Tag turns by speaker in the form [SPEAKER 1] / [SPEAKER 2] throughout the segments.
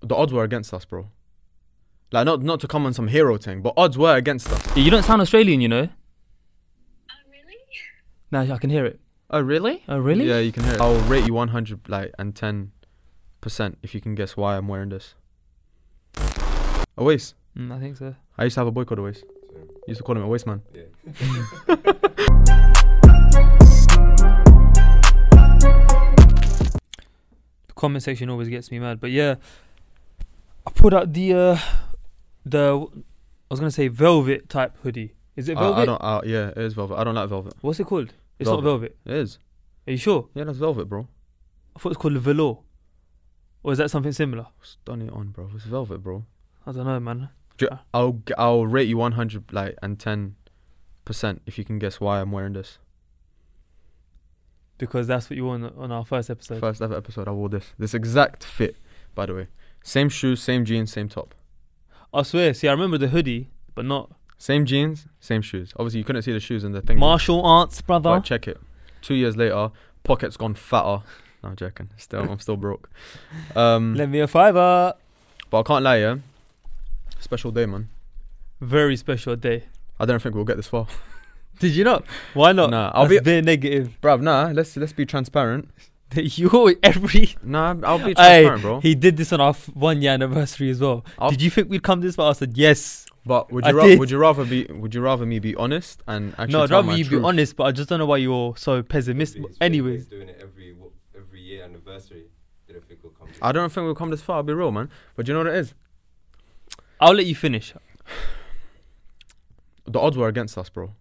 [SPEAKER 1] the odds were against us, bro. Like not not to come on some hero thing, but odds were against us.
[SPEAKER 2] You don't sound Australian, you know.
[SPEAKER 3] Oh, really?
[SPEAKER 2] Nah, I can hear it.
[SPEAKER 1] Oh really?
[SPEAKER 2] Oh, really?
[SPEAKER 1] Yeah, you can hear. It. I'll rate you one hundred like and ten percent if you can guess why I'm wearing this. A waist.
[SPEAKER 2] Mm, I think so.
[SPEAKER 1] I used to have a boy called a waist. Used to call him a waist man.
[SPEAKER 2] The comment section always gets me mad, but yeah, I put out the uh, the I was gonna say velvet type hoodie. Is it
[SPEAKER 1] Uh, I- I,
[SPEAKER 2] velvet?
[SPEAKER 1] don't. I, yeah, it is velvet. I don't like velvet.
[SPEAKER 2] What's it called? It's not
[SPEAKER 1] Velvet.
[SPEAKER 2] velvet.
[SPEAKER 1] It is.
[SPEAKER 2] Are you sure?
[SPEAKER 1] Yeah, that's velvet, bro.
[SPEAKER 2] I thought it's called velour. Or is that something similar?
[SPEAKER 1] What's done it on, bro? It's velvet, bro.
[SPEAKER 2] I don't know, man.
[SPEAKER 1] Do you-
[SPEAKER 2] Ah.
[SPEAKER 1] I'll g- I'll rate you one hundred like and ten percent if you can guess why I'm wearing this.
[SPEAKER 2] Because that's what you wore on, on our first episode.
[SPEAKER 1] First ever episode, I wore this. This exact fit, by the way. Same shoes, same jeans, same top.
[SPEAKER 2] I swear. See, I remember the hoodie, but not
[SPEAKER 1] Same jeans, same shoes. Obviously, you couldn't see the shoes and the thing.
[SPEAKER 2] martial arts, brother.
[SPEAKER 1] But check it. Two years later, pocket's gone fatter. No, I'm joking. Still, I'm still broke. Um,
[SPEAKER 2] Let me a fiver.
[SPEAKER 1] but I can't lie, yeah. Special day, man.
[SPEAKER 2] Very special day.
[SPEAKER 1] I don't think we'll get this far.
[SPEAKER 2] Did you not? Why not?
[SPEAKER 1] Nah, I'll
[SPEAKER 2] That's
[SPEAKER 1] be-
[SPEAKER 2] being negative.
[SPEAKER 1] Bruv, nah, let's let's be transparent.
[SPEAKER 2] You always every
[SPEAKER 1] Nah, I'll be
[SPEAKER 2] Hey,
[SPEAKER 1] transparent, bro.
[SPEAKER 2] he did this on our f- one year anniversary as well.
[SPEAKER 1] I'll-
[SPEAKER 2] Did you think we'd come this far? I said yes.
[SPEAKER 1] But would
[SPEAKER 2] I
[SPEAKER 1] you ra-
[SPEAKER 2] did.
[SPEAKER 1] would you rather be would you rather me be honest and actually
[SPEAKER 2] no, I'd
[SPEAKER 1] tell
[SPEAKER 2] rather
[SPEAKER 1] my
[SPEAKER 2] you
[SPEAKER 1] truth?
[SPEAKER 2] be honest, but I just don't know why you're so pessimistic.
[SPEAKER 4] It's- it's
[SPEAKER 2] Anyways,
[SPEAKER 4] doing it every wa- every year anniversary. Didn't think we'll come.
[SPEAKER 1] I don't think we'll come this far. I'll be real, man. But do you know what it is?
[SPEAKER 2] I'll let you finish.
[SPEAKER 1] The odds were against us, bro.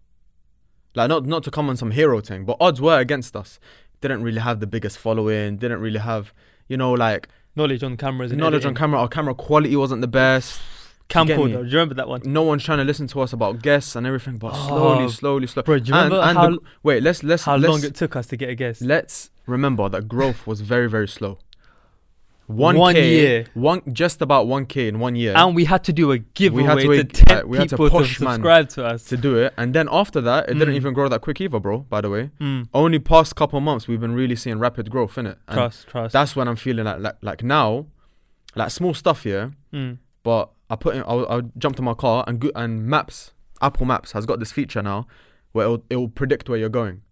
[SPEAKER 1] Like not not to come on some hero thing, but odds were against us. Didn't really have the biggest following. Didn't really have, you know, like
[SPEAKER 2] Knowledge on cameras and
[SPEAKER 1] knowledge on camera. Our camera quality wasn't the best.
[SPEAKER 2] camera.
[SPEAKER 1] you get
[SPEAKER 2] Camcorder.
[SPEAKER 1] me?
[SPEAKER 2] Do you remember that one?
[SPEAKER 1] No one's trying to listen to us about guests and everything. But
[SPEAKER 2] Oh,
[SPEAKER 1] slowly, slowly, slowly.
[SPEAKER 2] Bro, do you remember
[SPEAKER 1] and
[SPEAKER 2] how,
[SPEAKER 1] the, wait, let's let's
[SPEAKER 2] how
[SPEAKER 1] let's,
[SPEAKER 2] long it took us to get a guest?
[SPEAKER 1] let's remember that growth was very very slow. One,
[SPEAKER 2] One
[SPEAKER 1] K,
[SPEAKER 2] year.
[SPEAKER 1] one just about one K in one year
[SPEAKER 2] And we had to do a giveaway
[SPEAKER 1] had to
[SPEAKER 2] to,
[SPEAKER 1] wait-
[SPEAKER 2] tempt
[SPEAKER 1] uh, we had to
[SPEAKER 2] people to,
[SPEAKER 1] push, man.
[SPEAKER 2] subscribe to us.
[SPEAKER 1] to do it. And then after that, it didn't
[SPEAKER 2] Mm.
[SPEAKER 1] even grow that quick either, bro. By the way,
[SPEAKER 2] Mm,
[SPEAKER 1] only past couple months we've been really seeing rapid growth in it.
[SPEAKER 2] trust, trust.
[SPEAKER 1] That's when I'm feeling like like, like now, like small stuff here.
[SPEAKER 2] Mm.
[SPEAKER 1] But I put in, I, I jumped in my car and go, and Maps, Apple Maps has got this feature now where it'll, it'll predict where you're going.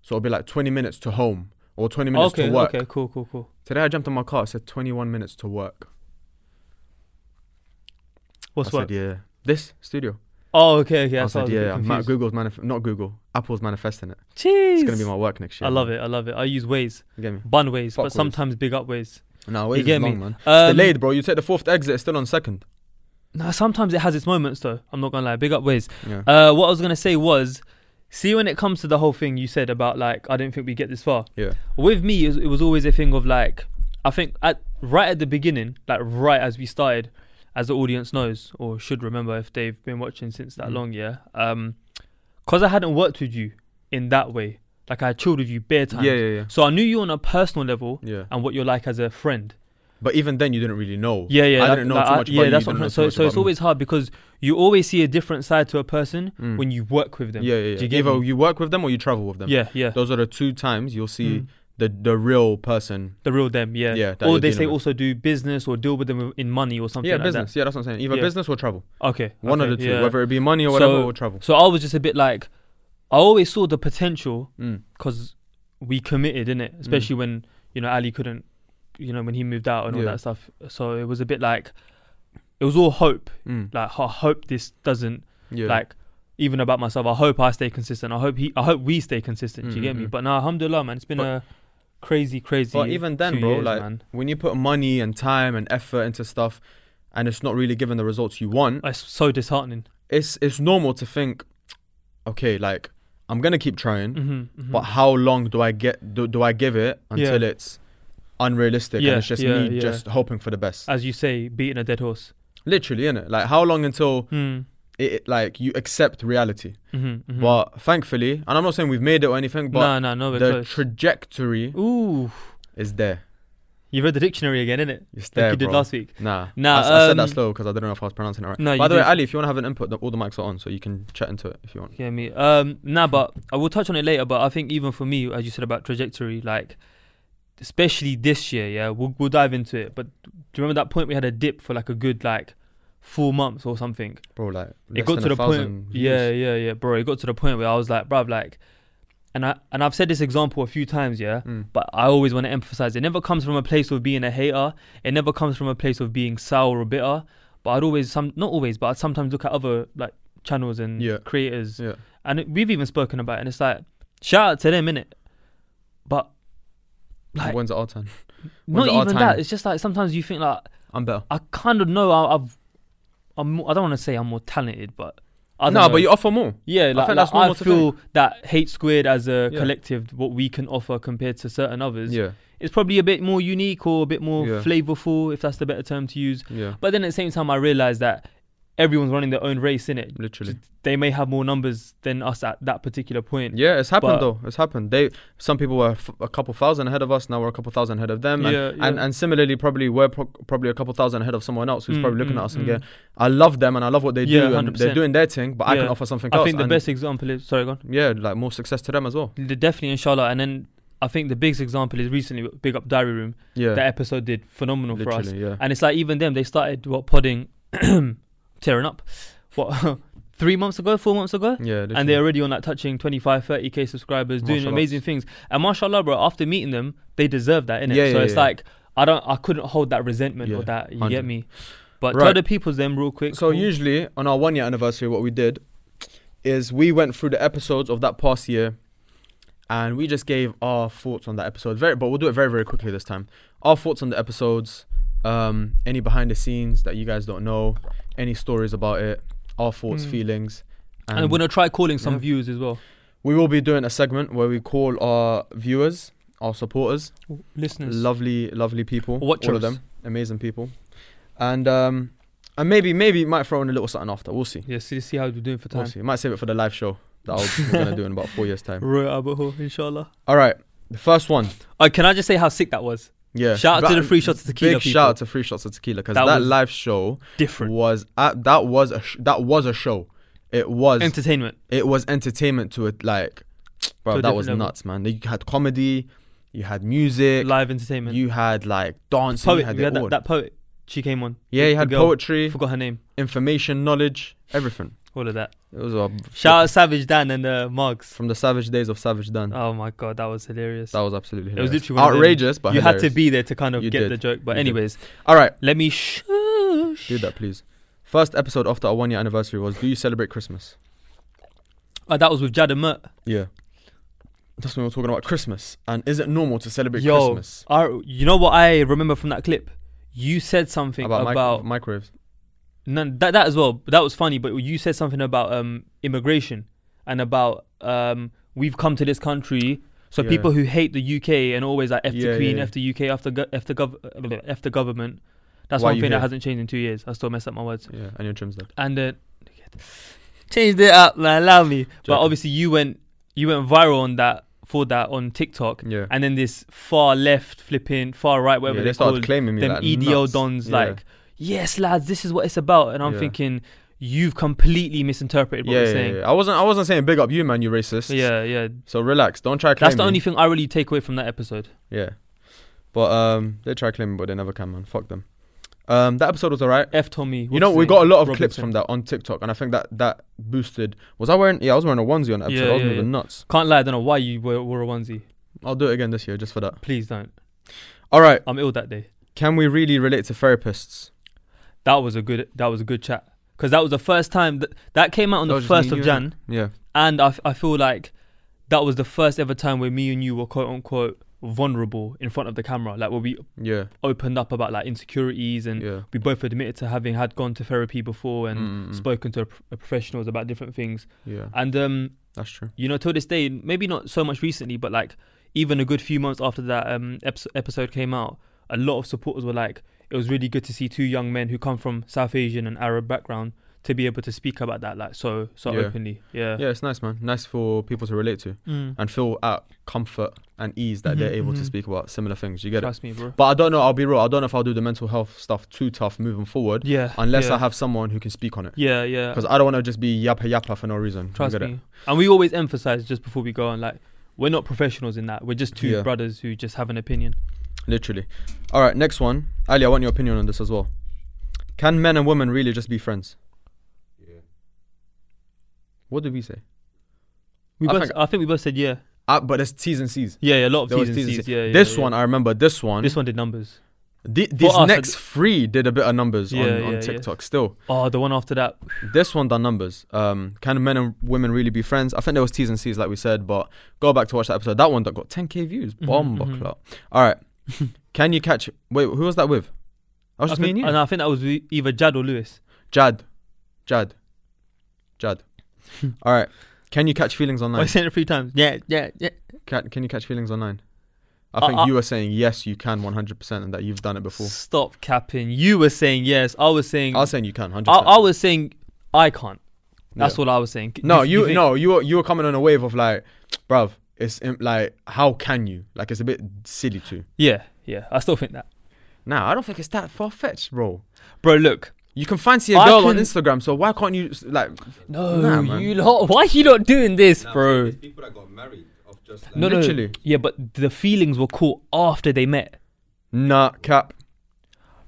[SPEAKER 1] So it'll be like 20 minutes to home or 20 minutes
[SPEAKER 2] Okay,
[SPEAKER 1] to work.
[SPEAKER 2] okay, cool, cool, cool.
[SPEAKER 1] Today I jumped in my car, it said 21 minutes to work.
[SPEAKER 2] What's
[SPEAKER 1] I
[SPEAKER 2] what?
[SPEAKER 1] said, yeah. This studio.
[SPEAKER 2] Oh, okay, okay.
[SPEAKER 1] I
[SPEAKER 2] that's what
[SPEAKER 1] said,
[SPEAKER 2] was a bit
[SPEAKER 1] yeah. Ma-
[SPEAKER 2] confused.
[SPEAKER 1] Google's manif- not Google, Apple's manifesting it.
[SPEAKER 2] Jeez.
[SPEAKER 1] It's gonna be my work next year.
[SPEAKER 2] I love it. I love it. I use Waze,
[SPEAKER 1] You get me?
[SPEAKER 2] bun Waze,
[SPEAKER 1] Fuck
[SPEAKER 2] but
[SPEAKER 1] Waze.
[SPEAKER 2] sometimes big up Waze.
[SPEAKER 1] No,
[SPEAKER 2] You
[SPEAKER 1] wait,
[SPEAKER 2] get
[SPEAKER 1] it's
[SPEAKER 2] me?
[SPEAKER 1] long, man.
[SPEAKER 2] Um,
[SPEAKER 1] Delayed, bro. You take the fourth exit, it's still on second.
[SPEAKER 2] No, sometimes it has its moments though. I'm not gonna lie. Big up Waze.
[SPEAKER 1] Yeah.
[SPEAKER 2] Uh, what I was gonna say was, see, when it comes to the whole thing you said about like, I didn't think we get this far.
[SPEAKER 1] yeah.
[SPEAKER 2] With me, it was- it was always a thing of like, I think at right at the beginning, like right as we started, as the audience knows or should remember if they've been watching since that
[SPEAKER 1] Mm.
[SPEAKER 2] long, yeah. Um, cause I hadn't worked with you in that way. Like I chilled with you bare times.
[SPEAKER 1] Yeah, yeah, yeah.
[SPEAKER 2] So I knew you on a personal level
[SPEAKER 1] Yeah.
[SPEAKER 2] and what you're like as a friend.
[SPEAKER 1] But even then you didn't really know.
[SPEAKER 2] Yeah, yeah.
[SPEAKER 1] I
[SPEAKER 2] that-
[SPEAKER 1] didn't know
[SPEAKER 2] like,
[SPEAKER 1] too
[SPEAKER 2] I-
[SPEAKER 1] much about
[SPEAKER 2] yeah,
[SPEAKER 1] you, you
[SPEAKER 2] that's what
[SPEAKER 1] didn't know
[SPEAKER 2] I'm
[SPEAKER 1] too
[SPEAKER 2] so
[SPEAKER 1] much
[SPEAKER 2] so it's
[SPEAKER 1] about me.
[SPEAKER 2] always hard because you always see a different side to a person
[SPEAKER 1] Mm.
[SPEAKER 2] when you work with them.
[SPEAKER 1] Yeah, yeah,
[SPEAKER 2] Do you
[SPEAKER 1] yeah.
[SPEAKER 2] get
[SPEAKER 1] Either
[SPEAKER 2] me?
[SPEAKER 1] you work with them or you travel with them.
[SPEAKER 2] yeah, yeah.
[SPEAKER 1] Those are the two times you'll see
[SPEAKER 2] Mm.
[SPEAKER 1] the the real person.
[SPEAKER 2] The real them, yeah.
[SPEAKER 1] Yeah, that
[SPEAKER 2] or
[SPEAKER 1] you're
[SPEAKER 2] they say
[SPEAKER 1] dealing with.
[SPEAKER 2] also do business or deal with them in money or something
[SPEAKER 1] yeah,
[SPEAKER 2] like
[SPEAKER 1] business. Yeah, that's what I'm saying. Either
[SPEAKER 2] Yeah.
[SPEAKER 1] business or travel.
[SPEAKER 2] that. Okay.
[SPEAKER 1] One
[SPEAKER 2] okay,
[SPEAKER 1] of the two,
[SPEAKER 2] yeah.
[SPEAKER 1] whether it be money or whatever
[SPEAKER 2] So-
[SPEAKER 1] or travel.
[SPEAKER 2] So I was just a bit like, I always saw the potential
[SPEAKER 1] Mm.
[SPEAKER 2] because we committed, in it, especially when you know Ali couldn't, you know, when he moved out and all
[SPEAKER 1] Yeah.
[SPEAKER 2] that stuff. So it was a bit like, it was all hope.
[SPEAKER 1] Mm.
[SPEAKER 2] Like I hope this doesn't
[SPEAKER 1] Yeah.
[SPEAKER 2] Like even about myself, I hope I stay consistent. I hope he, I hope we stay consistent. do you get me?
[SPEAKER 1] Mm-mm-mm.
[SPEAKER 2] But now, alhamdulillah, man, it's been
[SPEAKER 1] Mm-hmm. But-
[SPEAKER 2] a crazy, crazy.
[SPEAKER 1] But even then,
[SPEAKER 2] two
[SPEAKER 1] bro,
[SPEAKER 2] years,
[SPEAKER 1] like
[SPEAKER 2] man.
[SPEAKER 1] when you put money and time and effort into stuff and it's not really giving the results you want,
[SPEAKER 2] it's so disheartening.
[SPEAKER 1] it's it's normal to think, okay, like I'm gonna keep trying,
[SPEAKER 2] Mm-hmm,
[SPEAKER 1] but how long do I get do, do I give it
[SPEAKER 2] Yeah.
[SPEAKER 1] until it's unrealistic
[SPEAKER 2] Yeah,
[SPEAKER 1] and it's just
[SPEAKER 2] yeah,
[SPEAKER 1] me
[SPEAKER 2] yeah.
[SPEAKER 1] just hoping for the best.
[SPEAKER 2] as you say, beating a dead horse.
[SPEAKER 1] Literally, innit? Like how long until
[SPEAKER 2] Mm.
[SPEAKER 1] it, it like you accept reality?
[SPEAKER 2] Mm-hmm, mm-hmm.
[SPEAKER 1] But thankfully, and I'm not saying we've made it or anything, but
[SPEAKER 2] no, no, no, we're
[SPEAKER 1] the
[SPEAKER 2] close.
[SPEAKER 1] trajectory
[SPEAKER 2] Ooh,
[SPEAKER 1] is there.
[SPEAKER 2] you read the dictionary again, innit?
[SPEAKER 1] It's
[SPEAKER 2] Like
[SPEAKER 1] there,
[SPEAKER 2] you did
[SPEAKER 1] bro.
[SPEAKER 2] last week.
[SPEAKER 1] Nah,
[SPEAKER 2] Nah,
[SPEAKER 1] I, s- I said
[SPEAKER 2] um,
[SPEAKER 1] that slow because I don't know if I was pronouncing it right.
[SPEAKER 2] No,
[SPEAKER 1] By
[SPEAKER 2] you
[SPEAKER 1] the way,
[SPEAKER 2] did.
[SPEAKER 1] Ali, if you want to have an input, the, all the mics are on, so you can chat into it if you want.
[SPEAKER 2] Yeah, me. Um, nah, but I will touch on it later. But I think even for me, as you said about trajectory, like especially this year, yeah, we'll we'll dive into it. But Do you remember that point we had a dip for like a good like four months or something?
[SPEAKER 1] bro. Like
[SPEAKER 2] it
[SPEAKER 1] less
[SPEAKER 2] got
[SPEAKER 1] than
[SPEAKER 2] to
[SPEAKER 1] a
[SPEAKER 2] the point
[SPEAKER 1] thousand
[SPEAKER 2] yeah
[SPEAKER 1] views.
[SPEAKER 2] yeah yeah bro it got to the point where i was like bruv like and i and i've said this example a few times yeah
[SPEAKER 1] Mm.
[SPEAKER 2] but i always want to emphasize it never comes from a place of being a hater it never comes from a place of being sour or bitter but i'd always some not always but i'd sometimes look at other like channels and
[SPEAKER 1] Yeah.
[SPEAKER 2] creators
[SPEAKER 1] yeah,
[SPEAKER 2] and it, we've even spoken about it and it's like shout out to them innit but like
[SPEAKER 1] When's our time?
[SPEAKER 2] not
[SPEAKER 1] when's our
[SPEAKER 2] even
[SPEAKER 1] time?
[SPEAKER 2] that it's just like sometimes you think like
[SPEAKER 1] I'm better.
[SPEAKER 2] i kind of know I, i've i'm more, i don't want to say i'm more talented but I
[SPEAKER 1] No,
[SPEAKER 2] don't know.
[SPEAKER 1] but you offer more.
[SPEAKER 2] Yeah,
[SPEAKER 1] think
[SPEAKER 2] like, like,
[SPEAKER 1] that's normal
[SPEAKER 2] I
[SPEAKER 1] to
[SPEAKER 2] feel that Hate Squared as a
[SPEAKER 1] Yeah.
[SPEAKER 2] collective, what we can offer compared to certain others,
[SPEAKER 1] Yeah,
[SPEAKER 2] it's probably a bit more unique or a bit more
[SPEAKER 1] Yeah.
[SPEAKER 2] flavorful, if that's the better term to use.
[SPEAKER 1] yeah,
[SPEAKER 2] But then at the same time, I realize that everyone's running their own race in it.
[SPEAKER 1] literally.
[SPEAKER 2] They may have more numbers than us at that particular point.
[SPEAKER 1] Yeah, it's happened
[SPEAKER 2] But-
[SPEAKER 1] though. It's happened. They some people were f- a couple thousand ahead of us. Now we're a couple thousand ahead of them. And,
[SPEAKER 2] Yeah,
[SPEAKER 1] and
[SPEAKER 2] yeah.
[SPEAKER 1] and similarly, probably we're pro- probably a couple thousand ahead of someone else who's
[SPEAKER 2] Mm,
[SPEAKER 1] probably looking
[SPEAKER 2] mm,
[SPEAKER 1] at us and
[SPEAKER 2] mm.
[SPEAKER 1] going, "I love them and I love what they
[SPEAKER 2] Yeah,
[SPEAKER 1] do and they're
[SPEAKER 2] 100%.
[SPEAKER 1] doing their thing, but I can
[SPEAKER 2] Yeah.
[SPEAKER 1] offer something
[SPEAKER 2] I
[SPEAKER 1] else."
[SPEAKER 2] think the
[SPEAKER 1] and
[SPEAKER 2] best example is sorry, go on.
[SPEAKER 1] yeah, like more success to them as well.
[SPEAKER 2] The- Definitely, inshallah. And then I think the biggest example is recently Big Up Diary Room.
[SPEAKER 1] Yeah,
[SPEAKER 2] That episode did phenomenal for us.
[SPEAKER 1] literally. Yeah,
[SPEAKER 2] And it's like even them, they started what podding, tearing up, what three months ago, four months ago,
[SPEAKER 1] yeah. Literally.
[SPEAKER 2] and they're already on like touching 25, 30 k subscribers, doing
[SPEAKER 1] Mashallah.
[SPEAKER 2] amazing things. And mashallah, bro, after meeting them, they deserve that, innit?
[SPEAKER 1] Yeah, yeah,
[SPEAKER 2] so it's
[SPEAKER 1] yeah.
[SPEAKER 2] like I don't, I couldn't hold that resentment
[SPEAKER 1] Yeah,
[SPEAKER 2] or that. You
[SPEAKER 1] 100.
[SPEAKER 2] get me? But
[SPEAKER 1] Right.
[SPEAKER 2] tell the peoples them real quick.
[SPEAKER 1] So
[SPEAKER 2] cool.
[SPEAKER 1] usually on our one year anniversary, what we did is we went through the episodes of that past year, and we just gave our thoughts on that episode. Very, but we'll do it very very quickly this time. Our thoughts on the episodes, um, any behind the scenes that you guys don't know, any stories about it, our thoughts,
[SPEAKER 2] Mm.
[SPEAKER 1] feelings,
[SPEAKER 2] and we're gonna try calling some
[SPEAKER 1] Yeah.
[SPEAKER 2] views as well,
[SPEAKER 1] we will be doing a segment where we call our viewers, our supporters,
[SPEAKER 2] listeners.
[SPEAKER 1] lovely lovely people, all
[SPEAKER 2] Watchers.
[SPEAKER 1] of them, amazing people, and um, and maybe maybe might throw in a little something after. We'll see.
[SPEAKER 2] Yeah, see, see how we're doing for
[SPEAKER 1] We'll
[SPEAKER 2] time.
[SPEAKER 1] see. Might save it for the live show that I'll, we're gonna do in about four years' time.
[SPEAKER 2] Roy Abaho, inshallah.
[SPEAKER 1] All right, the first one.
[SPEAKER 2] Oh, can I just say how sick that was?
[SPEAKER 1] Yeah.
[SPEAKER 2] Shout out to the free shots of tequila.
[SPEAKER 1] Big
[SPEAKER 2] people.
[SPEAKER 1] shout out to Free Shots of Tequila because that,
[SPEAKER 2] That was
[SPEAKER 1] live show
[SPEAKER 2] Different
[SPEAKER 1] was at, that was a sh- that was a show. It was
[SPEAKER 2] entertainment.
[SPEAKER 1] it was entertainment to it like, bro.
[SPEAKER 2] To a
[SPEAKER 1] that was
[SPEAKER 2] different level.
[SPEAKER 1] nuts, man. You had comedy, you had music,
[SPEAKER 2] live entertainment.
[SPEAKER 1] you had like dancing,
[SPEAKER 2] poet,
[SPEAKER 1] you had,
[SPEAKER 2] we
[SPEAKER 1] it
[SPEAKER 2] had
[SPEAKER 1] all.
[SPEAKER 2] that, that poet. She came on.
[SPEAKER 1] yeah,
[SPEAKER 2] The-
[SPEAKER 1] you
[SPEAKER 2] the
[SPEAKER 1] had
[SPEAKER 2] girl. I
[SPEAKER 1] poetry,
[SPEAKER 2] forgot her name.
[SPEAKER 1] information, knowledge, everything.
[SPEAKER 2] All of that.
[SPEAKER 1] It was a
[SPEAKER 2] Shout out Savage Dan and uh, Marks.
[SPEAKER 1] from the savage days of Savage Dan.
[SPEAKER 2] Oh my god, that was hilarious.
[SPEAKER 1] Mm. that was absolutely
[SPEAKER 2] It was
[SPEAKER 1] hilarious.
[SPEAKER 2] literally one of them-
[SPEAKER 1] outrageous, but
[SPEAKER 2] you
[SPEAKER 1] hilarious.
[SPEAKER 2] had to be there to kind of
[SPEAKER 1] You
[SPEAKER 2] get
[SPEAKER 1] did.
[SPEAKER 2] the joke. But
[SPEAKER 1] You did.
[SPEAKER 2] anyways,
[SPEAKER 1] All right.
[SPEAKER 2] let me shush.
[SPEAKER 1] Do that, please. First episode after our one year anniversary was Do You Celebrate Christmas?
[SPEAKER 2] Oh, that was with Jad and Mert.
[SPEAKER 1] Yeah. That's when we were talking about Christmas. And is it normal to celebrate
[SPEAKER 2] Yo,
[SPEAKER 1] Christmas?
[SPEAKER 2] I- you know what I remember from that clip? You said something
[SPEAKER 1] About,
[SPEAKER 2] about,
[SPEAKER 1] mic- microwaves.
[SPEAKER 2] none, that that as well. That was funny, but you said something about um immigration and about um we've come to this country. So
[SPEAKER 1] Yeah.
[SPEAKER 2] people who hate the UK and always like F the
[SPEAKER 1] Yeah,
[SPEAKER 2] Queen,
[SPEAKER 1] yeah.
[SPEAKER 2] F the UK, F the go- F the, gov- F the government. That's
[SPEAKER 1] Why
[SPEAKER 2] one
[SPEAKER 1] you
[SPEAKER 2] thing that
[SPEAKER 1] here?
[SPEAKER 2] hasn't changed in two years. I still mess up my words.
[SPEAKER 1] Yeah, and your trim's dead.
[SPEAKER 2] And uh, changed it up, man. Allow me. But
[SPEAKER 1] Joking.
[SPEAKER 2] obviously you went you went viral on that for that on TikTok.
[SPEAKER 1] Yeah.
[SPEAKER 2] And then this far left flipping, far right, whatever
[SPEAKER 1] yeah,
[SPEAKER 2] they
[SPEAKER 1] they started
[SPEAKER 2] call
[SPEAKER 1] claiming me
[SPEAKER 2] them
[SPEAKER 1] like
[SPEAKER 2] EDL
[SPEAKER 1] nuts.
[SPEAKER 2] dons
[SPEAKER 1] Yeah.
[SPEAKER 2] like, yes, lads, this is what it's about. And I'm
[SPEAKER 1] Yeah.
[SPEAKER 2] thinking, you've completely misinterpreted what
[SPEAKER 1] yeah,
[SPEAKER 2] we're
[SPEAKER 1] yeah,
[SPEAKER 2] saying.
[SPEAKER 1] yeah. I wasn't I wasn't saying big up you man, you racist.
[SPEAKER 2] Yeah, yeah.
[SPEAKER 1] So relax, don't try claiming.
[SPEAKER 2] That's the only thing I really take away from that episode.
[SPEAKER 1] Yeah. But um they try claiming but they never can man. Fuck them. Um that episode was alright.
[SPEAKER 2] F Tommy.
[SPEAKER 1] You know, we got a lot of clips from that on TikTok, and I think that that boosted. Was I wearing? Yeah, I was wearing a onesie on that episode.
[SPEAKER 2] Yeah,
[SPEAKER 1] I was
[SPEAKER 2] yeah,
[SPEAKER 1] moving nuts.
[SPEAKER 2] Can't lie, I don't know why you wore, wore a onesie.
[SPEAKER 1] I'll do it again this year just for that.
[SPEAKER 2] Please don't.
[SPEAKER 1] All right.
[SPEAKER 2] I'm ill that day.
[SPEAKER 1] Can we really relate to therapists?
[SPEAKER 2] That was a good. That was a good chat because that was the first time that that came out on
[SPEAKER 1] That
[SPEAKER 2] the
[SPEAKER 1] was just me
[SPEAKER 2] first
[SPEAKER 1] and you,
[SPEAKER 2] of
[SPEAKER 1] innit?
[SPEAKER 2] Jan,
[SPEAKER 1] Yeah.
[SPEAKER 2] and I, f- I feel like that was the first ever time where me and you were quote unquote vulnerable in front of the camera, like where we
[SPEAKER 1] Yeah.
[SPEAKER 2] opened up about like insecurities and
[SPEAKER 1] Yeah.
[SPEAKER 2] we both admitted to having had gone to therapy before and
[SPEAKER 1] Mm, mm, mm.
[SPEAKER 2] spoken to pr- professionals about different things
[SPEAKER 1] Yeah.
[SPEAKER 2] and um
[SPEAKER 1] That's true.
[SPEAKER 2] you know till this day maybe not so much recently but like even a good few months after that um eps episode came out a lot of supporters were like it was really good to see two young men who come from south asian and arab background to be able to speak about that like so so
[SPEAKER 1] Yeah.
[SPEAKER 2] openly yeah
[SPEAKER 1] Yeah, it's nice, man. Nice for people to relate to
[SPEAKER 2] Mm.
[SPEAKER 1] and feel at comfort and ease that
[SPEAKER 2] Mhm,
[SPEAKER 1] they're able to
[SPEAKER 2] mhm.
[SPEAKER 1] speak about similar things. You get it.
[SPEAKER 2] trust me bro
[SPEAKER 1] But I don't know. I'll be real. I don't know if I'll do the mental health stuff too tough moving forward,
[SPEAKER 2] yeah
[SPEAKER 1] unless
[SPEAKER 2] yeah.
[SPEAKER 1] I have someone who can speak on it.
[SPEAKER 2] yeah yeah
[SPEAKER 1] Because I don't want to just be yappa yappa for no reason. You
[SPEAKER 2] Trust
[SPEAKER 1] get it?
[SPEAKER 2] me. And we always emphasize just before we go on, like, we're not professionals in that. We're just two
[SPEAKER 1] Yeah.
[SPEAKER 2] brothers who just have an opinion.
[SPEAKER 1] Literally. All right, next one. Ali, I want your opinion on this as well. Can men and women really just be friends?
[SPEAKER 4] Yeah.
[SPEAKER 1] What did we say?
[SPEAKER 2] We
[SPEAKER 1] I
[SPEAKER 2] both,
[SPEAKER 1] think-
[SPEAKER 2] I think we both said yeah,
[SPEAKER 1] Ah, but it's T's and C's.
[SPEAKER 2] yeah, yeah a lot of
[SPEAKER 1] There was
[SPEAKER 2] T's
[SPEAKER 1] T's
[SPEAKER 2] and
[SPEAKER 1] and
[SPEAKER 2] C's.
[SPEAKER 1] C's.
[SPEAKER 2] Yeah, yeah,
[SPEAKER 1] this
[SPEAKER 2] yeah.
[SPEAKER 1] one, I remember this one.
[SPEAKER 2] This one did numbers.
[SPEAKER 1] The, these
[SPEAKER 2] us, I
[SPEAKER 1] next
[SPEAKER 2] d-
[SPEAKER 1] three did a bit of numbers on,
[SPEAKER 2] Yeah,
[SPEAKER 1] on
[SPEAKER 2] yeah, yeah.
[SPEAKER 1] TikTok still.
[SPEAKER 2] Oh, the one after that.
[SPEAKER 1] This one done numbers. Um, can men and women really be friends? I think there was T's and C's like we said, but go back to watch that episode. That one that got 10k views.
[SPEAKER 2] Mhm,
[SPEAKER 1] Bomb
[SPEAKER 2] mhm.
[SPEAKER 1] clout. All right. can you catch? Wait, who was that with? That was
[SPEAKER 2] I
[SPEAKER 1] Oh, just me
[SPEAKER 2] think,
[SPEAKER 1] and you.
[SPEAKER 2] and I think that was e- either Jad or Lewis.
[SPEAKER 1] Jad, Jad, Jad. All right. Can you catch feelings
[SPEAKER 2] I
[SPEAKER 1] online?
[SPEAKER 2] said it three times. Yeah, yeah, yeah.
[SPEAKER 1] Can, can you catch feelings online?
[SPEAKER 2] Uh,
[SPEAKER 1] I think
[SPEAKER 2] uh,
[SPEAKER 1] you were saying yes, you can 100%, and that you've done it before.
[SPEAKER 2] Stop capping. You were saying yes. I was saying.
[SPEAKER 1] I was saying you can 100%.
[SPEAKER 2] I, I was saying I can't.
[SPEAKER 1] Yeah.
[SPEAKER 2] That's what I was saying.
[SPEAKER 1] No, you,
[SPEAKER 2] think-
[SPEAKER 1] no, you were, you were coming on a wave of like, bruv, it's im- like how can you? Like it's a bit silly too.
[SPEAKER 2] Yeah, yeah. I still think that,
[SPEAKER 1] Nah, I don't think it's that far fetched, bro.
[SPEAKER 2] bro. Look.
[SPEAKER 1] You can fancy a
[SPEAKER 2] I
[SPEAKER 1] girl on
[SPEAKER 2] can-
[SPEAKER 1] Instagram, so why can't you s- like?
[SPEAKER 2] No,
[SPEAKER 1] Nah, man.
[SPEAKER 2] you lot. Why you not doing this,
[SPEAKER 4] Nah,
[SPEAKER 2] bro?
[SPEAKER 4] There's people that got married of just like.
[SPEAKER 2] No,
[SPEAKER 1] Literally.
[SPEAKER 2] no. Yeah, but the feelings were caught after they met,
[SPEAKER 1] Nah, cap,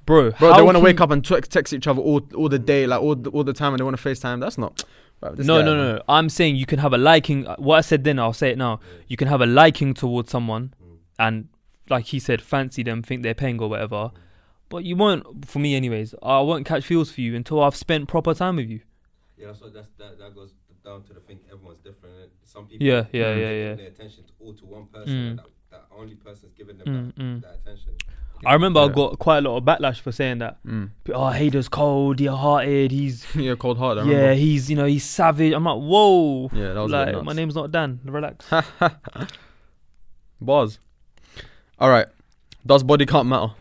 [SPEAKER 2] bro.
[SPEAKER 1] bro. they want to wake up and tw- text each other all, all the day, like all the, all the time, and they want to Facetime. That's not. bruv, this
[SPEAKER 2] No,
[SPEAKER 1] guy,
[SPEAKER 2] no,
[SPEAKER 1] man.
[SPEAKER 2] no, no. I'm saying you can have a liking. What I said then, I'll say it now. You can have a liking towards someone,
[SPEAKER 1] Mm.
[SPEAKER 2] and like he said, fancy them, think they're paying or
[SPEAKER 1] Mm.
[SPEAKER 2] whatever. But you won't, for me, anyways. I won't catch feels for you until I've spent proper time with you.
[SPEAKER 4] Yeah, that's what that's that, that goes down to the thing. Everyone's different. innit? Some people.
[SPEAKER 2] Yeah, yeah, yeah,
[SPEAKER 4] they're giving
[SPEAKER 2] yeah.
[SPEAKER 4] Their attention to all to one person. and That, that only person's giving them
[SPEAKER 2] Mm,
[SPEAKER 4] that,
[SPEAKER 2] mm.
[SPEAKER 4] that attention.
[SPEAKER 2] I remember I
[SPEAKER 1] Yeah.
[SPEAKER 2] got quite a lot of backlash for saying that.
[SPEAKER 1] Mm.
[SPEAKER 2] Oh, Hader's cold, dear-hearted. He's
[SPEAKER 1] yeah, cold heart. I
[SPEAKER 2] yeah,
[SPEAKER 1] remember.
[SPEAKER 2] he's you know he's savage. I'm like, whoa.
[SPEAKER 1] Yeah, that was a bit
[SPEAKER 2] Like
[SPEAKER 1] nuts.
[SPEAKER 2] my name's not Dan. Relax.
[SPEAKER 1] Bars. All right. Does body count matter?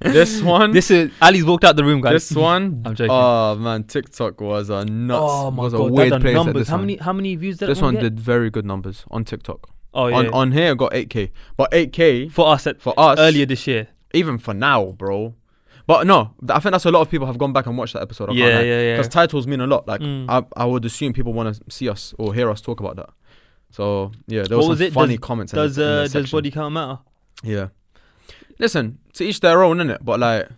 [SPEAKER 1] this one.
[SPEAKER 2] this is Ali's walked out the room, guys.
[SPEAKER 1] This one,
[SPEAKER 2] I'm joking.
[SPEAKER 1] oh man, TikTok was a nuts.
[SPEAKER 2] oh my
[SPEAKER 1] was a
[SPEAKER 2] god, that
[SPEAKER 1] weird
[SPEAKER 2] done
[SPEAKER 1] place at
[SPEAKER 2] numbers.
[SPEAKER 1] this
[SPEAKER 2] how
[SPEAKER 1] one.
[SPEAKER 2] many how many views did
[SPEAKER 1] This
[SPEAKER 2] that one,
[SPEAKER 1] one
[SPEAKER 2] get?
[SPEAKER 1] did very good numbers on TikTok.
[SPEAKER 2] Oh yeah,
[SPEAKER 1] On on here, it got 8k, but 8k
[SPEAKER 2] for us at
[SPEAKER 1] for us
[SPEAKER 2] earlier this year.
[SPEAKER 1] even for now, bro. But no, th- I think that's a lot of people have gone back and watched that episode. I
[SPEAKER 2] Yeah, yeah, yeah.
[SPEAKER 1] Because titles mean a lot. Like
[SPEAKER 2] Mm.
[SPEAKER 1] I, I would assume people want to see us or hear us talk about that. So yeah, there
[SPEAKER 2] What
[SPEAKER 1] was,
[SPEAKER 2] was
[SPEAKER 1] some
[SPEAKER 2] it?
[SPEAKER 1] funny
[SPEAKER 2] Does-
[SPEAKER 1] comments. in
[SPEAKER 2] Does
[SPEAKER 1] the- in the
[SPEAKER 2] uh does
[SPEAKER 1] section.
[SPEAKER 2] body count matter?
[SPEAKER 1] Yeah. Listen, to each their own, innit? But like,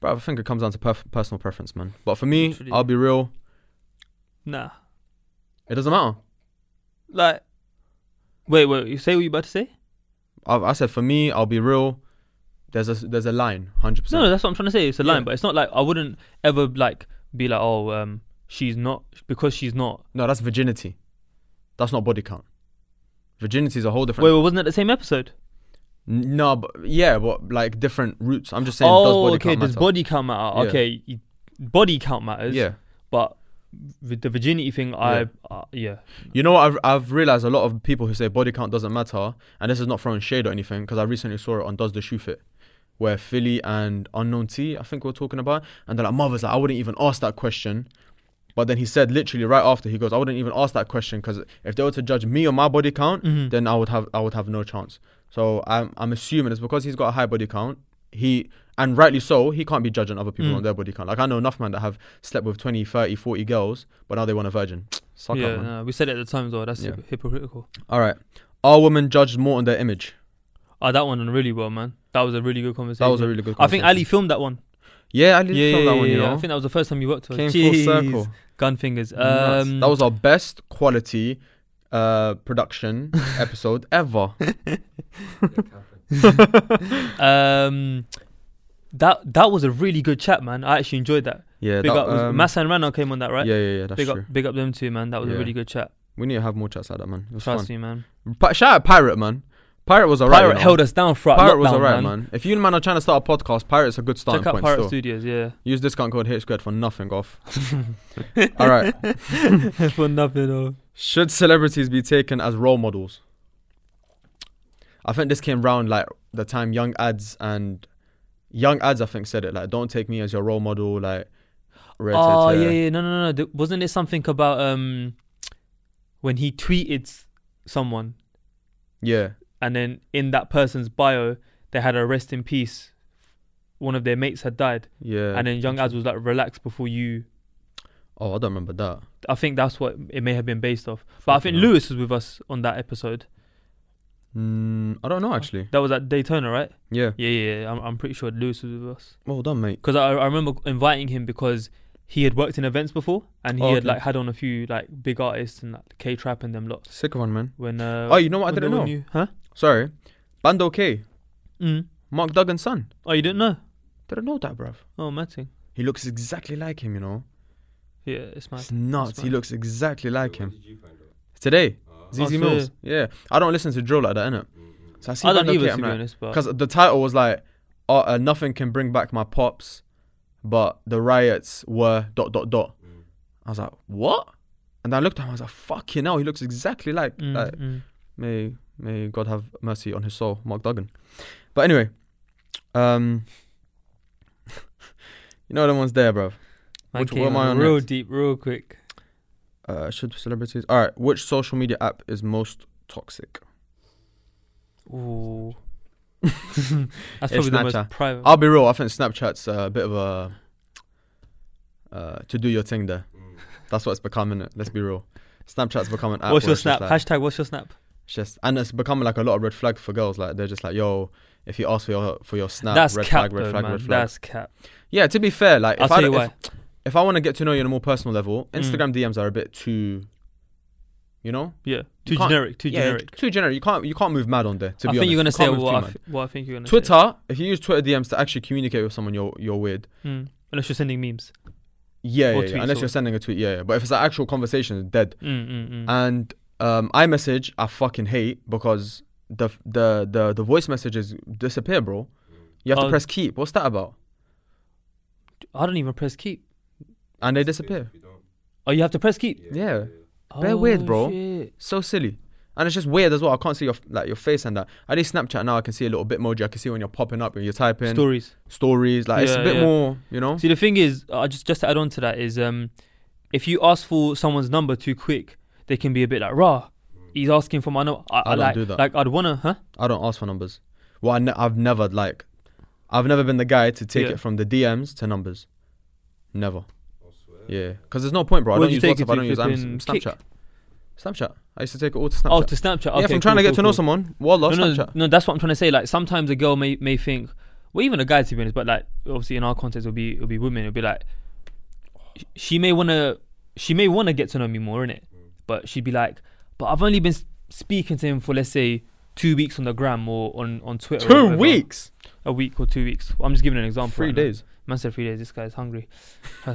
[SPEAKER 1] bro, I think it comes down to perf- personal preference, man. But for me,
[SPEAKER 2] Literally.
[SPEAKER 1] I'll be real.
[SPEAKER 2] Nah.
[SPEAKER 1] It doesn't matter.
[SPEAKER 2] Like, wait, wait. You say what you about to say?
[SPEAKER 1] I, I said for me, I'll be real. There's a there's a line, hundred
[SPEAKER 2] No, no,
[SPEAKER 1] percent.
[SPEAKER 2] that's what I'm trying to say. It's a line,
[SPEAKER 1] Yeah.
[SPEAKER 2] but it's not like I wouldn't ever like be like, oh, um, she's not because she's not.
[SPEAKER 1] No, that's virginity. That's not body count. Virginity is a whole different.
[SPEAKER 2] Wait, wait, wasn't that the same episode?
[SPEAKER 1] N- No, but yeah, but like different roots. I'm just saying. does
[SPEAKER 2] oh,
[SPEAKER 1] body
[SPEAKER 2] okay.
[SPEAKER 1] count
[SPEAKER 2] does
[SPEAKER 1] matter?
[SPEAKER 2] body count matter?
[SPEAKER 1] Yeah.
[SPEAKER 2] Okay, y- body count matters.
[SPEAKER 1] Yeah,
[SPEAKER 2] but with the virginity thing, I uh, yeah.
[SPEAKER 1] you know what? I've I've realized a lot of people who say body count doesn't matter, and this is not throwing shade or anything, because I recently saw it on Does the Shoe Fit, where Philly and Unknown T, I think we we're talking about, and they're like, "Mother's like, I wouldn't even ask that question," but then he said literally right after, he goes, "I wouldn't even ask that question because if they were to judge me on my body count,
[SPEAKER 2] Mhm.
[SPEAKER 1] then I would have I would have no chance. So I'm I'm assuming it's because he's got a high body count. He and rightly so, he can't be judging other people
[SPEAKER 2] Mm.
[SPEAKER 1] on their body count. Like I know enough man that have slept with 20, 30, 40 girls, but now they want a virgin. Suck
[SPEAKER 2] yeah,
[SPEAKER 1] up, man.
[SPEAKER 2] no, we said it at the time as well. That's
[SPEAKER 1] Yeah.
[SPEAKER 2] hypo- hypocritical.
[SPEAKER 1] All right. Are women judged more on their image?
[SPEAKER 2] Oh, that one went really well, man. That was a really good conversation.
[SPEAKER 1] That was a really good.
[SPEAKER 2] I think
[SPEAKER 1] conversation.
[SPEAKER 2] Ali filmed that one.
[SPEAKER 1] Yeah, Ali
[SPEAKER 2] Yeah, yeah,
[SPEAKER 1] filmed that one.
[SPEAKER 2] yeah,
[SPEAKER 1] You
[SPEAKER 2] yeah.
[SPEAKER 1] know,
[SPEAKER 2] I think that was the first time you worked with
[SPEAKER 1] came
[SPEAKER 2] her.
[SPEAKER 1] full
[SPEAKER 2] Jeez.
[SPEAKER 1] circle.
[SPEAKER 2] Gun fingers.
[SPEAKER 1] Nuts.
[SPEAKER 2] Um,
[SPEAKER 1] that was our best quality uh production episode ever.
[SPEAKER 2] um, that that was a really good chat, man. I actually enjoyed that.
[SPEAKER 1] Yeah,
[SPEAKER 2] Big
[SPEAKER 1] that,
[SPEAKER 2] up, was-
[SPEAKER 1] um,
[SPEAKER 2] Massa and Rana came on that, right?
[SPEAKER 1] Yeah, yeah, yeah. That's
[SPEAKER 2] big
[SPEAKER 1] true.
[SPEAKER 2] up, big up them two, man. That was
[SPEAKER 1] Yeah.
[SPEAKER 2] a really good chat.
[SPEAKER 1] We need to have more chats like that, man. It was fun.
[SPEAKER 2] Trust me, man.
[SPEAKER 1] Pi- shout out Pirate, man. Pirate was alright.
[SPEAKER 2] Pirate
[SPEAKER 1] you know.
[SPEAKER 2] held us down throughout
[SPEAKER 1] Pirate
[SPEAKER 2] lockdown,
[SPEAKER 1] was alright,
[SPEAKER 2] man.
[SPEAKER 1] man. If you man are trying to start a podcast, Pirate's a good starting
[SPEAKER 2] Check out
[SPEAKER 1] point.
[SPEAKER 2] Pirate
[SPEAKER 1] still.
[SPEAKER 2] Studios, yeah.
[SPEAKER 1] Use discount code H squared for nothing off. All right.
[SPEAKER 2] For nothing, though.
[SPEAKER 1] Should celebrities be taken as role models? I think this came round like the time Young Ads and Young Ads, I think, said it like, "Don't take me as your role model." Like, red
[SPEAKER 2] Oh
[SPEAKER 1] tit-
[SPEAKER 2] yeah, yeah, no, no, no. Th- wasn't it something about um when he tweeted s- someone,
[SPEAKER 1] yeah.
[SPEAKER 2] and then in that person's bio they had a rest in peace. One of their mates had died,
[SPEAKER 1] yeah.
[SPEAKER 2] and then Young Az was like, "Relax before you."
[SPEAKER 1] oh, I don't remember that.
[SPEAKER 2] I think that's what it may have been based off. But I
[SPEAKER 1] Fucking
[SPEAKER 2] think
[SPEAKER 1] hell.
[SPEAKER 2] Lewis was with us on that episode,
[SPEAKER 1] Mm, I don't know actually.
[SPEAKER 2] That was at Daytona, right?
[SPEAKER 1] Yeah.
[SPEAKER 2] Yeah, yeah. yeah. I'm, I'm pretty sure Lewis was with us
[SPEAKER 1] Well done, mate.
[SPEAKER 2] because I, I remember inviting him because he had worked in events before and he
[SPEAKER 1] Oh,
[SPEAKER 2] had
[SPEAKER 1] okay.
[SPEAKER 2] like had on a few like big artists and like K Trap and them lot.
[SPEAKER 1] Sick of one, man.
[SPEAKER 2] When uh,
[SPEAKER 1] oh, you know what? I
[SPEAKER 2] when they
[SPEAKER 1] didn't
[SPEAKER 2] were
[SPEAKER 1] know.
[SPEAKER 2] new- huh?
[SPEAKER 1] Sorry. Bando K.
[SPEAKER 2] Mm.
[SPEAKER 1] Mark Duggan's son.
[SPEAKER 2] Oh, you didn't know?
[SPEAKER 1] Didn't know that, bruv.
[SPEAKER 2] Oh, matting.
[SPEAKER 1] He looks exactly like him, you know.
[SPEAKER 2] Yeah, it's mad.
[SPEAKER 1] It's nuts. He
[SPEAKER 2] mad.
[SPEAKER 1] looks exactly like
[SPEAKER 4] Where
[SPEAKER 1] him.
[SPEAKER 4] did you find out?
[SPEAKER 1] Today,
[SPEAKER 4] Uh,
[SPEAKER 1] ZZ
[SPEAKER 2] so-
[SPEAKER 1] Mills. Yeah. I don't listen to drill like that, innit? So I see
[SPEAKER 2] Oh, I don't
[SPEAKER 1] Bando
[SPEAKER 2] either,
[SPEAKER 1] K.
[SPEAKER 2] to
[SPEAKER 1] I'm
[SPEAKER 2] be
[SPEAKER 1] like,
[SPEAKER 2] honest, but
[SPEAKER 1] because the title was like, uh, uh, nothing can bring back my pops, but the riots were dot dot dot.
[SPEAKER 4] Mm.
[SPEAKER 1] I was like, what? And I looked at him. I was like, fucking hell, he looks exactly like
[SPEAKER 2] Mm,
[SPEAKER 1] like
[SPEAKER 2] mm.
[SPEAKER 1] may may God have mercy on his soul, Mark Duggan. But anyway, um, you know the one's there, bro.
[SPEAKER 2] Man
[SPEAKER 1] which-
[SPEAKER 2] came
[SPEAKER 1] what am I
[SPEAKER 2] in
[SPEAKER 1] on
[SPEAKER 2] Real
[SPEAKER 1] next?
[SPEAKER 2] deep, real quick.
[SPEAKER 1] Uh, should celebrities? All right, which social media app is most toxic?
[SPEAKER 2] Ooh. That's
[SPEAKER 1] It's
[SPEAKER 2] probably the
[SPEAKER 1] Snapchat.
[SPEAKER 2] most private.
[SPEAKER 1] I'll be real. I think Snapchat's a bit of a uh, to do your thing there.
[SPEAKER 4] Mm.
[SPEAKER 1] That's what it's become, innit? Let's be real. Snapchat's become an app.
[SPEAKER 2] what's
[SPEAKER 1] where
[SPEAKER 2] your
[SPEAKER 1] it's just
[SPEAKER 2] snap?
[SPEAKER 1] like-
[SPEAKER 2] Hashtag what's your snap?
[SPEAKER 1] It's just and it's becoming like a lot of red flag for girls. Like they're just like, yo, if you ask for your for your snap,
[SPEAKER 2] That's
[SPEAKER 1] red
[SPEAKER 2] cap,
[SPEAKER 1] flag, red
[SPEAKER 2] though,
[SPEAKER 1] flag,
[SPEAKER 2] man.
[SPEAKER 1] red flag.
[SPEAKER 2] That's cap.
[SPEAKER 1] Yeah, to be fair, like
[SPEAKER 2] I'll
[SPEAKER 1] if
[SPEAKER 2] tell
[SPEAKER 1] I
[SPEAKER 2] you
[SPEAKER 1] if,
[SPEAKER 2] why.
[SPEAKER 1] if I want to get to know you on a more personal level,
[SPEAKER 2] Mm.
[SPEAKER 1] Instagram DMs are a bit too, you know,
[SPEAKER 2] Yeah, too
[SPEAKER 1] can't-
[SPEAKER 2] generic. Too
[SPEAKER 1] yeah,
[SPEAKER 2] generic.
[SPEAKER 1] Too generic. You can't you can't move mad on there. To
[SPEAKER 2] I
[SPEAKER 1] be
[SPEAKER 2] think you're gonna
[SPEAKER 1] honest,
[SPEAKER 2] say
[SPEAKER 1] You can't move
[SPEAKER 2] what
[SPEAKER 1] too
[SPEAKER 2] I,
[SPEAKER 1] mad.
[SPEAKER 2] f- what I think you're gonna say.
[SPEAKER 1] Twitter. If you use Twitter DMs to actually communicate with someone, you're you're weird.
[SPEAKER 2] Mm. Unless you're sending memes.
[SPEAKER 1] Yeah,
[SPEAKER 2] Or
[SPEAKER 1] yeah, yeah,
[SPEAKER 2] tweets
[SPEAKER 1] unless
[SPEAKER 2] or-
[SPEAKER 1] you're sending a tweet. Yeah, yeah. But if it's an actual conversation, it's dead.
[SPEAKER 2] Mm, mm, mm.
[SPEAKER 1] And um, iMessage, I fucking hate because the the the the voice messages disappear, bro.
[SPEAKER 4] mm.
[SPEAKER 1] You have
[SPEAKER 2] Oh.
[SPEAKER 1] to press keep. What's that about? Oh,
[SPEAKER 2] I don't even press keep.
[SPEAKER 1] And they disappear.
[SPEAKER 4] If you don't-
[SPEAKER 2] Oh, you have to press keep.
[SPEAKER 1] Yeah.
[SPEAKER 2] oh,
[SPEAKER 1] They're weird, bro.
[SPEAKER 2] shit.
[SPEAKER 1] So silly. And it's just weird as well. I can't see your f- like your face and that. I need Snapchat now. I can see a little bit emoji. I can see when you're popping up and you're typing
[SPEAKER 2] Stories.
[SPEAKER 1] stories. Like it's a
[SPEAKER 2] Yeah,
[SPEAKER 1] bit
[SPEAKER 2] yeah.
[SPEAKER 1] more, you know.
[SPEAKER 2] See, the thing is, I just just to add on to that is, um, if you ask for someone's number too quick, they can be a bit like rah. He's asking for my number. I, I,
[SPEAKER 1] don't
[SPEAKER 2] like,
[SPEAKER 1] do that.
[SPEAKER 2] Like I'd wanna, huh?
[SPEAKER 1] I don't ask for numbers. Well, I ne- I've never like, I've never been the guy to take
[SPEAKER 2] Yeah.
[SPEAKER 1] it from the DMs to numbers. Never.
[SPEAKER 4] I swear.
[SPEAKER 1] Yeah, because there's no point, bro. I
[SPEAKER 2] Where'd
[SPEAKER 1] don't
[SPEAKER 2] you
[SPEAKER 1] use
[SPEAKER 2] take it
[SPEAKER 1] WhatsApp. I
[SPEAKER 2] to?
[SPEAKER 1] don't use I'm,
[SPEAKER 2] Flipping
[SPEAKER 1] Snapchat.
[SPEAKER 2] Kik?
[SPEAKER 1] Snapchat. I used to take it all to Snapchat.
[SPEAKER 2] Oh, to Snapchat. Okay,
[SPEAKER 1] yeah, if I'm trying
[SPEAKER 2] cool,
[SPEAKER 1] to get
[SPEAKER 2] cool,
[SPEAKER 1] to know
[SPEAKER 2] cool.
[SPEAKER 1] someone, wallah,
[SPEAKER 2] no, no,
[SPEAKER 1] Snapchat.
[SPEAKER 2] no, that's what I'm trying to say. Like sometimes a girl may may think, well, even a guy to be honest, but like obviously in our context, it'll be it'll be women. It'll be like sh- she may wanna she may wanna get to know me more in it, but she'd be like, but I've only been s- speaking to him for let's say two weeks on the gram or on on Twitter. or
[SPEAKER 1] Two
[SPEAKER 2] whatever.
[SPEAKER 1] weeks,
[SPEAKER 2] a week or two weeks. I'm just giving an example.
[SPEAKER 1] three
[SPEAKER 2] right now.
[SPEAKER 1] days,
[SPEAKER 2] Man said three days. This guy's hungry.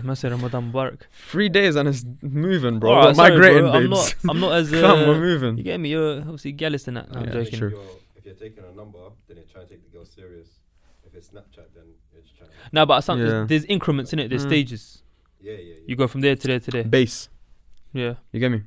[SPEAKER 2] Man said Ramadan Mubarak.
[SPEAKER 1] three days, and it's moving, bro.
[SPEAKER 2] Alright,
[SPEAKER 1] We're
[SPEAKER 2] sorry,
[SPEAKER 1] migrating,
[SPEAKER 2] bro. I'm
[SPEAKER 1] babes.
[SPEAKER 2] not. I'm not as. Uh,
[SPEAKER 1] Come, we're
[SPEAKER 2] you
[SPEAKER 1] moving.
[SPEAKER 2] get me? You're obviously jealous and that. No, I'm
[SPEAKER 1] Yeah,
[SPEAKER 4] Like,
[SPEAKER 2] joking.
[SPEAKER 1] true.
[SPEAKER 4] If you're, if you're taking a number, then you're trying to take the girl serious. If it's Snapchat, then you're just trying to.
[SPEAKER 2] No, but some,
[SPEAKER 1] Yeah.
[SPEAKER 2] there's, there's increments in it. There's
[SPEAKER 1] Mm.
[SPEAKER 2] stages.
[SPEAKER 4] Yeah, yeah, yeah.
[SPEAKER 2] You go from there to there to there.
[SPEAKER 1] Base,
[SPEAKER 2] Yeah,
[SPEAKER 1] you get me?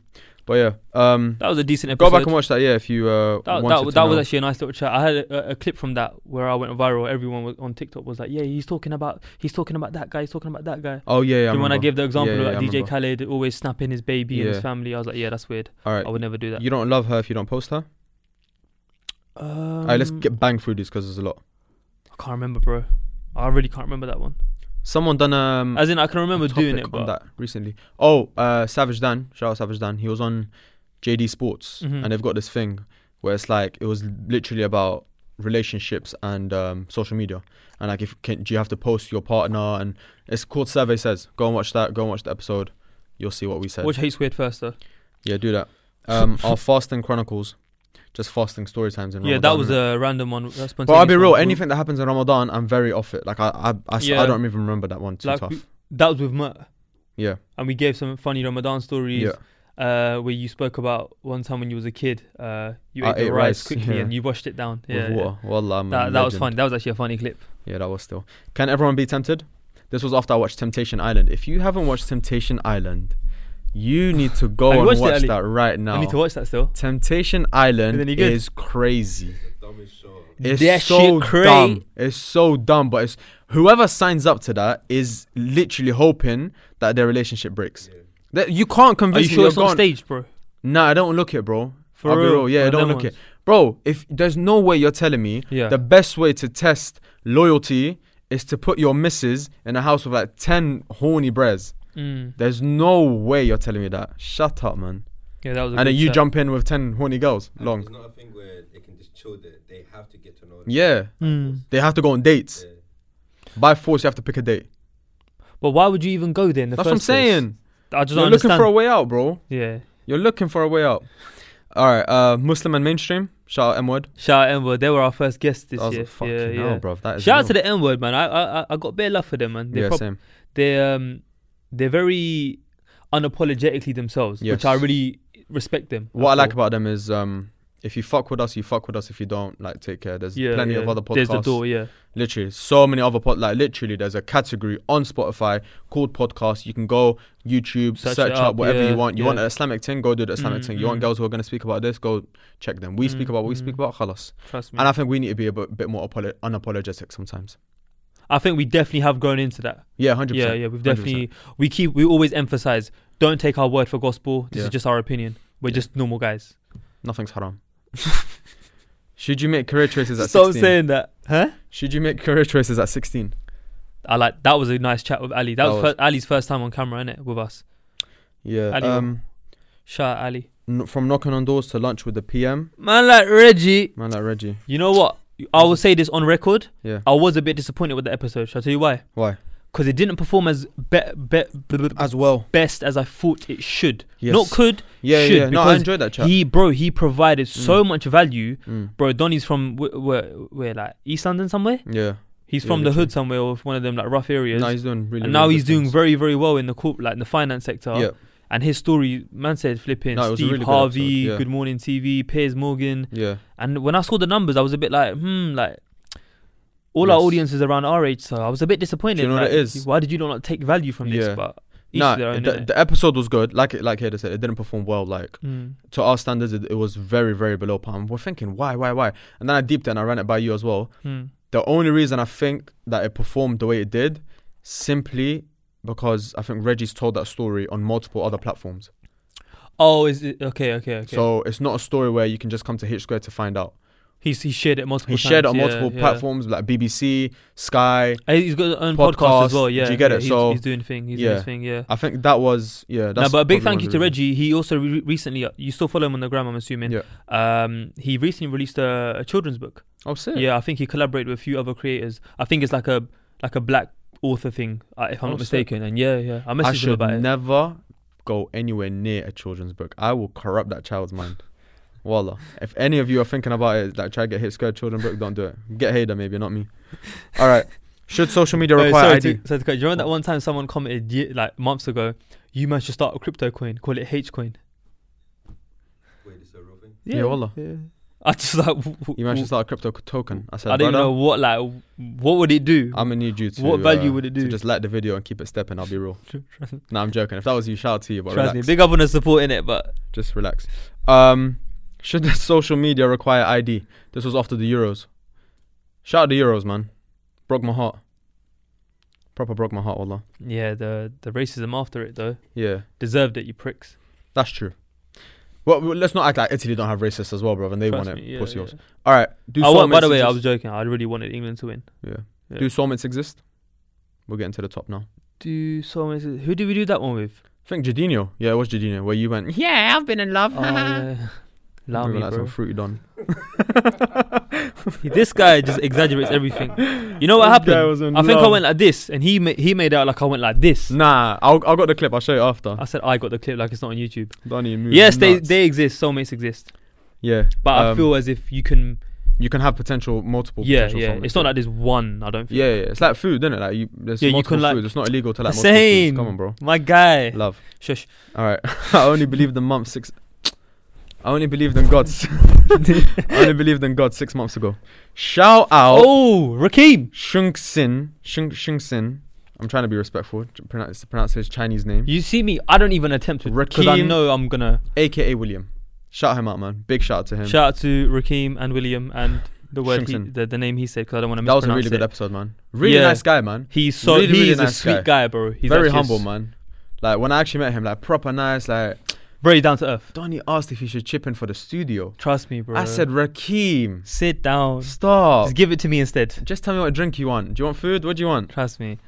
[SPEAKER 1] But yeah, um,
[SPEAKER 2] that was a decent
[SPEAKER 1] go
[SPEAKER 2] episode.
[SPEAKER 1] back and watch that. Yeah, if you uh,
[SPEAKER 2] that,
[SPEAKER 1] wanted
[SPEAKER 2] that,
[SPEAKER 1] to
[SPEAKER 2] that was
[SPEAKER 1] know.
[SPEAKER 2] actually a nice little chat. I had a, a clip from that where I went viral. Everyone was on TikTok was like, "Yeah, he's talking about he's talking about that guy. He's talking about that guy."
[SPEAKER 1] Oh yeah, yeah.
[SPEAKER 2] Then when I
[SPEAKER 1] remember.
[SPEAKER 2] gave the example
[SPEAKER 1] Yeah,
[SPEAKER 2] of
[SPEAKER 1] yeah,
[SPEAKER 2] like
[SPEAKER 1] I
[SPEAKER 2] DJ
[SPEAKER 1] remember.
[SPEAKER 2] Khaled always snapping his baby and his
[SPEAKER 1] Yeah.
[SPEAKER 2] family, I was like, "Yeah, that's weird.
[SPEAKER 1] All right,
[SPEAKER 2] I would never do that."
[SPEAKER 1] You don't love her if you don't post her.
[SPEAKER 2] Um,
[SPEAKER 1] All right, let's get bang through these because there's a lot.
[SPEAKER 2] I can't remember, bro. I really can't remember that one.
[SPEAKER 1] Someone done um.
[SPEAKER 2] As in, I can remember
[SPEAKER 1] a
[SPEAKER 2] doing
[SPEAKER 1] topic
[SPEAKER 2] it,
[SPEAKER 1] on
[SPEAKER 2] but
[SPEAKER 1] that recently. Oh, uh, Savage Dan, shout out Savage Dan. He was on JD Sports,
[SPEAKER 2] Mhm.
[SPEAKER 1] and they've got this thing where it's like it was literally about relationships and um, social media, and like if can, do you have to post your partner, and it's called Survey Says. Go and watch that. Go and watch the episode. You'll see what we said.
[SPEAKER 2] watch Hates Weird first though.
[SPEAKER 1] yeah, do that. Um, our fasting chronicles, just fasting story times in
[SPEAKER 2] yeah,
[SPEAKER 1] Ramadan,
[SPEAKER 2] that was
[SPEAKER 1] innit?
[SPEAKER 2] a random one. That's
[SPEAKER 1] But I'll be
[SPEAKER 2] spontaneous
[SPEAKER 1] real.
[SPEAKER 2] one.
[SPEAKER 1] Anything that happens in Ramadan, I'm very off it. Like I, I, I, s- I
[SPEAKER 2] Yeah.
[SPEAKER 1] don't even remember that one too
[SPEAKER 2] Like,
[SPEAKER 1] tough.
[SPEAKER 2] we- that was with Mert,
[SPEAKER 1] yeah,
[SPEAKER 2] and we gave some funny Ramadan stories.
[SPEAKER 1] yeah.
[SPEAKER 2] uh, where you spoke about one time when you was a kid, uh, you
[SPEAKER 1] I
[SPEAKER 2] ate, the
[SPEAKER 1] ate
[SPEAKER 2] rice,
[SPEAKER 1] rice,
[SPEAKER 2] quickly
[SPEAKER 1] yeah.
[SPEAKER 2] and you washed it down. Yeah,
[SPEAKER 1] With
[SPEAKER 2] yeah.
[SPEAKER 1] water. Wallah, I'm a
[SPEAKER 2] that that was
[SPEAKER 1] legend.
[SPEAKER 2] funny. That was actually a funny clip.
[SPEAKER 1] Yeah, that was still. Can everyone be tempted? This was after I watched Temptation Island. If you haven't watched Temptation Island, you need to go
[SPEAKER 2] Have you
[SPEAKER 1] and
[SPEAKER 2] watched it,
[SPEAKER 1] watch
[SPEAKER 2] Ali?
[SPEAKER 1] that right
[SPEAKER 2] I
[SPEAKER 1] now.
[SPEAKER 2] need to watch that still.
[SPEAKER 1] Temptation
[SPEAKER 2] Isn't
[SPEAKER 1] Island
[SPEAKER 2] it good?
[SPEAKER 1] is crazy.
[SPEAKER 4] The dumbest show.
[SPEAKER 1] It's
[SPEAKER 2] That shit
[SPEAKER 1] so
[SPEAKER 2] cray.
[SPEAKER 1] dumb. It's so dumb, but it's whoever signs up to that is literally hoping that their relationship breaks.
[SPEAKER 4] Yeah.
[SPEAKER 1] That you can't
[SPEAKER 2] Are you
[SPEAKER 1] convince me
[SPEAKER 2] sure
[SPEAKER 1] you're
[SPEAKER 2] it's not
[SPEAKER 1] gone.
[SPEAKER 2] staged, bro?
[SPEAKER 1] Nah, I don't look it, bro.
[SPEAKER 2] For
[SPEAKER 1] I'll be
[SPEAKER 2] real,
[SPEAKER 1] real. Yeah,
[SPEAKER 2] one
[SPEAKER 1] I
[SPEAKER 2] of
[SPEAKER 1] don't
[SPEAKER 2] them
[SPEAKER 1] look it,
[SPEAKER 2] ones.
[SPEAKER 1] bro. If there's no way you're telling me
[SPEAKER 2] Yeah.
[SPEAKER 1] the best way to test loyalty is to put your missus in a house with like ten horny bres.
[SPEAKER 2] Mm.
[SPEAKER 1] There's no way you're telling me that. Shut up, man.
[SPEAKER 2] Yeah, that was. A
[SPEAKER 1] and then
[SPEAKER 2] good
[SPEAKER 1] you
[SPEAKER 2] set.
[SPEAKER 1] jump in with ten horny girls.
[SPEAKER 4] And
[SPEAKER 1] Long.
[SPEAKER 4] It's not a thing where they can chill there, they have to get to know them.
[SPEAKER 1] Yeah,
[SPEAKER 2] Mm.
[SPEAKER 1] they have to go on dates.
[SPEAKER 4] Yeah.
[SPEAKER 1] By force, you have to pick a date.
[SPEAKER 2] But why would you even go there in the
[SPEAKER 1] That's
[SPEAKER 2] first
[SPEAKER 1] what I'm
[SPEAKER 2] place?
[SPEAKER 1] saying.
[SPEAKER 2] I just
[SPEAKER 1] You're
[SPEAKER 2] don't
[SPEAKER 1] looking
[SPEAKER 2] understand.
[SPEAKER 1] for a way out, bro.
[SPEAKER 2] yeah.
[SPEAKER 1] You're looking for a way out. All right, uh, Muslim and mainstream. Shout out M word.
[SPEAKER 2] Shout out N word. They were our first guests this
[SPEAKER 1] That was
[SPEAKER 2] year.
[SPEAKER 1] a fucking
[SPEAKER 2] yeah,
[SPEAKER 1] hell,
[SPEAKER 2] yeah.
[SPEAKER 1] bro. That is
[SPEAKER 2] Shout out to
[SPEAKER 1] real.
[SPEAKER 2] the N word, man. I, I I- I got bare love for them, man. They
[SPEAKER 1] yeah,
[SPEAKER 2] prob-
[SPEAKER 1] same.
[SPEAKER 2] they um they're very unapologetically themselves,
[SPEAKER 1] Yes.
[SPEAKER 2] which I really respect them.
[SPEAKER 1] What I like
[SPEAKER 2] for.
[SPEAKER 1] about them is um, if you fuck with us, you fuck with us. If you don't, like, take care. There's
[SPEAKER 2] yeah,
[SPEAKER 1] plenty of
[SPEAKER 2] yeah.
[SPEAKER 1] other podcasts.
[SPEAKER 2] There's the door, yeah.
[SPEAKER 1] Literally, so many other pod. Like, literally, there's a category on Spotify called podcast. You can go YouTube,
[SPEAKER 2] Search
[SPEAKER 1] search,
[SPEAKER 2] it
[SPEAKER 1] up,
[SPEAKER 2] up,
[SPEAKER 1] whatever
[SPEAKER 2] yeah,
[SPEAKER 1] you want. You want
[SPEAKER 2] yeah.
[SPEAKER 1] an Islamic thing? Go do the Islamic
[SPEAKER 2] Mm,
[SPEAKER 1] thing. You want
[SPEAKER 2] mm.
[SPEAKER 1] girls who are going to speak about this? Go check them. We speak
[SPEAKER 2] Mm,
[SPEAKER 1] about what we speak
[SPEAKER 2] mm.
[SPEAKER 1] about. Khalas.
[SPEAKER 2] Trust me.
[SPEAKER 1] And I think we need to be a bit, bit more apolo- unapologetic sometimes.
[SPEAKER 2] I think we definitely have grown into that.
[SPEAKER 1] Yeah, hundred
[SPEAKER 2] Yeah,
[SPEAKER 1] percent.
[SPEAKER 2] yeah. We've
[SPEAKER 1] 100%.
[SPEAKER 2] definitely we keep we always emphasize don't take our word for gospel. This is
[SPEAKER 1] Yeah.
[SPEAKER 2] just our opinion. We're
[SPEAKER 1] Yeah.
[SPEAKER 2] just normal guys.
[SPEAKER 1] Nothing's haram. Should you make career choices at
[SPEAKER 2] Stop
[SPEAKER 1] sixteen?
[SPEAKER 2] saying that, huh?
[SPEAKER 1] Should you make career choices at sixteen?
[SPEAKER 2] I like that was a nice chat with Ali. That,
[SPEAKER 1] That
[SPEAKER 2] was,
[SPEAKER 1] was-
[SPEAKER 2] fir- Ali's first time on camera, innit, with us.
[SPEAKER 1] Yeah.
[SPEAKER 2] Ali, what-
[SPEAKER 1] um,
[SPEAKER 2] Shout out Ali.
[SPEAKER 1] n- from knocking on doors to lunch with the PM,
[SPEAKER 2] Man like Reggie.
[SPEAKER 1] man like Reggie.
[SPEAKER 2] You know what? I will say this on record.
[SPEAKER 1] Yeah.
[SPEAKER 2] I was a bit disappointed with the episode. Shall I tell you why?
[SPEAKER 1] Why?
[SPEAKER 2] Because it didn't perform as be- be- bl- bl-
[SPEAKER 1] As well.
[SPEAKER 2] best as I thought it should.
[SPEAKER 1] Yes.
[SPEAKER 2] Not could.
[SPEAKER 1] Yeah, yeah,
[SPEAKER 2] should,
[SPEAKER 1] yeah. No, I
[SPEAKER 2] because
[SPEAKER 1] enjoyed that chat.
[SPEAKER 2] He, bro, he provided so much value.
[SPEAKER 1] Mm.
[SPEAKER 2] Bro, Donny's from wh- where, where, like East London somewhere.
[SPEAKER 1] Yeah.
[SPEAKER 2] He's
[SPEAKER 1] Yeah,
[SPEAKER 2] from the
[SPEAKER 1] literally.
[SPEAKER 2] hood somewhere, or one of them like rough areas.
[SPEAKER 1] Now he's doing really.
[SPEAKER 2] and
[SPEAKER 1] really
[SPEAKER 2] now
[SPEAKER 1] good
[SPEAKER 2] he's doing
[SPEAKER 1] things.
[SPEAKER 2] very, very well in the corp, like in the finance sector.
[SPEAKER 1] Yeah.
[SPEAKER 2] And his story, man said, flipping
[SPEAKER 1] No, it was a
[SPEAKER 2] Steve
[SPEAKER 1] really good
[SPEAKER 2] Harvey,
[SPEAKER 1] episode, yeah.
[SPEAKER 2] Good Morning TV, Piers Morgan,
[SPEAKER 1] Yeah.
[SPEAKER 2] And when I saw the numbers, I was a bit like, hmm, like all our
[SPEAKER 1] Yes.
[SPEAKER 2] audience is around our age, so I was a bit disappointed.
[SPEAKER 1] Do you know what
[SPEAKER 2] like,
[SPEAKER 1] it is?
[SPEAKER 2] Why did you not take value from this?
[SPEAKER 1] Yeah.
[SPEAKER 2] But each
[SPEAKER 1] Nah,
[SPEAKER 2] to their own.
[SPEAKER 1] the,
[SPEAKER 2] innit?
[SPEAKER 1] the episode was good. Like it, like Hader said, it didn't perform well. Like
[SPEAKER 2] Mm.
[SPEAKER 1] to our standards, it, it was very, very below par. And We're thinking, why, why, why? And then I deeped it and I ran it by you as well.
[SPEAKER 2] Mm.
[SPEAKER 1] The only reason I think that it performed the way it did, simply because I think Reggie's told that story on multiple other platforms.
[SPEAKER 2] Oh, is it okay? Okay, okay.
[SPEAKER 1] So it's not a story where you can just come to H Square to find out.
[SPEAKER 2] he's he shared it multiple.
[SPEAKER 1] He shared it on
[SPEAKER 2] times, yeah,
[SPEAKER 1] multiple
[SPEAKER 2] yeah.
[SPEAKER 1] platforms like BBC, Sky.
[SPEAKER 2] And He's got his own podcast, as
[SPEAKER 1] Podcast,
[SPEAKER 2] well.
[SPEAKER 1] do
[SPEAKER 2] Yeah,
[SPEAKER 1] you get
[SPEAKER 2] yeah,
[SPEAKER 1] it?
[SPEAKER 2] He's,
[SPEAKER 1] So-
[SPEAKER 2] he's doing thing. He's doing
[SPEAKER 1] yeah.
[SPEAKER 2] his thing. Yeah.
[SPEAKER 1] I think that was yeah.
[SPEAKER 2] No,
[SPEAKER 1] That's
[SPEAKER 2] but a
[SPEAKER 1] probably
[SPEAKER 2] big thank you
[SPEAKER 1] one
[SPEAKER 2] to
[SPEAKER 1] of the
[SPEAKER 2] Reggie. He also re- recently, uh, you still follow him on the gram, I'm assuming.
[SPEAKER 1] Yeah.
[SPEAKER 2] Um, he recently released a, a children's book.
[SPEAKER 1] reasons. Oh, sick.
[SPEAKER 2] Yeah, I think he collaborated with a few other creators. I think it's like a like a black author thing, uh, if I'm
[SPEAKER 1] Oh,
[SPEAKER 2] not
[SPEAKER 1] sick.
[SPEAKER 2] mistaken. And yeah, yeah, I
[SPEAKER 1] I
[SPEAKER 2] messaged him
[SPEAKER 1] should
[SPEAKER 2] about it.
[SPEAKER 1] never go anywhere near a children's book. I will corrupt that child's mind. Wallah. If any of you are thinking about it, like try to get hit scared children book, don't do it. Get Hader maybe, not me. All right. Should social media
[SPEAKER 2] Hey,
[SPEAKER 1] require
[SPEAKER 2] sorry
[SPEAKER 1] ID?
[SPEAKER 2] to, sorry to cut you. Do you remember that one time someone commented ye- like months ago, you man should start a crypto coin, call it H coin.
[SPEAKER 4] Wait, is that a real thing?
[SPEAKER 1] Yeah, wallah.
[SPEAKER 2] Yeah. I just like w- w-
[SPEAKER 1] You
[SPEAKER 2] w-
[SPEAKER 1] managed to start a crypto c- token. I said,
[SPEAKER 2] I don't even know what like what would it do.
[SPEAKER 1] I'm gonna need you to. uh,
[SPEAKER 2] What value would it
[SPEAKER 1] to
[SPEAKER 2] do?
[SPEAKER 1] just like the video and keep it stepping. I'll be real. nah, I'm joking. If that was you, shout out to you, but
[SPEAKER 2] Trust me,
[SPEAKER 1] relax.
[SPEAKER 2] big up on the support in it, but
[SPEAKER 1] Just relax. Um, should the social media require ID? This was after the Euros. Shout out the Euros, man. Broke my heart. Proper broke my heart, wallah.
[SPEAKER 2] yeah, the the racism after it though
[SPEAKER 1] Yeah,
[SPEAKER 2] deserved it, you pricks.
[SPEAKER 1] that's true. Well, well, let's not act like Italy don't have racists as well, brother, and they
[SPEAKER 2] Trust
[SPEAKER 1] want it.
[SPEAKER 2] me, yeah,
[SPEAKER 1] Pussios.
[SPEAKER 2] yeah.
[SPEAKER 1] All right. Do
[SPEAKER 2] I
[SPEAKER 1] soul
[SPEAKER 2] wa- by the way, I was
[SPEAKER 1] mates
[SPEAKER 2] joking. I really wanted England to win.
[SPEAKER 1] exist? Yeah.
[SPEAKER 2] Yeah.
[SPEAKER 1] Do soulmates exist? We're getting to the top now.
[SPEAKER 2] Do so many. Who did we do that one with?
[SPEAKER 1] I think Jadinho. Yeah, it was Jadinho where you went. Yeah, I've been in love.
[SPEAKER 2] Oh, yeah. Allow
[SPEAKER 1] Remember
[SPEAKER 2] me,
[SPEAKER 1] that
[SPEAKER 2] bro.
[SPEAKER 1] song, fruity don.
[SPEAKER 2] This guy just exaggerates everything. You know what
[SPEAKER 1] This guy
[SPEAKER 2] happened?
[SPEAKER 1] was in
[SPEAKER 2] I think I
[SPEAKER 1] love.
[SPEAKER 2] went like this, and he ma- he made out like I went like this.
[SPEAKER 1] Nah, I'll I got the clip. I'll show you after.
[SPEAKER 2] I said I got the clip like it's not on YouTube.
[SPEAKER 1] Donny, move
[SPEAKER 2] yes, they,
[SPEAKER 1] nuts.
[SPEAKER 2] they exist. Soulmates exist,
[SPEAKER 1] Yeah,
[SPEAKER 2] but I
[SPEAKER 1] um,
[SPEAKER 2] feel as if you can.
[SPEAKER 1] you can have potential multiple.
[SPEAKER 2] Yeah,
[SPEAKER 1] potential
[SPEAKER 2] yeah.
[SPEAKER 1] soulmates,
[SPEAKER 2] It's not like there's one. I don't feel.
[SPEAKER 1] Yeah, yeah, it's like food, isn't it? Like you, there's
[SPEAKER 2] Yeah, you
[SPEAKER 1] multiple
[SPEAKER 2] can, like-
[SPEAKER 1] foods. It's not illegal to like multiple foods.
[SPEAKER 2] Same.
[SPEAKER 1] Come on, bro.
[SPEAKER 2] My guy.
[SPEAKER 1] Love.
[SPEAKER 2] Shush.
[SPEAKER 1] All right. I only believed in month six. I only believed in God. s- I only believed in God six months ago. Shout out
[SPEAKER 2] Oh, Rakim.
[SPEAKER 1] Shung Sin. Shung Shung Sin. I'm trying to be respectful. to Pronounce to pronounce his Chinese name.
[SPEAKER 2] You see me? I don't even attempt to because I
[SPEAKER 1] Rakim.
[SPEAKER 2] know I'm gonna.
[SPEAKER 1] AKA William. Shout him out, man. Big shout out to him.
[SPEAKER 2] Shout out to Rakim and William and the word he,
[SPEAKER 1] Shinxin.
[SPEAKER 2] the, the name he said because I don't want to
[SPEAKER 1] that was a really
[SPEAKER 2] mispronounce
[SPEAKER 1] good
[SPEAKER 2] it.
[SPEAKER 1] episode, man. Really
[SPEAKER 2] Yeah.
[SPEAKER 1] nice guy, man.
[SPEAKER 2] He's so
[SPEAKER 1] Really,
[SPEAKER 2] he
[SPEAKER 1] really
[SPEAKER 2] is a
[SPEAKER 1] nice
[SPEAKER 2] sweet guy,
[SPEAKER 1] guy.
[SPEAKER 2] bro. He's
[SPEAKER 1] Very
[SPEAKER 2] actually
[SPEAKER 1] humble,
[SPEAKER 2] s-
[SPEAKER 1] man. Like when I actually met him, like proper nice. Like
[SPEAKER 2] Very down to earth.
[SPEAKER 1] Donny asked if he should chip in for the studio.
[SPEAKER 2] Trust me, bro.
[SPEAKER 1] I said, Rakim,
[SPEAKER 2] sit down.
[SPEAKER 1] stop.
[SPEAKER 2] Just
[SPEAKER 1] Just,
[SPEAKER 2] give it to me instead.
[SPEAKER 1] tell me what drink you want. Do you want food? What do you want?
[SPEAKER 2] Trust me.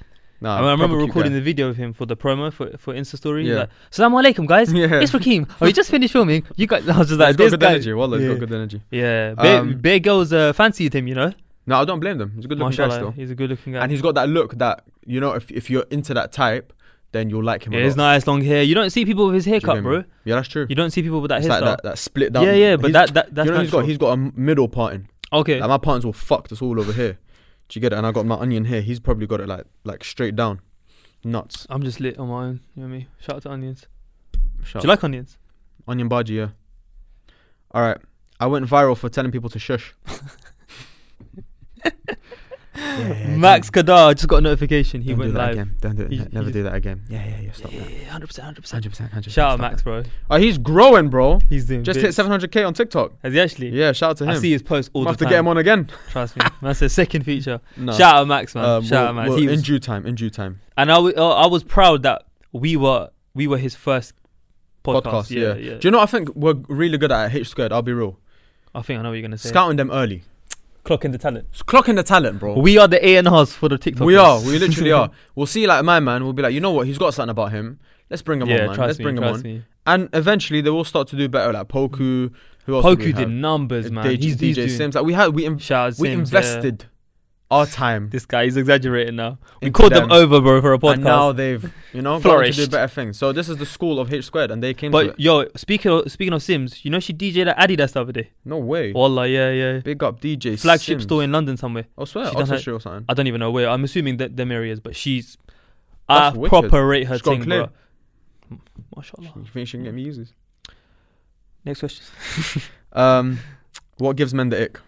[SPEAKER 1] Nah,
[SPEAKER 2] I, mean, I remember
[SPEAKER 1] Ah, proper cute
[SPEAKER 2] recording
[SPEAKER 1] guy.
[SPEAKER 2] the video of him for the promo for for Insta story.
[SPEAKER 1] Yeah.
[SPEAKER 2] Yeah. Like, Salaam alaikum, guys.
[SPEAKER 1] Yeah.
[SPEAKER 2] It's Rakim. We just finished filming. You guys, I was just
[SPEAKER 1] He's
[SPEAKER 2] like,
[SPEAKER 1] got
[SPEAKER 2] this
[SPEAKER 1] good
[SPEAKER 2] guy.
[SPEAKER 1] energy. Wallah, he's
[SPEAKER 2] yeah.
[SPEAKER 1] got good energy.
[SPEAKER 2] Yeah, Bear,
[SPEAKER 1] Um,
[SPEAKER 2] Bear Girls uh, fancied him, you know.
[SPEAKER 1] No, I don't blame them. He's a good looking guy
[SPEAKER 2] Mashallah,
[SPEAKER 1] still.
[SPEAKER 2] he's a good-looking guy.
[SPEAKER 1] And he's got that look that, you know, if, if you're into that type, then you'll like him a
[SPEAKER 2] yeah,
[SPEAKER 1] lot.
[SPEAKER 2] his nice long hair. You don't see people with his
[SPEAKER 1] Do you get
[SPEAKER 2] haircut,
[SPEAKER 1] me?
[SPEAKER 2] bro.
[SPEAKER 1] Yeah, that's true.
[SPEAKER 2] You don't see people with that
[SPEAKER 1] it's like that,
[SPEAKER 2] hairstyle.
[SPEAKER 1] that split down.
[SPEAKER 2] yeah, yeah,
[SPEAKER 1] He's-
[SPEAKER 2] but that that that's
[SPEAKER 1] you know, he's got
[SPEAKER 2] natural.
[SPEAKER 1] he's got a m- middle parting.
[SPEAKER 2] okay.
[SPEAKER 1] Like my parting's all fucked. It's all over here. Do you get it? And I got my onion here. He's probably got it like like straight down. Nuts.
[SPEAKER 2] I'm just lit on my own. You know what I mean? Shout out to onions.
[SPEAKER 1] Shut
[SPEAKER 2] Do you like onions?
[SPEAKER 1] Onion bhaji, yeah. All right. I went viral for telling people to shush.
[SPEAKER 2] Max Kadar just got a notification. He
[SPEAKER 1] Don't
[SPEAKER 2] went
[SPEAKER 1] do that
[SPEAKER 2] live.
[SPEAKER 1] again. Don't do it.
[SPEAKER 2] He-
[SPEAKER 1] Ne-
[SPEAKER 2] he
[SPEAKER 1] never
[SPEAKER 2] just-
[SPEAKER 1] do that again. Yeah, yeah, yeah. Stop that.
[SPEAKER 2] Yeah, hundred percent, hundred percent.
[SPEAKER 1] 100%. 100%.
[SPEAKER 2] Shout out
[SPEAKER 1] stop
[SPEAKER 2] Max, bro.
[SPEAKER 1] that. Oh, he's growing, bro.
[SPEAKER 2] He's doing.
[SPEAKER 1] Just
[SPEAKER 2] bits.
[SPEAKER 1] hit 700k on TikTok.
[SPEAKER 2] Has he actually?
[SPEAKER 1] Yeah, shout out to him.
[SPEAKER 2] I see his post all
[SPEAKER 1] Might
[SPEAKER 2] the
[SPEAKER 1] have to
[SPEAKER 2] time.
[SPEAKER 1] get him on again.
[SPEAKER 2] Trust me. That's the second feature.
[SPEAKER 1] No.
[SPEAKER 2] Shout out Max, man.
[SPEAKER 1] Um,
[SPEAKER 2] Shout
[SPEAKER 1] we'll-
[SPEAKER 2] out Max.
[SPEAKER 1] we'll-
[SPEAKER 2] He
[SPEAKER 1] in
[SPEAKER 2] was-
[SPEAKER 1] due time. In due time.
[SPEAKER 2] and I wa- uh, I was proud that we were we were his first podcast. yeah, yeah.
[SPEAKER 1] Do you know? what I think we're really good at H squared. I'll be real.
[SPEAKER 2] I think I know what you're gonna say.
[SPEAKER 1] Scouting them early.
[SPEAKER 2] Clocking the talent.
[SPEAKER 1] It's clocking the talent, bro.
[SPEAKER 2] We are the A and R's for the TikTok.
[SPEAKER 1] We are. We literally are. We'll see, like my man. We'll be like, you know what? He's got something about him. Let's bring him
[SPEAKER 2] yeah,
[SPEAKER 1] on, man.
[SPEAKER 2] trust
[SPEAKER 1] Let's
[SPEAKER 2] me,
[SPEAKER 1] bring him
[SPEAKER 2] trust
[SPEAKER 1] on.
[SPEAKER 2] Me.
[SPEAKER 1] And eventually, they will start to do better. Like Poku. Who else? did we
[SPEAKER 2] Poku did
[SPEAKER 1] have?
[SPEAKER 2] numbers,
[SPEAKER 1] Uh,
[SPEAKER 2] man.
[SPEAKER 1] DJ,
[SPEAKER 2] he's
[SPEAKER 1] DJ
[SPEAKER 2] he's doing-
[SPEAKER 1] Sims. Like we had, we in,
[SPEAKER 2] Shout out
[SPEAKER 1] we
[SPEAKER 2] Sims, yeah.
[SPEAKER 1] invested our time.
[SPEAKER 2] This guy, he's exaggerating now. We
[SPEAKER 1] into
[SPEAKER 2] called them over, bro, for a podcast.
[SPEAKER 1] and now they've, you know, gone on to do
[SPEAKER 2] Flourished.
[SPEAKER 1] better things. So this is the school of H squared, and they came. to
[SPEAKER 2] But
[SPEAKER 1] it.
[SPEAKER 2] yo, speaking of, speaking of Sims, you know she DJ'd at Adidas the other day.
[SPEAKER 1] no way.
[SPEAKER 2] Wallah, yeah, yeah.
[SPEAKER 1] Big up DJ
[SPEAKER 2] Flagship
[SPEAKER 1] Sims.
[SPEAKER 2] store in London somewhere.
[SPEAKER 1] I swear,
[SPEAKER 2] She done her-
[SPEAKER 1] Oxfordshire or something.
[SPEAKER 2] I don't even know where. I'm assuming that them areas, but she's.
[SPEAKER 1] That's
[SPEAKER 2] I
[SPEAKER 1] wicked.
[SPEAKER 2] proper rate her
[SPEAKER 1] She's gone
[SPEAKER 2] thing,
[SPEAKER 1] clear.
[SPEAKER 2] bro. M- MashaAllah.
[SPEAKER 1] You think she can get me users?
[SPEAKER 2] Next question.
[SPEAKER 1] Um, what gives men the ick?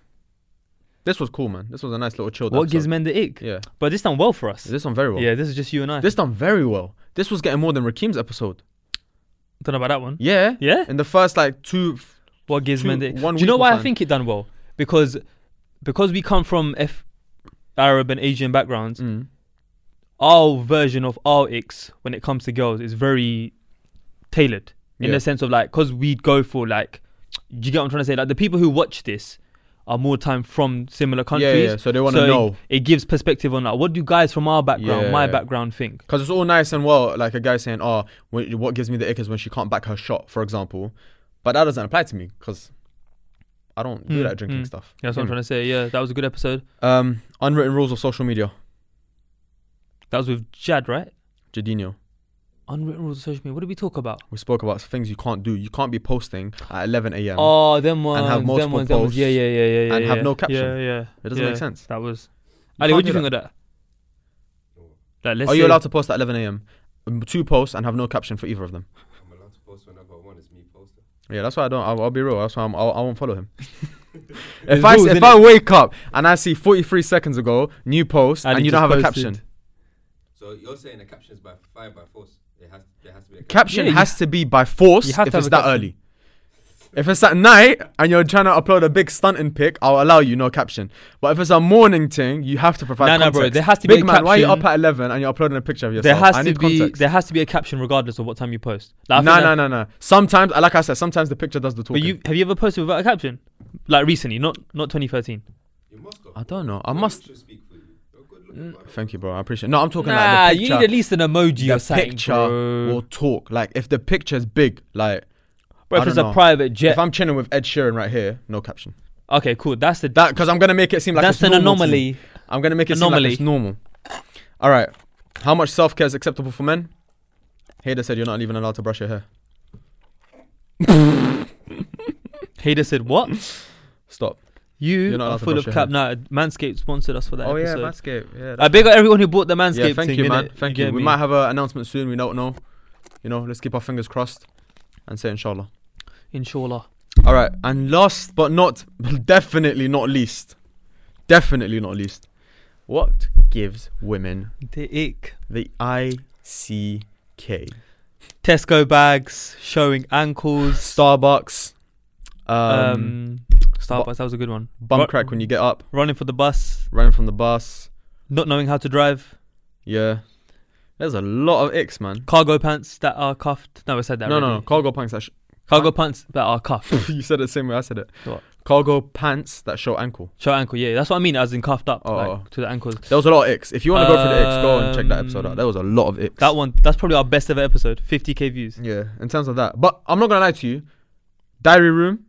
[SPEAKER 1] This was cool, man. This was a nice little chill.
[SPEAKER 2] What gives men the ick?
[SPEAKER 1] Yeah,
[SPEAKER 2] But this done well for us.
[SPEAKER 1] this done very well.
[SPEAKER 2] Yeah, this is just you and I.
[SPEAKER 1] This done very well. This was getting more than Rakim's episode.
[SPEAKER 2] Don't know about that one.
[SPEAKER 1] Yeah.
[SPEAKER 2] Yeah.
[SPEAKER 1] In the first like two, f-
[SPEAKER 2] What gives
[SPEAKER 1] Two-
[SPEAKER 2] men the?
[SPEAKER 1] one
[SPEAKER 2] Do you know
[SPEAKER 1] week or
[SPEAKER 2] why I
[SPEAKER 1] something.
[SPEAKER 2] think it done well? Because, because we come from F, Arab and Asian backgrounds.
[SPEAKER 1] mm,
[SPEAKER 2] our version of our icks when it comes to girls is very tailored in
[SPEAKER 1] Yeah.
[SPEAKER 2] the sense of like because we go for like do you get what i'm trying to say like the people who watch this are more time from similar
[SPEAKER 1] yeah,
[SPEAKER 2] countries
[SPEAKER 1] yeah. So they want to
[SPEAKER 2] So
[SPEAKER 1] 'Cause know
[SPEAKER 2] it, gives perspective on like what do guys from our background my
[SPEAKER 1] Yeah.
[SPEAKER 2] background think
[SPEAKER 1] because it's all nice and well. Like a guy saying, "Oh, wh- what gives me the ick is when she can't back her shot," for example. But that doesn't apply to me because I don't do
[SPEAKER 2] Mm,
[SPEAKER 1] that drinking
[SPEAKER 2] mm.
[SPEAKER 1] stuff.
[SPEAKER 2] that's what i'm
[SPEAKER 1] Mm.
[SPEAKER 2] trying to say yeah that was a good episode
[SPEAKER 1] Um, unwritten rules of social media.
[SPEAKER 2] that was with jad right
[SPEAKER 1] Jadinho.
[SPEAKER 2] unwritten rules of social media what did we talk about
[SPEAKER 1] We spoke about things you can't do. You can't be posting at 11 a.m.
[SPEAKER 2] oh them ones
[SPEAKER 1] have
[SPEAKER 2] them
[SPEAKER 1] multiple
[SPEAKER 2] ones, them ones.
[SPEAKER 1] posts
[SPEAKER 2] yeah yeah yeah yeah yeah
[SPEAKER 1] and have
[SPEAKER 2] yeah.
[SPEAKER 1] no caption.
[SPEAKER 2] yeah yeah
[SPEAKER 1] it doesn't
[SPEAKER 2] yeah.
[SPEAKER 1] make sense.
[SPEAKER 2] that was
[SPEAKER 1] You
[SPEAKER 2] ali
[SPEAKER 1] can't
[SPEAKER 2] what do you
[SPEAKER 1] do
[SPEAKER 2] think of that like let's
[SPEAKER 1] Are you
[SPEAKER 2] say-
[SPEAKER 1] allowed to post at 11 a.m.? Um, Two posts and have no caption for either of them.
[SPEAKER 4] I'm allowed to post whenever I want. It's me posting.
[SPEAKER 1] Yeah, that's why I don't. I'll, I'll be real. That's why I'm, I'll, I won't follow him. if
[SPEAKER 2] There's
[SPEAKER 1] I
[SPEAKER 2] rules,
[SPEAKER 1] if
[SPEAKER 2] innit?
[SPEAKER 1] I wake up and I see 43 seconds ago new post
[SPEAKER 2] Ali
[SPEAKER 1] and you
[SPEAKER 2] just
[SPEAKER 1] don't have
[SPEAKER 2] posted.
[SPEAKER 1] a caption,
[SPEAKER 4] So you're saying the caption's by fine by force. It has there has to be a caption.
[SPEAKER 1] caption
[SPEAKER 2] Yeah, you
[SPEAKER 1] has to be by force
[SPEAKER 2] you have
[SPEAKER 1] if
[SPEAKER 2] to
[SPEAKER 1] it's
[SPEAKER 2] have a
[SPEAKER 1] that
[SPEAKER 2] caption.
[SPEAKER 1] early. If it's at night and you're trying to upload a big stunting pic, I'll allow you no caption. But if it's a morning thing, you have to provide.
[SPEAKER 2] Nah, nah,
[SPEAKER 1] context.
[SPEAKER 2] bro, there has to be
[SPEAKER 1] big
[SPEAKER 2] a
[SPEAKER 1] man. Why are you
[SPEAKER 2] caption.
[SPEAKER 1] up at 11 and you're uploading a picture of yourself?
[SPEAKER 2] There has
[SPEAKER 1] I
[SPEAKER 2] to
[SPEAKER 1] need
[SPEAKER 2] be
[SPEAKER 1] context.
[SPEAKER 2] there has to be a caption regardless of what time you post. Like, I
[SPEAKER 1] No,
[SPEAKER 2] think
[SPEAKER 1] no,
[SPEAKER 2] that-
[SPEAKER 1] no, no. Sometimes, like I said, sometimes the picture does the talking.
[SPEAKER 2] But you have you ever posted without a caption? Like recently, not not 2013.
[SPEAKER 4] You must go.
[SPEAKER 1] I don't know. I
[SPEAKER 4] Your
[SPEAKER 1] must.
[SPEAKER 4] pictures speak for you. You're good looking.
[SPEAKER 1] Mm,
[SPEAKER 4] brother.
[SPEAKER 1] Thank you, bro. I appreciate. it. No, I'm talking like the picture.
[SPEAKER 2] least an emoji
[SPEAKER 1] the picture will talk. Like if the picture's big, like
[SPEAKER 2] Bro,
[SPEAKER 1] I
[SPEAKER 2] if it's
[SPEAKER 1] don't
[SPEAKER 2] a
[SPEAKER 1] know.
[SPEAKER 2] private jet.
[SPEAKER 1] if I'm chilling with Ed Sheeran right here, no caption.
[SPEAKER 2] Okay, cool. That's the
[SPEAKER 1] That because I'm gonna make it seem like
[SPEAKER 2] that's
[SPEAKER 1] it's
[SPEAKER 2] an
[SPEAKER 1] normal to me.
[SPEAKER 2] anomaly.
[SPEAKER 1] I'm gonna make it seem
[SPEAKER 2] Anomaly.
[SPEAKER 1] like it's normal. All right. How much self care is acceptable for men? Hader said you're not even allowed to brush your hair.
[SPEAKER 2] Hader said what?
[SPEAKER 1] Stop. You're
[SPEAKER 2] You
[SPEAKER 1] not allowed
[SPEAKER 2] are
[SPEAKER 1] to
[SPEAKER 2] full
[SPEAKER 1] brush your
[SPEAKER 2] of cap. Nah, Manscaped sponsored us for that episode.
[SPEAKER 1] Manscaped. Oh, Yeah.
[SPEAKER 2] I big up everyone who bought the Manscaped
[SPEAKER 1] yeah, thank
[SPEAKER 2] thing.
[SPEAKER 1] you,
[SPEAKER 2] innit?
[SPEAKER 1] man. Thank you.
[SPEAKER 2] get
[SPEAKER 1] We
[SPEAKER 2] me?
[SPEAKER 1] might have an announcement soon. We don't know. You know, let's keep our fingers crossed and say inshallah.
[SPEAKER 2] Inshallah.
[SPEAKER 1] All right, and last but not definitely not least, definitely not least, what gives women
[SPEAKER 2] The ick.
[SPEAKER 1] the I C K?
[SPEAKER 2] Tesco bags showing ankles.
[SPEAKER 1] Starbucks, um,
[SPEAKER 2] Um, Starbucks. That was a good one.
[SPEAKER 1] bum
[SPEAKER 2] Ru-
[SPEAKER 1] crack when you get up,
[SPEAKER 2] Running for the bus.
[SPEAKER 1] running from the bus.
[SPEAKER 2] Not knowing how to drive.
[SPEAKER 1] Yeah, there's a lot of icks, man.
[SPEAKER 2] cargo pants that are cuffed. No, I said that.
[SPEAKER 1] No, no,
[SPEAKER 2] already.
[SPEAKER 1] no, cargo pants. That sh-
[SPEAKER 2] Cargo pants that are cuffed.
[SPEAKER 1] you said it the same way I said it.
[SPEAKER 2] What?
[SPEAKER 1] Cargo pants that show ankle.
[SPEAKER 2] Show ankle, yeah. That's what I mean, as in cuffed up,
[SPEAKER 1] Oh.
[SPEAKER 2] like to the ankles.
[SPEAKER 1] There was a lot of icks. If you want to go for the icks, go and check that episode
[SPEAKER 2] Um,
[SPEAKER 1] out. There was a lot of icks.
[SPEAKER 2] That one, that's probably our best ever episode. 50k views.
[SPEAKER 1] Yeah, in terms of that. But I'm not gonna lie to you. Diary room,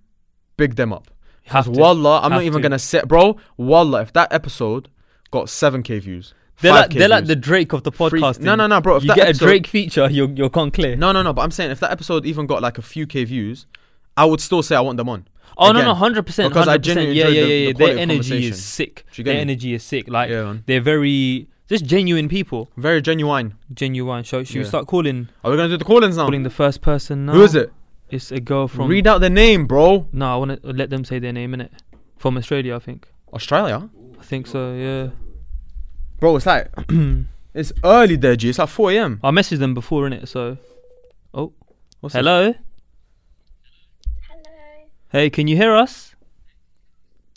[SPEAKER 1] big them up.
[SPEAKER 2] Have
[SPEAKER 1] Because
[SPEAKER 2] to.
[SPEAKER 1] wallah, I'm
[SPEAKER 2] Have
[SPEAKER 1] not even
[SPEAKER 2] to.
[SPEAKER 1] gonna set bro, wallah, if that episode got seven K views.
[SPEAKER 2] They're like
[SPEAKER 1] 5K
[SPEAKER 2] they're like
[SPEAKER 1] views,
[SPEAKER 2] the Drake of the
[SPEAKER 1] three-
[SPEAKER 2] podcast.
[SPEAKER 1] No, no, no, bro. If
[SPEAKER 2] you
[SPEAKER 1] that
[SPEAKER 2] get
[SPEAKER 1] episode,
[SPEAKER 2] a Drake feature, you're you're con clear.
[SPEAKER 1] No, no, no. But I'm saying if that episode even got like a few K views, I would still say I want them on.
[SPEAKER 2] oh no,
[SPEAKER 1] again,
[SPEAKER 2] no, hundred percent.
[SPEAKER 1] because I
[SPEAKER 2] 100%.
[SPEAKER 1] genuinely
[SPEAKER 2] yeah,
[SPEAKER 1] enjoyed
[SPEAKER 2] yeah,
[SPEAKER 1] the-
[SPEAKER 2] yeah,
[SPEAKER 1] the
[SPEAKER 2] yeah.
[SPEAKER 1] quality
[SPEAKER 2] Their
[SPEAKER 1] of
[SPEAKER 2] energy
[SPEAKER 1] conversation.
[SPEAKER 2] is sick.
[SPEAKER 1] Do you get
[SPEAKER 2] Their
[SPEAKER 1] me?
[SPEAKER 2] energy is sick. Like
[SPEAKER 1] yeah, man.
[SPEAKER 2] they're very just genuine people.
[SPEAKER 1] Very genuine.
[SPEAKER 2] Genuine. So should we
[SPEAKER 1] Yeah.
[SPEAKER 2] start calling
[SPEAKER 1] Are we gonna do the call ins now?
[SPEAKER 2] calling the first person now?
[SPEAKER 1] Who is it?
[SPEAKER 2] It's a girl from.
[SPEAKER 1] Read out the name, bro.
[SPEAKER 2] No, I want to let them say their name in it. From Australia, I think.
[SPEAKER 1] Australia?
[SPEAKER 2] I think so. Yeah.
[SPEAKER 1] Bro, it's like it's early there, G. It's like four AM.
[SPEAKER 2] I messaged them before in it. So
[SPEAKER 1] What's this?
[SPEAKER 2] hello.
[SPEAKER 3] Hello.
[SPEAKER 2] Hey, can you hear us?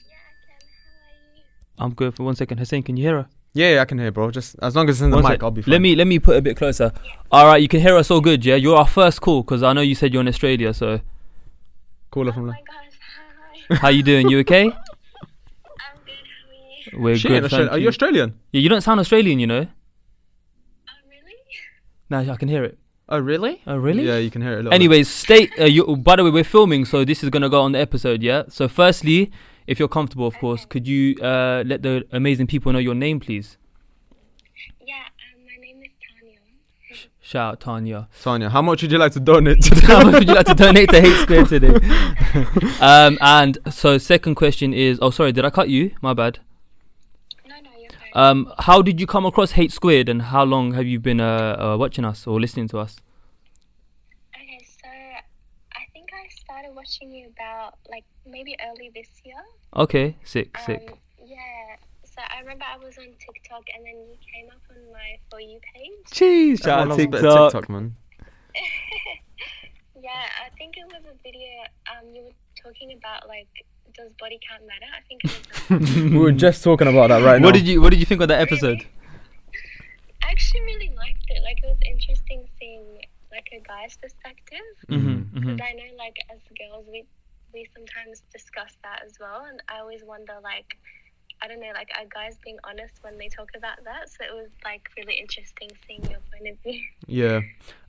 [SPEAKER 3] Yeah, I can. How are you?
[SPEAKER 2] I'm good for one second. Hussein, can you hear us?
[SPEAKER 1] Yeah, yeah, I can hear, bro. Just as long as it's in the
[SPEAKER 2] One
[SPEAKER 1] mic,
[SPEAKER 2] sec.
[SPEAKER 1] I'll be fine.
[SPEAKER 2] Let me let me put a bit closer. All right, you can hear us all good, yeah. You're our first call because I know you said you're in Australia. So
[SPEAKER 1] call her
[SPEAKER 3] Oh
[SPEAKER 1] from
[SPEAKER 3] my
[SPEAKER 1] there.
[SPEAKER 3] gosh, hi.
[SPEAKER 2] how you doing? You okay?
[SPEAKER 3] I'm good. How are you?
[SPEAKER 2] We're
[SPEAKER 1] She
[SPEAKER 2] good.
[SPEAKER 1] ain't Australian.
[SPEAKER 2] thank
[SPEAKER 1] Are you Australian?
[SPEAKER 2] yeah, you don't sound Australian, you know.
[SPEAKER 3] Oh, really?
[SPEAKER 2] No, I can hear it.
[SPEAKER 1] Oh, really?
[SPEAKER 2] Oh, really?
[SPEAKER 1] Yeah, you can hear it. A little bit.
[SPEAKER 2] Anyways, state. Uh, you, by the way, we're filming, so this is gonna go on the episode, yeah. So firstly, if you're comfortable, of course, could you uh, let the amazing people know your name, please?
[SPEAKER 3] Yeah, um, my name is Tanya.
[SPEAKER 2] Shout out Tanya.
[SPEAKER 1] Tanya, how much would you like to donate? To
[SPEAKER 2] How much would you like to donate to Hate Square today? um, and so second question is. Oh, sorry, did I cut you? My bad.
[SPEAKER 3] No, no, you're fine.
[SPEAKER 2] Um, how did you come across Hate Squid, and how long have you been uh, uh, watching us or listening to us?
[SPEAKER 3] okay, so I think I started watching you about, like, maybe early this year.
[SPEAKER 2] Okay, sick,
[SPEAKER 1] Uh,
[SPEAKER 3] Um,
[SPEAKER 2] sick.
[SPEAKER 3] Yeah. So I remember I was on TikTok and then you came up on my For You page.
[SPEAKER 2] Cheese,
[SPEAKER 1] Everyone
[SPEAKER 2] shout out
[SPEAKER 1] loves a bit of
[SPEAKER 2] TikTok.
[SPEAKER 1] TikTok, man.
[SPEAKER 3] Yeah, I think it was a video um, you were talking about, like, does body count matter? I think it was that.
[SPEAKER 1] we were just talking about that right now.
[SPEAKER 2] What did you What did you think of that episode?
[SPEAKER 1] Mm-hmm.
[SPEAKER 3] I actually really liked it. Like it was interesting seeing like a guy's perspective.
[SPEAKER 2] Mm-hmm, mm-hmm.
[SPEAKER 3] 'Cause I know like as girls we we sometimes discuss that as well, and I always wonder like I don't know like are guys being honest when they talk about that? So it was like really interesting seeing your point of view.
[SPEAKER 1] Yeah.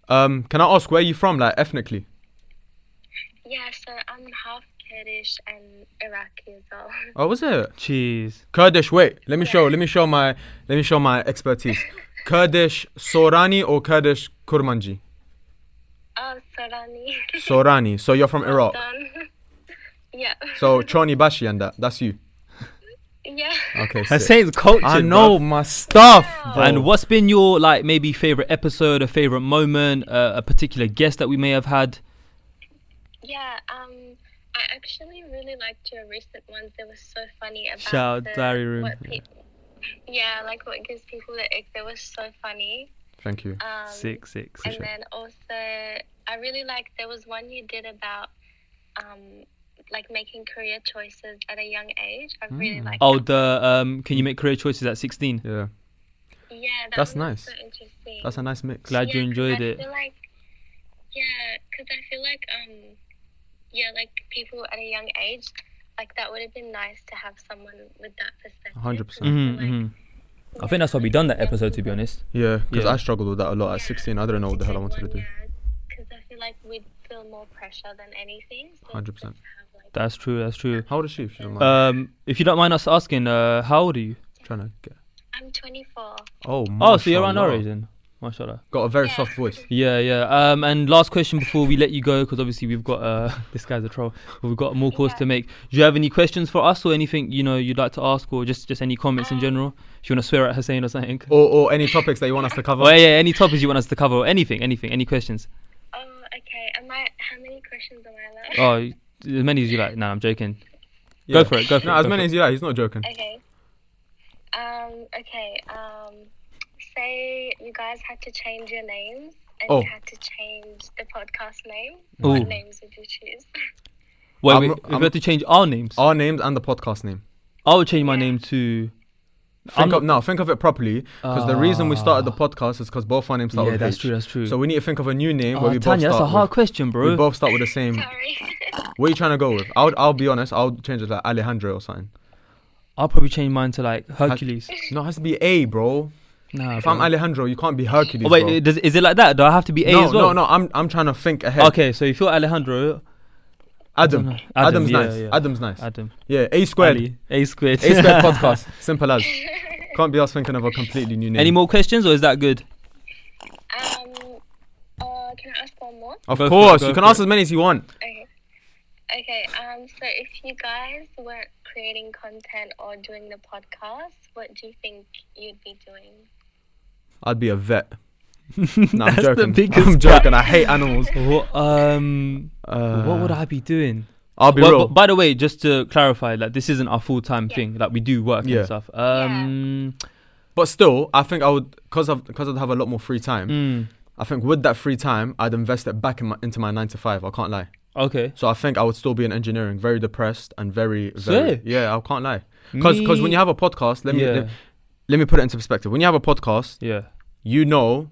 [SPEAKER 1] Um, can I ask where you from, like ethnically?
[SPEAKER 3] yeah, so I'm half Kurdish and Iraqi as well.
[SPEAKER 1] Oh, was it
[SPEAKER 2] Cheese.
[SPEAKER 1] Kurdish? Wait, let me show. Let me show my. Let me show my expertise. Kurdish Sorani or Kurdish Kurmanji?
[SPEAKER 3] Oh, Sorani.
[SPEAKER 1] Sorani. So you're from Iraq.
[SPEAKER 3] Done. yeah.
[SPEAKER 1] So Choni Bashi and that. That's you.
[SPEAKER 3] yeah.
[SPEAKER 1] Okay. Sick.
[SPEAKER 2] Hussein's culture.
[SPEAKER 1] I know my stuff. bro.
[SPEAKER 2] And what's been your like maybe favorite episode, a favorite moment, uh, a particular guest that we may have had?
[SPEAKER 3] Yeah, um, I actually really liked your recent ones. They were so funny about
[SPEAKER 2] Shout out
[SPEAKER 3] the,
[SPEAKER 2] Diary Room.
[SPEAKER 3] What peop yeah, like what gives people the ick. They were so funny.
[SPEAKER 1] Thank you.
[SPEAKER 3] Um,
[SPEAKER 2] Sick, sick,
[SPEAKER 3] And
[SPEAKER 2] sick.
[SPEAKER 3] then also, I really liked there was one you did about, um, like making career choices at a young age. I really liked.
[SPEAKER 2] Oh,
[SPEAKER 3] that.
[SPEAKER 2] the um, can you make career choices at 16?
[SPEAKER 1] Yeah,
[SPEAKER 3] yeah, that
[SPEAKER 1] that's
[SPEAKER 3] one
[SPEAKER 1] nice.
[SPEAKER 3] was So interesting.
[SPEAKER 1] that's a nice mix.
[SPEAKER 2] Glad you
[SPEAKER 3] Yeah, 'cause
[SPEAKER 2] enjoyed
[SPEAKER 3] I
[SPEAKER 2] it.
[SPEAKER 3] Feel like, yeah, because I feel like um, yeah, like people at a young age, like that would have been nice to have someone with that perspective.
[SPEAKER 1] 100%.
[SPEAKER 2] Mm-hmm, mm-hmm. I think that's why we done that episode, to be honest.
[SPEAKER 1] Yeah, because
[SPEAKER 2] Yeah.
[SPEAKER 1] I struggled with that a lot at 16. I didn't know what the hell I wanted to do.
[SPEAKER 3] Because I feel like we'd feel more pressure than anything. So it's
[SPEAKER 1] 100%.
[SPEAKER 3] good to have, like,
[SPEAKER 2] That's true. That's true.
[SPEAKER 1] How old is she? If you don't mind.
[SPEAKER 2] Um, if you don't mind us asking, uh, how old are you?
[SPEAKER 1] Trying to get.
[SPEAKER 3] I'm 24.
[SPEAKER 1] Oh,
[SPEAKER 2] Oh, so you're around
[SPEAKER 1] mashallah.
[SPEAKER 2] our age then. Mashallah.
[SPEAKER 1] Got a very
[SPEAKER 3] Yeah.
[SPEAKER 1] soft voice.
[SPEAKER 2] Yeah, yeah. Um, and last question before we let you go, because obviously we've got uh, this guy's a troll. but We've got more calls to make. Do you have any questions for us, or anything you know you'd like to ask, or just just any comments in general? If you want to swear at Hussein or something,
[SPEAKER 1] Or, or any topics that you want us to cover.
[SPEAKER 2] or yeah, any topics you want us to cover, or anything, anything, any questions?
[SPEAKER 3] Oh, okay. Am I? How many questions am I allowed?
[SPEAKER 2] Oh, as many as you like. No, I'm joking.
[SPEAKER 1] Yeah.
[SPEAKER 2] Go for it. Go for
[SPEAKER 1] No,
[SPEAKER 2] it.
[SPEAKER 1] as
[SPEAKER 2] go
[SPEAKER 1] many
[SPEAKER 2] for
[SPEAKER 1] as you like. He's not joking.
[SPEAKER 3] Okay. Um. Okay. Um. Say you guys had to change your names and
[SPEAKER 1] Oh.
[SPEAKER 3] you had to change the podcast name.
[SPEAKER 2] Ooh.
[SPEAKER 3] What names would you choose?
[SPEAKER 2] it. Wait,
[SPEAKER 1] I'm-
[SPEAKER 2] wait.
[SPEAKER 1] I'm-
[SPEAKER 2] we have to change our names.
[SPEAKER 1] Our names and the podcast name.
[SPEAKER 2] I would change my name to I'm Ah.
[SPEAKER 1] Think of now. Think of it properly, because the reason we started the podcast is because both our names start
[SPEAKER 2] Yeah,
[SPEAKER 1] with
[SPEAKER 2] that's
[SPEAKER 1] H.
[SPEAKER 2] true. That's true.
[SPEAKER 1] So we need to think of a new name where
[SPEAKER 2] Ah,
[SPEAKER 1] we
[SPEAKER 2] Tanya,
[SPEAKER 1] both
[SPEAKER 2] that's a
[SPEAKER 1] start.
[SPEAKER 2] hard
[SPEAKER 1] with,
[SPEAKER 2] question, bro.
[SPEAKER 1] We both start with the same.
[SPEAKER 3] Sorry.
[SPEAKER 1] What are you trying to go with? I'll I'll be honest. I'll change it to like Alejandro or something.
[SPEAKER 2] I'll probably change mine to like Hercules.
[SPEAKER 1] No, it has to be A, bro.
[SPEAKER 2] nah,
[SPEAKER 1] If
[SPEAKER 2] bro.
[SPEAKER 1] I'm Alejandro, you can't be Hercules.
[SPEAKER 2] oh, wait,
[SPEAKER 1] bro.
[SPEAKER 2] it- does, is it like that? Do I have to be A
[SPEAKER 1] no,
[SPEAKER 2] as well?
[SPEAKER 1] no, no. I'm I'm trying to think ahead.
[SPEAKER 2] Okay, so if you're Alejandro,
[SPEAKER 1] Adam.
[SPEAKER 2] Adam,
[SPEAKER 1] Adam's
[SPEAKER 2] yeah,
[SPEAKER 1] nice.
[SPEAKER 2] yeah.
[SPEAKER 1] Adam's nice.
[SPEAKER 2] Adam,
[SPEAKER 1] Yeah, A squared.
[SPEAKER 2] Ali, A squared,
[SPEAKER 1] A squared podcast. Simple as. Can't be us thinking of a completely new name.
[SPEAKER 2] Any more questions, or is that good?
[SPEAKER 3] Um, uh, can I ask one more?
[SPEAKER 1] Of
[SPEAKER 2] Go for it,
[SPEAKER 1] course,
[SPEAKER 2] go
[SPEAKER 1] you can
[SPEAKER 2] for
[SPEAKER 1] ask
[SPEAKER 2] it.
[SPEAKER 1] as many as you want.
[SPEAKER 3] Okay. Okay. Um. So, if you guys weren't creating content or doing the podcast, what do you think you'd be doing?
[SPEAKER 1] I'd be a vet. No, I'm
[SPEAKER 2] That's the
[SPEAKER 1] joking.
[SPEAKER 2] biggest
[SPEAKER 1] I'm joking. I hate animals.
[SPEAKER 2] What, um,
[SPEAKER 1] Uh,
[SPEAKER 2] what would I be doing?
[SPEAKER 1] I'll be
[SPEAKER 2] Well,
[SPEAKER 1] real.
[SPEAKER 2] b- by the way, just to clarify, like this isn't our full time thing. Like we do work
[SPEAKER 1] Yeah.
[SPEAKER 2] and stuff. Um,
[SPEAKER 1] But still, I think I would, cause I've, cause I'd have a lot more free time.
[SPEAKER 2] mm,
[SPEAKER 1] I think with that free time, I'd invest it back in my, into my nine to five. I can't lie.
[SPEAKER 2] okay.
[SPEAKER 1] So I think I would still be in engineering, very depressed and very, very
[SPEAKER 2] Swear?
[SPEAKER 1] yeah. I can't lie. Cause, 'cause when
[SPEAKER 2] Me-
[SPEAKER 1] you have a podcast, let me
[SPEAKER 2] yeah,
[SPEAKER 1] let, let me put it into perspective. When you have a podcast,
[SPEAKER 2] yeah,
[SPEAKER 1] you know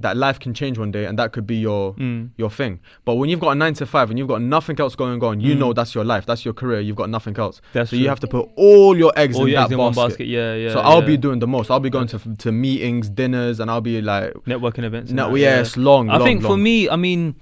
[SPEAKER 1] that life can change one day, and that could be your
[SPEAKER 2] mm,
[SPEAKER 1] your thing. But when you've got a nine to five and you've got nothing else going on, you
[SPEAKER 2] Mm.
[SPEAKER 1] know that's your life, that's your career. You've got nothing else,
[SPEAKER 2] that's
[SPEAKER 1] so
[SPEAKER 2] true.
[SPEAKER 1] you have to put all your eggs
[SPEAKER 2] all
[SPEAKER 1] in
[SPEAKER 2] your
[SPEAKER 1] that
[SPEAKER 2] eggs in
[SPEAKER 1] basket.
[SPEAKER 2] one basket. Yeah, yeah.
[SPEAKER 1] so I'll
[SPEAKER 2] yeah.
[SPEAKER 1] be doing the most. I'll be going to to meetings, dinners, and I'll be like,
[SPEAKER 2] networking events. and
[SPEAKER 1] no,
[SPEAKER 2] that,
[SPEAKER 1] yeah, it's long.
[SPEAKER 2] I
[SPEAKER 1] long,
[SPEAKER 2] think for
[SPEAKER 1] long.
[SPEAKER 2] me, I mean,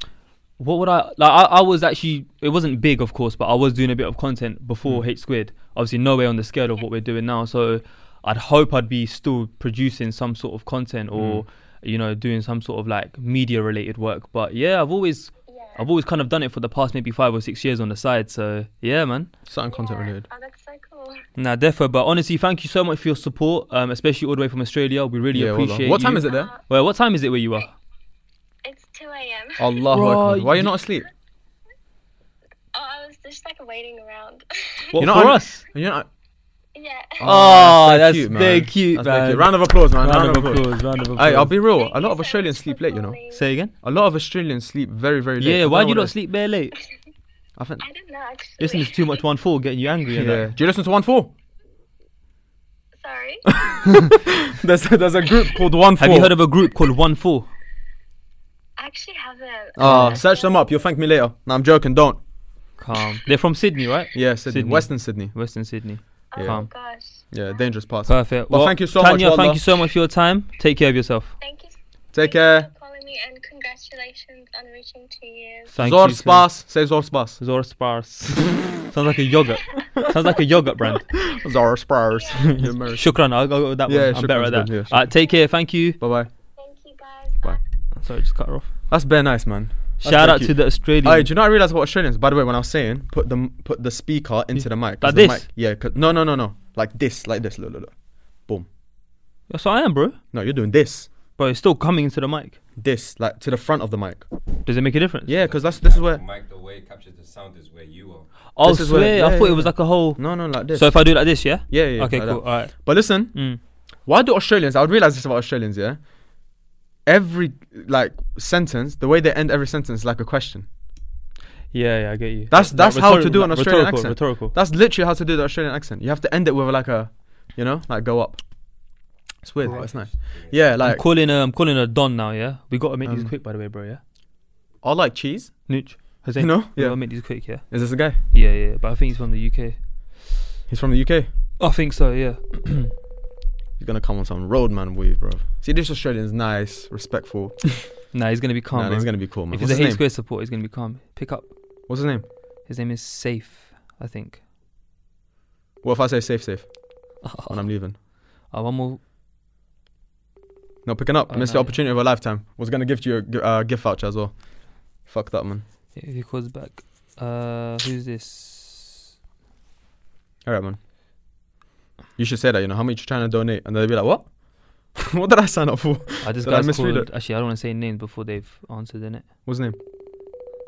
[SPEAKER 2] what would I like? I, I was actually it wasn't big, of course, but I was doing a bit of content
[SPEAKER 1] Hmm.
[SPEAKER 2] before H squared. Obviously, nowhere on the scale of what we're doing now. So, I'd hope I'd be still producing some sort of content
[SPEAKER 1] Hmm.
[SPEAKER 2] or you know doing some sort of like media related work. But yeah, I've always
[SPEAKER 3] Yeah.
[SPEAKER 2] I've always kind of done it for the past maybe five or six years on the side. So yeah, man.
[SPEAKER 1] certain content
[SPEAKER 3] Yeah.
[SPEAKER 1] related.
[SPEAKER 3] Oh, that's so cool.
[SPEAKER 2] Nah, defo. But honestly, thank you so much for your support, um, especially all the way from Australia. We really
[SPEAKER 1] Yeah, well done.
[SPEAKER 2] appreciate.
[SPEAKER 1] What time
[SPEAKER 2] you.
[SPEAKER 1] is it there?
[SPEAKER 2] Well, what time is it where you are?
[SPEAKER 3] It's two a.m. Oh.
[SPEAKER 1] Allah
[SPEAKER 2] Bro,
[SPEAKER 1] Why are you
[SPEAKER 2] you-
[SPEAKER 1] not asleep?
[SPEAKER 3] Oh, I was just like waiting around.
[SPEAKER 2] What,
[SPEAKER 1] You know,
[SPEAKER 2] for
[SPEAKER 1] I'm-
[SPEAKER 2] us?
[SPEAKER 1] You know,
[SPEAKER 3] yeah.
[SPEAKER 2] Oh,
[SPEAKER 1] very
[SPEAKER 2] that's
[SPEAKER 1] man.
[SPEAKER 2] very cute,
[SPEAKER 1] That's very
[SPEAKER 2] man.
[SPEAKER 1] Round of applause, man. Round, of applause.
[SPEAKER 2] Round of applause.
[SPEAKER 1] Hey, I'll be real.
[SPEAKER 3] Thank
[SPEAKER 1] A
[SPEAKER 3] you
[SPEAKER 1] lot of
[SPEAKER 3] so
[SPEAKER 1] Australians
[SPEAKER 3] much
[SPEAKER 1] sleep
[SPEAKER 3] for
[SPEAKER 1] late, you know.
[SPEAKER 3] calling.
[SPEAKER 2] Say again.
[SPEAKER 1] A lot of Australians sleep very, very late.
[SPEAKER 2] Yeah,
[SPEAKER 1] I
[SPEAKER 2] why
[SPEAKER 1] don't
[SPEAKER 2] do you
[SPEAKER 1] know what
[SPEAKER 2] not
[SPEAKER 1] it is.
[SPEAKER 2] sleep bare late?
[SPEAKER 1] I think.
[SPEAKER 3] I don't know actually.
[SPEAKER 2] Listening to too much one four, getting you angry. and
[SPEAKER 1] Yeah.
[SPEAKER 2] that.
[SPEAKER 1] Do you listen to One Four?
[SPEAKER 3] Sorry.
[SPEAKER 1] There's there's a group called One Four.
[SPEAKER 2] Have you heard of a group called One Four?
[SPEAKER 3] I actually haven't.
[SPEAKER 1] Ah, search them up. You'll thank me later. No, I'm joking. Don't.
[SPEAKER 2] Calm. They're from Sydney, right?
[SPEAKER 1] Yeah, Sydney,
[SPEAKER 2] Sydney.
[SPEAKER 1] Western Sydney.
[SPEAKER 2] Western Sydney.
[SPEAKER 3] Oh
[SPEAKER 2] Yeah.
[SPEAKER 3] my gosh.
[SPEAKER 1] Yeah, dangerous parts.
[SPEAKER 2] Perfect.
[SPEAKER 1] Well, thank you so
[SPEAKER 2] Tanya,
[SPEAKER 1] much.
[SPEAKER 2] thank
[SPEAKER 1] Wallah.
[SPEAKER 2] you so much for your time. Take care of yourself.
[SPEAKER 3] Thank you. so
[SPEAKER 1] Take
[SPEAKER 3] Thank you
[SPEAKER 1] care.
[SPEAKER 3] for calling me and congratulations on reaching two years.
[SPEAKER 2] Thank
[SPEAKER 1] Zor
[SPEAKER 2] you. too.
[SPEAKER 1] Spas. Say Zor Spas.
[SPEAKER 2] Zor Spars. Sounds like a yogurt. Sounds like a yogurt brand.
[SPEAKER 1] Zor Spars.
[SPEAKER 2] Shukran. I'll go with that
[SPEAKER 1] Yeah,
[SPEAKER 2] one. I'm better
[SPEAKER 1] shukran's
[SPEAKER 2] at that.
[SPEAKER 1] good, yeah,
[SPEAKER 2] Alright, take care. Thank you.
[SPEAKER 1] Bye bye.
[SPEAKER 3] Thank you guys.
[SPEAKER 1] Bye.
[SPEAKER 2] Sorry, just cut her off.
[SPEAKER 1] That's bare nice, man.
[SPEAKER 2] Shout out
[SPEAKER 1] very
[SPEAKER 2] to
[SPEAKER 1] cute.
[SPEAKER 2] the Australian.
[SPEAKER 1] Hey, do you know I realized about Australians? By the way, when I was saying put the put the speaker into the mic. 'cause
[SPEAKER 2] Like
[SPEAKER 1] the
[SPEAKER 2] this?
[SPEAKER 1] Mic, yeah. 'cause- no, no, no, no. Like this, like this. Look, look, look.
[SPEAKER 2] That's what I am, bro.
[SPEAKER 1] No, you're doing this,
[SPEAKER 2] But it's still coming into the mic.
[SPEAKER 1] this, like to the front of the mic.
[SPEAKER 2] Does it make a difference?
[SPEAKER 1] Yeah, because that's this is where.
[SPEAKER 4] Mic the way it captures the sound is where you are.
[SPEAKER 2] Oh,
[SPEAKER 1] This is what it-
[SPEAKER 2] swear. I
[SPEAKER 1] yeah,
[SPEAKER 2] thought
[SPEAKER 1] yeah,
[SPEAKER 2] it was
[SPEAKER 1] yeah.
[SPEAKER 2] like a whole.
[SPEAKER 1] No, no, like this.
[SPEAKER 2] So if I do it like this, yeah?
[SPEAKER 1] yeah, yeah. yeah,
[SPEAKER 2] okay,
[SPEAKER 1] like
[SPEAKER 2] cool.
[SPEAKER 1] that.
[SPEAKER 2] All right.
[SPEAKER 1] But listen,
[SPEAKER 2] Mm.
[SPEAKER 1] why do Australians? I would realize this about Australians. Yeah. Every like sentence, the way they end every sentence is like a question.
[SPEAKER 2] Yeah, yeah, I get you.
[SPEAKER 1] That's-
[SPEAKER 2] Like
[SPEAKER 1] that's how to
[SPEAKER 2] rhetor-
[SPEAKER 1] do an
[SPEAKER 2] like
[SPEAKER 1] Australian
[SPEAKER 2] rhetorical,
[SPEAKER 1] accent.
[SPEAKER 2] Rhetorical.
[SPEAKER 1] That's literally how to do the Australian accent. You have to end it with like a, you know, like go up. It's weird, but it's nice. Yeah,
[SPEAKER 2] I'm
[SPEAKER 1] like
[SPEAKER 2] calling her. I'm calling her Don now. Yeah, we got to make these
[SPEAKER 1] Um,
[SPEAKER 2] quick, by the way, bro. Yeah,
[SPEAKER 1] I like cheese.
[SPEAKER 2] Nooch. Jose,
[SPEAKER 1] You know?
[SPEAKER 2] we
[SPEAKER 1] Yeah.
[SPEAKER 2] gotta make these quick. Yeah,
[SPEAKER 1] Is this a guy?
[SPEAKER 2] yeah, yeah. But I think he's from the UK.
[SPEAKER 1] He's from the UK.
[SPEAKER 2] I think so. Yeah.
[SPEAKER 1] He's gonna come on some roadman wave, bro. See, this Australian's nice, respectful.
[SPEAKER 2] Nah, he's gonna be
[SPEAKER 1] Nah,
[SPEAKER 2] calm. bro.
[SPEAKER 1] he's gonna be cool, man.
[SPEAKER 2] if
[SPEAKER 1] What's
[SPEAKER 2] he's a
[SPEAKER 1] his
[SPEAKER 2] hate
[SPEAKER 1] name?
[SPEAKER 2] square support, he's gonna be calm. Pick up.
[SPEAKER 1] What's his name?
[SPEAKER 2] His name is Safe. I think.
[SPEAKER 1] What if I say safe, safe when
[SPEAKER 2] Oh,
[SPEAKER 1] I'm leaving?
[SPEAKER 2] one more.
[SPEAKER 1] No, picking up.
[SPEAKER 2] Oh,
[SPEAKER 1] Missed
[SPEAKER 2] no,
[SPEAKER 1] the
[SPEAKER 2] yeah.
[SPEAKER 1] opportunity of a lifetime. Was gonna gift you a gi- uh, gift voucher as well. Fuck that, man.
[SPEAKER 2] If he calls back, uh, who's this?
[SPEAKER 1] All right, man. You should say that. You know how much you're trying to donate, and they'll be like, "What? what did I sign up for?
[SPEAKER 2] I just
[SPEAKER 1] Did I
[SPEAKER 2] Ah, guys
[SPEAKER 1] misread
[SPEAKER 2] called. Actually, I don't want to say names before they've answered in it.
[SPEAKER 1] What's his name?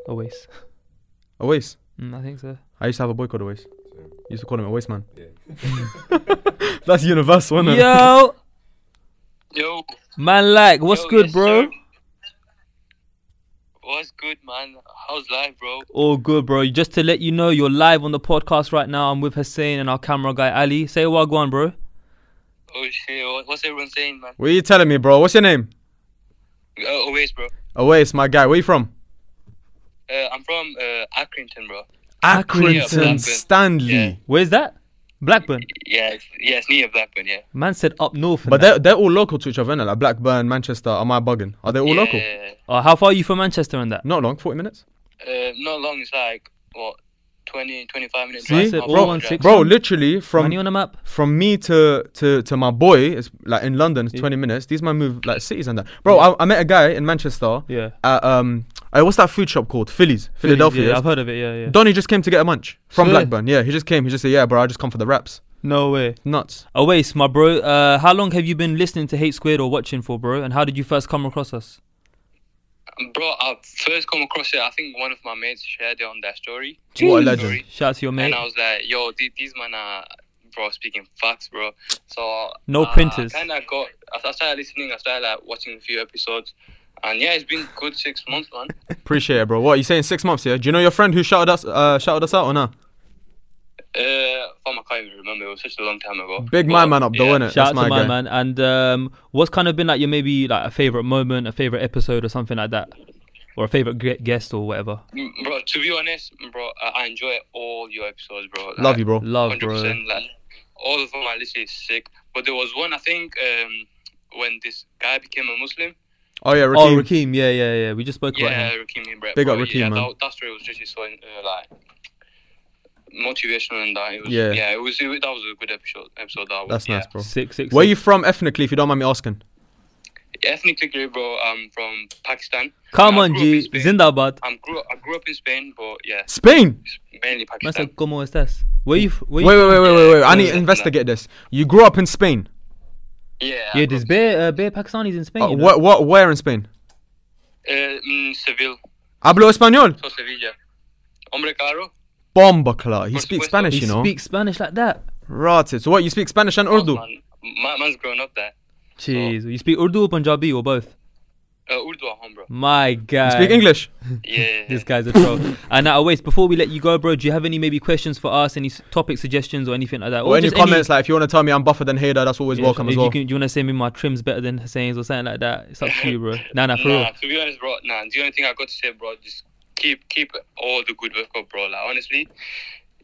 [SPEAKER 2] Always.
[SPEAKER 1] Oase.
[SPEAKER 2] Mm, I think so.
[SPEAKER 1] I used to have a boy called Oase.
[SPEAKER 4] So,
[SPEAKER 1] Used to call him a waste man.
[SPEAKER 4] yeah.
[SPEAKER 1] That's
[SPEAKER 2] Oh,
[SPEAKER 1] universal, isn't it?
[SPEAKER 2] Yo,
[SPEAKER 5] Yo,
[SPEAKER 2] man, like, what's
[SPEAKER 5] yo,
[SPEAKER 2] good,
[SPEAKER 5] yes,
[SPEAKER 2] bro?
[SPEAKER 5] sir. What's good, man? How's life, bro?
[SPEAKER 2] All good, bro. Just to let you know, you're live on the podcast right now. I'm with Hussein and our camera guy Ali. Say wagwan, bro.
[SPEAKER 5] Oh shit, what- what's everyone saying, man?
[SPEAKER 1] What are you telling me, bro? What's your name?
[SPEAKER 5] Uh, always, bro.
[SPEAKER 1] Awais, my guy. Where you from?
[SPEAKER 5] Uh, I'm from uh, Accrington, bro.
[SPEAKER 1] Accrington
[SPEAKER 5] Blackburn.
[SPEAKER 1] Stanley.
[SPEAKER 5] Yeah.
[SPEAKER 2] Where's that? Blackburn.
[SPEAKER 5] Yeah, it's, yeah, it's near Blackburn, yeah.
[SPEAKER 2] Man said up north. and
[SPEAKER 1] But
[SPEAKER 2] that.
[SPEAKER 1] they're, they're all local to each other, innit? Like Blackburn, Manchester. Am I bugging? Are they all
[SPEAKER 5] yeah,
[SPEAKER 1] local?
[SPEAKER 2] Oh, how far are you from Manchester and that?
[SPEAKER 1] Not long, 40 minutes.
[SPEAKER 5] Uh, not long, it's like, what, 20, 25 minutes
[SPEAKER 2] See?
[SPEAKER 5] drive.
[SPEAKER 2] Said
[SPEAKER 5] half
[SPEAKER 2] all
[SPEAKER 5] hour
[SPEAKER 2] on
[SPEAKER 5] drive.
[SPEAKER 2] six.
[SPEAKER 1] Bro, literally from
[SPEAKER 2] Money on the map.
[SPEAKER 1] from me to, to, to my boy, it's like in London, it's 20 minutes. These man move like cities and that. Bro, I, I met a guy in Manchester.
[SPEAKER 2] Yeah.
[SPEAKER 1] At, um, uh, what's that food shop called? Phillies, Philadelphia.
[SPEAKER 2] Yeah,
[SPEAKER 1] yes.
[SPEAKER 2] I've heard of it. Yeah, yeah.
[SPEAKER 1] Donny just came to get a munch from
[SPEAKER 2] Swear.
[SPEAKER 1] Blackburn. Yeah, he just came. He just said, "Yeah, bro, I just come for the raps."
[SPEAKER 2] No way.
[SPEAKER 1] Nuts.
[SPEAKER 2] Awais, my bro. Uh, how long have you been listening to Hate Squared or watching for, bro? And how did you first come across us?
[SPEAKER 5] Bro, I first come across it, I think one of my mates shared it on their story.
[SPEAKER 1] What a
[SPEAKER 5] Story.
[SPEAKER 1] legend.
[SPEAKER 2] Shout out to your mate.
[SPEAKER 5] And I was like, yo, the- these man are, bro, speaking facts, bro. So
[SPEAKER 2] No
[SPEAKER 5] I-
[SPEAKER 2] printers.
[SPEAKER 5] I kind of got. I I started listening. I started like watching a few episodes, and yeah, it's been good six months, man.
[SPEAKER 1] Appreciate it, bro. What are you saying? Six months, yeah. Do you know your friend who shouted us, uh, shouted us out or nah?
[SPEAKER 5] Uh, fam, I can't even remember. It was such a long time ago.
[SPEAKER 1] Big
[SPEAKER 5] But,
[SPEAKER 1] my man up though,
[SPEAKER 5] yeah.
[SPEAKER 1] innit?
[SPEAKER 2] Shout out to my
[SPEAKER 1] guy.
[SPEAKER 2] man. And um, what's kind of been like your maybe like a favorite moment, a favorite episode, or something like that, or a favorite gu- guest or whatever.
[SPEAKER 5] Mm, Bro, to be honest, bro, I, I enjoy all your episodes, bro. Like,
[SPEAKER 1] Love you, bro.
[SPEAKER 2] Love, bro.
[SPEAKER 5] 100%, like, all of them are literally sick. But there was one, I think, um, when this guy became a Muslim.
[SPEAKER 1] Oh yeah,
[SPEAKER 2] Oh,
[SPEAKER 1] Rakeem.
[SPEAKER 2] Rakeem. Yeah, yeah, yeah. We just spoke
[SPEAKER 5] Yeah,
[SPEAKER 2] about him.
[SPEAKER 5] Raheem Ibrahim.
[SPEAKER 1] Big
[SPEAKER 5] bro,
[SPEAKER 1] up Raheem,
[SPEAKER 5] yeah,
[SPEAKER 1] man.
[SPEAKER 5] That, that story was literally so uh, like motivational and that. It was,
[SPEAKER 1] Yeah.
[SPEAKER 5] yeah, it was. It, that was a good episode. Episode that was.
[SPEAKER 1] That's
[SPEAKER 5] yeah.
[SPEAKER 1] nice, bro.
[SPEAKER 2] Six, six.
[SPEAKER 1] Where
[SPEAKER 2] six.
[SPEAKER 1] you from ethnically, if you don't mind me asking?
[SPEAKER 5] Ethnically, bro, I'm from Pakistan.
[SPEAKER 2] Come
[SPEAKER 5] I
[SPEAKER 2] on,
[SPEAKER 5] grew up in
[SPEAKER 2] G.
[SPEAKER 5] Spain.
[SPEAKER 2] Zindabad.
[SPEAKER 5] I'm grew. I grew up in Spain, but yeah,
[SPEAKER 1] Spain.
[SPEAKER 5] mainly
[SPEAKER 2] Man
[SPEAKER 5] Pakistan.
[SPEAKER 2] said, "Cómo estás?" Where you? f- Where
[SPEAKER 1] Wait, wait,
[SPEAKER 2] you?
[SPEAKER 1] wait, wait, wait, wait. I
[SPEAKER 5] Yeah,
[SPEAKER 1] need
[SPEAKER 5] yeah,
[SPEAKER 1] to
[SPEAKER 5] yeah.
[SPEAKER 1] investigate this. You grew up in Spain.
[SPEAKER 5] yeah. I
[SPEAKER 2] Yeah,
[SPEAKER 5] grew
[SPEAKER 2] there's
[SPEAKER 5] up-
[SPEAKER 2] bare uh, bare Pakistanis in Spain.
[SPEAKER 1] Uh,
[SPEAKER 2] you know?
[SPEAKER 1] what, what, where in Spain?
[SPEAKER 5] Uh, mm, Seville,
[SPEAKER 1] Hablo español.
[SPEAKER 5] so Sevilla. Hombre caro.
[SPEAKER 1] Bomba, Clark. He
[SPEAKER 5] Por
[SPEAKER 1] speaks
[SPEAKER 5] supuesto.
[SPEAKER 1] Spanish,
[SPEAKER 2] He
[SPEAKER 1] you know.
[SPEAKER 2] speaks Spanish like that.
[SPEAKER 1] Right. So what? You speak Spanish and Urdu?
[SPEAKER 5] Man, my man's grown up there.
[SPEAKER 2] Jeez, you speak Urdu or Punjabi or both?
[SPEAKER 5] Uh, Urdu at home, bro.
[SPEAKER 2] My God.
[SPEAKER 1] You speak English?
[SPEAKER 5] Yeah. yeah, yeah.
[SPEAKER 2] This guy's a troll. and now, wait, before we let you go, bro, do you have any maybe questions for us, any s- topic suggestions or anything like that?
[SPEAKER 1] Or any
[SPEAKER 2] just
[SPEAKER 1] comments? Like, if you want to tell me I'm buffer than Hader, that's always
[SPEAKER 2] Yeah,
[SPEAKER 1] welcome
[SPEAKER 2] if
[SPEAKER 1] as well.
[SPEAKER 2] You can, do you want to say me my trim's better than Hussein's or something like that? It's up to you, bro. Nah, nah, for
[SPEAKER 5] nah,
[SPEAKER 2] real.
[SPEAKER 5] to be honest, bro. Nah, the only thing I got to say, bro, just keep keep all the good work up, bro. Like honestly,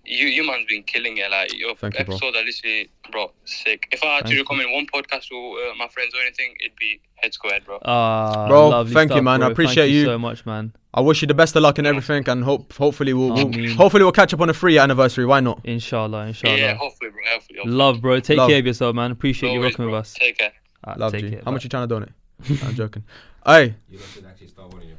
[SPEAKER 5] you you man's been killing it. Like your
[SPEAKER 1] Thank you, bro.
[SPEAKER 5] episode are literally, bro, sick. If I had
[SPEAKER 1] Thank
[SPEAKER 5] to
[SPEAKER 1] you.
[SPEAKER 5] recommend one podcast to uh, my friends or anything, it'd be Head Squared, bro.
[SPEAKER 2] Ah,
[SPEAKER 1] Bro,
[SPEAKER 2] lovely
[SPEAKER 1] thank you,
[SPEAKER 2] stuff,
[SPEAKER 1] man. I
[SPEAKER 2] bro. Thank
[SPEAKER 1] appreciate you.
[SPEAKER 2] so much, man.
[SPEAKER 1] I wish you the best of luck in everything, and hope hopefully we'll, we'll
[SPEAKER 2] Amen.
[SPEAKER 1] hopefully we'll catch up on a three year anniversary. Why not?
[SPEAKER 2] Inshallah,
[SPEAKER 5] yeah,
[SPEAKER 2] inshallah.
[SPEAKER 5] hopefully, bro. Hopefully. hopefully.
[SPEAKER 2] Love, bro. Take
[SPEAKER 1] Love.
[SPEAKER 2] care of yourself, man. Appreciate
[SPEAKER 5] No
[SPEAKER 2] you
[SPEAKER 5] worries,
[SPEAKER 2] working with
[SPEAKER 5] bro.
[SPEAKER 2] us.
[SPEAKER 5] take care.
[SPEAKER 2] Alright,
[SPEAKER 1] Love
[SPEAKER 2] take
[SPEAKER 1] G.
[SPEAKER 2] it,
[SPEAKER 1] How
[SPEAKER 2] bye.
[SPEAKER 1] much you trying to donate? Nah, I'm joking. Hey,
[SPEAKER 4] You guys should actually start one in your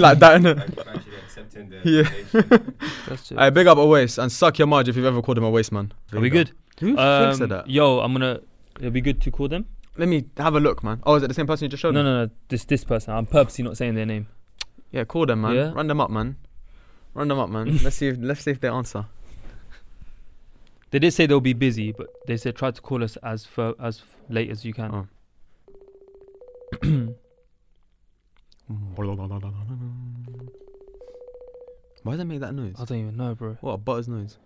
[SPEAKER 1] like that. Innit?
[SPEAKER 4] Thank you for actually accepting the
[SPEAKER 1] Yeah.
[SPEAKER 4] invitation.
[SPEAKER 2] That's it.
[SPEAKER 1] Hey, big up a waist and suck your marge if you've ever called him a waist man. There
[SPEAKER 2] Are we
[SPEAKER 1] you go.
[SPEAKER 2] good?
[SPEAKER 1] Who
[SPEAKER 2] Um,
[SPEAKER 1] thinks of that?
[SPEAKER 2] Yo, I'm gonna. It'll be good to call them.
[SPEAKER 1] Let me have a look, man. Oh, is it the same person you just showed?
[SPEAKER 2] No,
[SPEAKER 1] me?
[SPEAKER 2] no, no. This this person. I'm purposely not saying their name.
[SPEAKER 1] Yeah, call them, man.
[SPEAKER 2] Yeah.
[SPEAKER 1] Run them up, man. Run them up, man. let's see. If, let's see if they answer.
[SPEAKER 2] They did say they'll be busy, but they said try to call us as fur as f- late as you can.
[SPEAKER 1] Oh. Why does it make that noise?
[SPEAKER 2] I don't even know, bro.
[SPEAKER 1] What a butter's noise.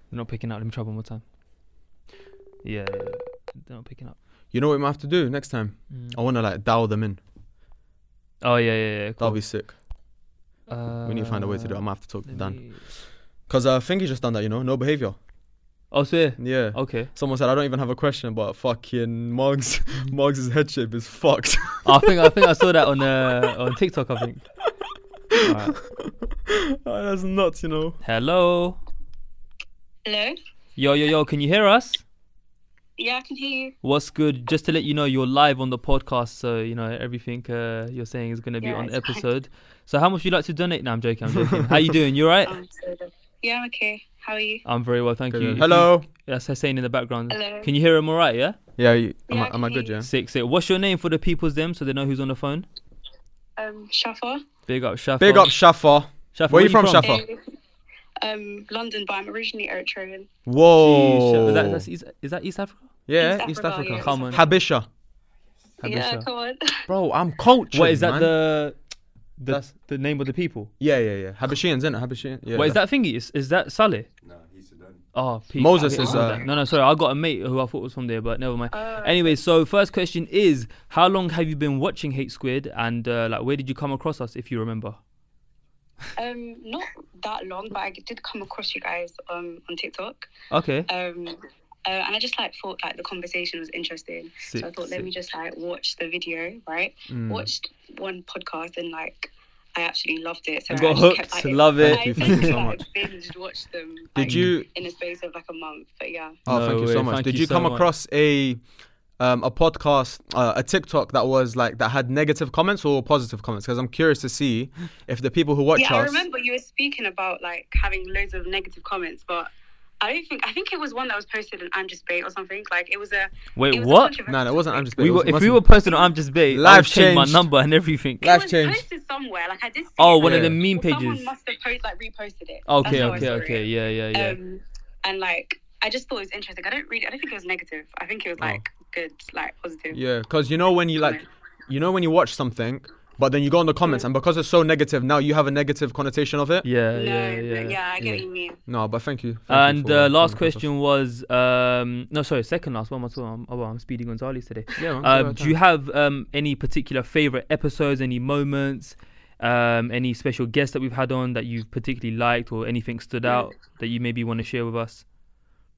[SPEAKER 2] They're not picking up. Let me try one more time. Yeah, yeah, yeah. they're not picking up.
[SPEAKER 1] You know what we might have to do next time?
[SPEAKER 2] Mm.
[SPEAKER 1] I want to like dial them in.
[SPEAKER 2] Oh yeah, yeah, yeah. Cool.
[SPEAKER 1] That'll be sick.
[SPEAKER 2] Uh,
[SPEAKER 1] We need to find a way to do it. I might have to talk to
[SPEAKER 2] let
[SPEAKER 1] Dan.
[SPEAKER 2] me-
[SPEAKER 1] Because uh, I think he's just done that, you know? No behavior.
[SPEAKER 2] Oh, so yeah.
[SPEAKER 1] Yeah.
[SPEAKER 2] Okay.
[SPEAKER 1] Someone said, I don't even have a question, but fucking Mugs, Mugs' head shape is fucked.
[SPEAKER 2] I think I think I saw that on uh, on TikTok. I think. Alright.
[SPEAKER 1] Oh, that's nuts, you know?
[SPEAKER 2] Hello.
[SPEAKER 6] Hello?
[SPEAKER 2] Yo, yo, yo. Can you hear us?
[SPEAKER 6] Yeah, I can hear you.
[SPEAKER 2] What's good? Just to let you know, you're live on the podcast, so you know everything uh, you're saying is going to be
[SPEAKER 6] Yeah,
[SPEAKER 2] on
[SPEAKER 6] it's fine.
[SPEAKER 2] episode. So, how much would you like to donate? No, I'm joking. I'm joking. how you doing? You
[SPEAKER 3] Oh,
[SPEAKER 2] right?
[SPEAKER 6] Um, yeah, I'm okay. How are you?
[SPEAKER 2] I'm very well, thank
[SPEAKER 1] Good,
[SPEAKER 2] you.
[SPEAKER 1] yeah.
[SPEAKER 2] If
[SPEAKER 1] Hello.
[SPEAKER 2] you- That's Hussein in the background.
[SPEAKER 6] Hello.
[SPEAKER 2] Can you hear him all right? Yeah.
[SPEAKER 1] Yeah, you, am,
[SPEAKER 6] Yeah,
[SPEAKER 1] I,
[SPEAKER 6] I
[SPEAKER 1] am I
[SPEAKER 6] can
[SPEAKER 1] good,
[SPEAKER 6] hear
[SPEAKER 1] yeah?
[SPEAKER 2] Six six. What's your name for the people's them, so they know who's on the phone?
[SPEAKER 6] Um, Shafa.
[SPEAKER 2] Big up, Shafa.
[SPEAKER 1] Big up, Shafa.
[SPEAKER 2] Shafa.
[SPEAKER 1] Where you from, Shafa? Shafa?
[SPEAKER 6] Um, London, but I'm originally Eritrean.
[SPEAKER 1] Whoa.
[SPEAKER 2] Is that, that's East, is that East Africa?
[SPEAKER 1] yeah,
[SPEAKER 6] East
[SPEAKER 1] East
[SPEAKER 6] Africa,
[SPEAKER 1] Africa.
[SPEAKER 6] Oh, yeah.
[SPEAKER 2] Come on.
[SPEAKER 1] Habisha.
[SPEAKER 6] Yeah,
[SPEAKER 2] Habesha.
[SPEAKER 6] come on.
[SPEAKER 1] Bro, I'm cultured.
[SPEAKER 2] What is that
[SPEAKER 1] man.
[SPEAKER 2] the the,
[SPEAKER 1] That's-
[SPEAKER 2] the name of the people?
[SPEAKER 1] Yeah, yeah, yeah. Habashians, innit? Habashian. Yeah.
[SPEAKER 2] what is that thingy? Is, is that Saleh?
[SPEAKER 4] nah, he's Sudan.
[SPEAKER 2] Oh, Pete.
[SPEAKER 1] Moses
[SPEAKER 2] Okay,
[SPEAKER 1] is,
[SPEAKER 2] I heard
[SPEAKER 1] uh,
[SPEAKER 2] that. no, no. Sorry, I got a mate who I thought was from there, but never mind.
[SPEAKER 6] Oh.
[SPEAKER 2] Anyway, so first question is, how long have you been watching Hate Squid, and uh, like, where did you come across us, if you remember?
[SPEAKER 6] Um, not that long, but I did come across you guys um on TikTok.
[SPEAKER 2] Okay.
[SPEAKER 6] Um, uh, and I just like thought like the conversation was interesting, so I
[SPEAKER 2] Sick,
[SPEAKER 6] thought let me
[SPEAKER 2] sick. Mm.
[SPEAKER 6] just like watch the video. Right, watched one podcast and like. I absolutely loved it. So
[SPEAKER 2] And
[SPEAKER 6] I
[SPEAKER 2] got
[SPEAKER 6] actually
[SPEAKER 2] hooked.
[SPEAKER 6] like,
[SPEAKER 2] Love it.
[SPEAKER 6] I
[SPEAKER 1] Thank you, thank you
[SPEAKER 6] basically,
[SPEAKER 1] so
[SPEAKER 6] like, Binged watched them.
[SPEAKER 1] Did
[SPEAKER 6] like,
[SPEAKER 1] you-
[SPEAKER 6] in the space of like a month? But yeah.
[SPEAKER 1] Oh,
[SPEAKER 2] No
[SPEAKER 1] thank you so
[SPEAKER 2] way,
[SPEAKER 1] much.
[SPEAKER 2] thank
[SPEAKER 1] Did
[SPEAKER 2] you
[SPEAKER 1] you,
[SPEAKER 2] so
[SPEAKER 1] come
[SPEAKER 2] much.
[SPEAKER 1] across a um, a podcast, uh, a TikTok that was like that had negative comments or positive comments? Because I'm curious to see if the people who watch
[SPEAKER 6] yeah,
[SPEAKER 1] us.
[SPEAKER 6] I remember you were speaking about like having loads of negative comments, but I don't think I think it was one that was posted in I'm just bait or something. Like it was a
[SPEAKER 2] Wait,
[SPEAKER 6] it was a
[SPEAKER 2] what?
[SPEAKER 6] controversial
[SPEAKER 1] No, no, it wasn't. I'm
[SPEAKER 6] topic.
[SPEAKER 1] just.
[SPEAKER 2] We
[SPEAKER 1] it
[SPEAKER 2] were,
[SPEAKER 1] was-
[SPEAKER 2] if we
[SPEAKER 1] mustn't-
[SPEAKER 2] were posted on I'm Just Bait, I
[SPEAKER 1] Life
[SPEAKER 2] would change my
[SPEAKER 1] changed.
[SPEAKER 2] number and everything.
[SPEAKER 1] Life
[SPEAKER 6] it was
[SPEAKER 1] changed.
[SPEAKER 6] posted somewhere. Like I did. See
[SPEAKER 2] Oh,
[SPEAKER 6] it,
[SPEAKER 2] one of
[SPEAKER 6] but
[SPEAKER 2] the meme
[SPEAKER 6] Someone
[SPEAKER 2] pages. Oh,
[SPEAKER 6] must have posted like reposted it.
[SPEAKER 2] Okay,
[SPEAKER 6] That's how I
[SPEAKER 2] okay,
[SPEAKER 6] saw
[SPEAKER 2] okay.
[SPEAKER 6] it.
[SPEAKER 2] Yeah, yeah, yeah.
[SPEAKER 6] Um, and like I just thought it was interesting. I don't really. I don't think it was negative. I think it
[SPEAKER 2] Oh.
[SPEAKER 6] was like good, like positive.
[SPEAKER 1] Yeah, because you know when you like,
[SPEAKER 6] Comment.
[SPEAKER 1] you know when you watch something, but then you go in the comments, and because it's so negative, now you have a negative connotation of it.
[SPEAKER 2] yeah,
[SPEAKER 6] No,
[SPEAKER 2] yeah,
[SPEAKER 6] but
[SPEAKER 2] yeah.
[SPEAKER 6] yeah, I get
[SPEAKER 1] yeah.
[SPEAKER 6] what you mean.
[SPEAKER 1] No, but thank you. Thank you
[SPEAKER 2] And
[SPEAKER 1] for
[SPEAKER 2] uh, last
[SPEAKER 1] coming across us.
[SPEAKER 2] question was um no sorry second last one was um, oh, well, I'm speedy Gonzalez today.
[SPEAKER 1] Yeah, man,
[SPEAKER 2] Um,
[SPEAKER 1] about
[SPEAKER 2] do you have um any particular favorite episodes, any moments, um any special guests that we've had on that you've particularly liked or anything
[SPEAKER 6] Mm.
[SPEAKER 2] stood out that you maybe want to share with us?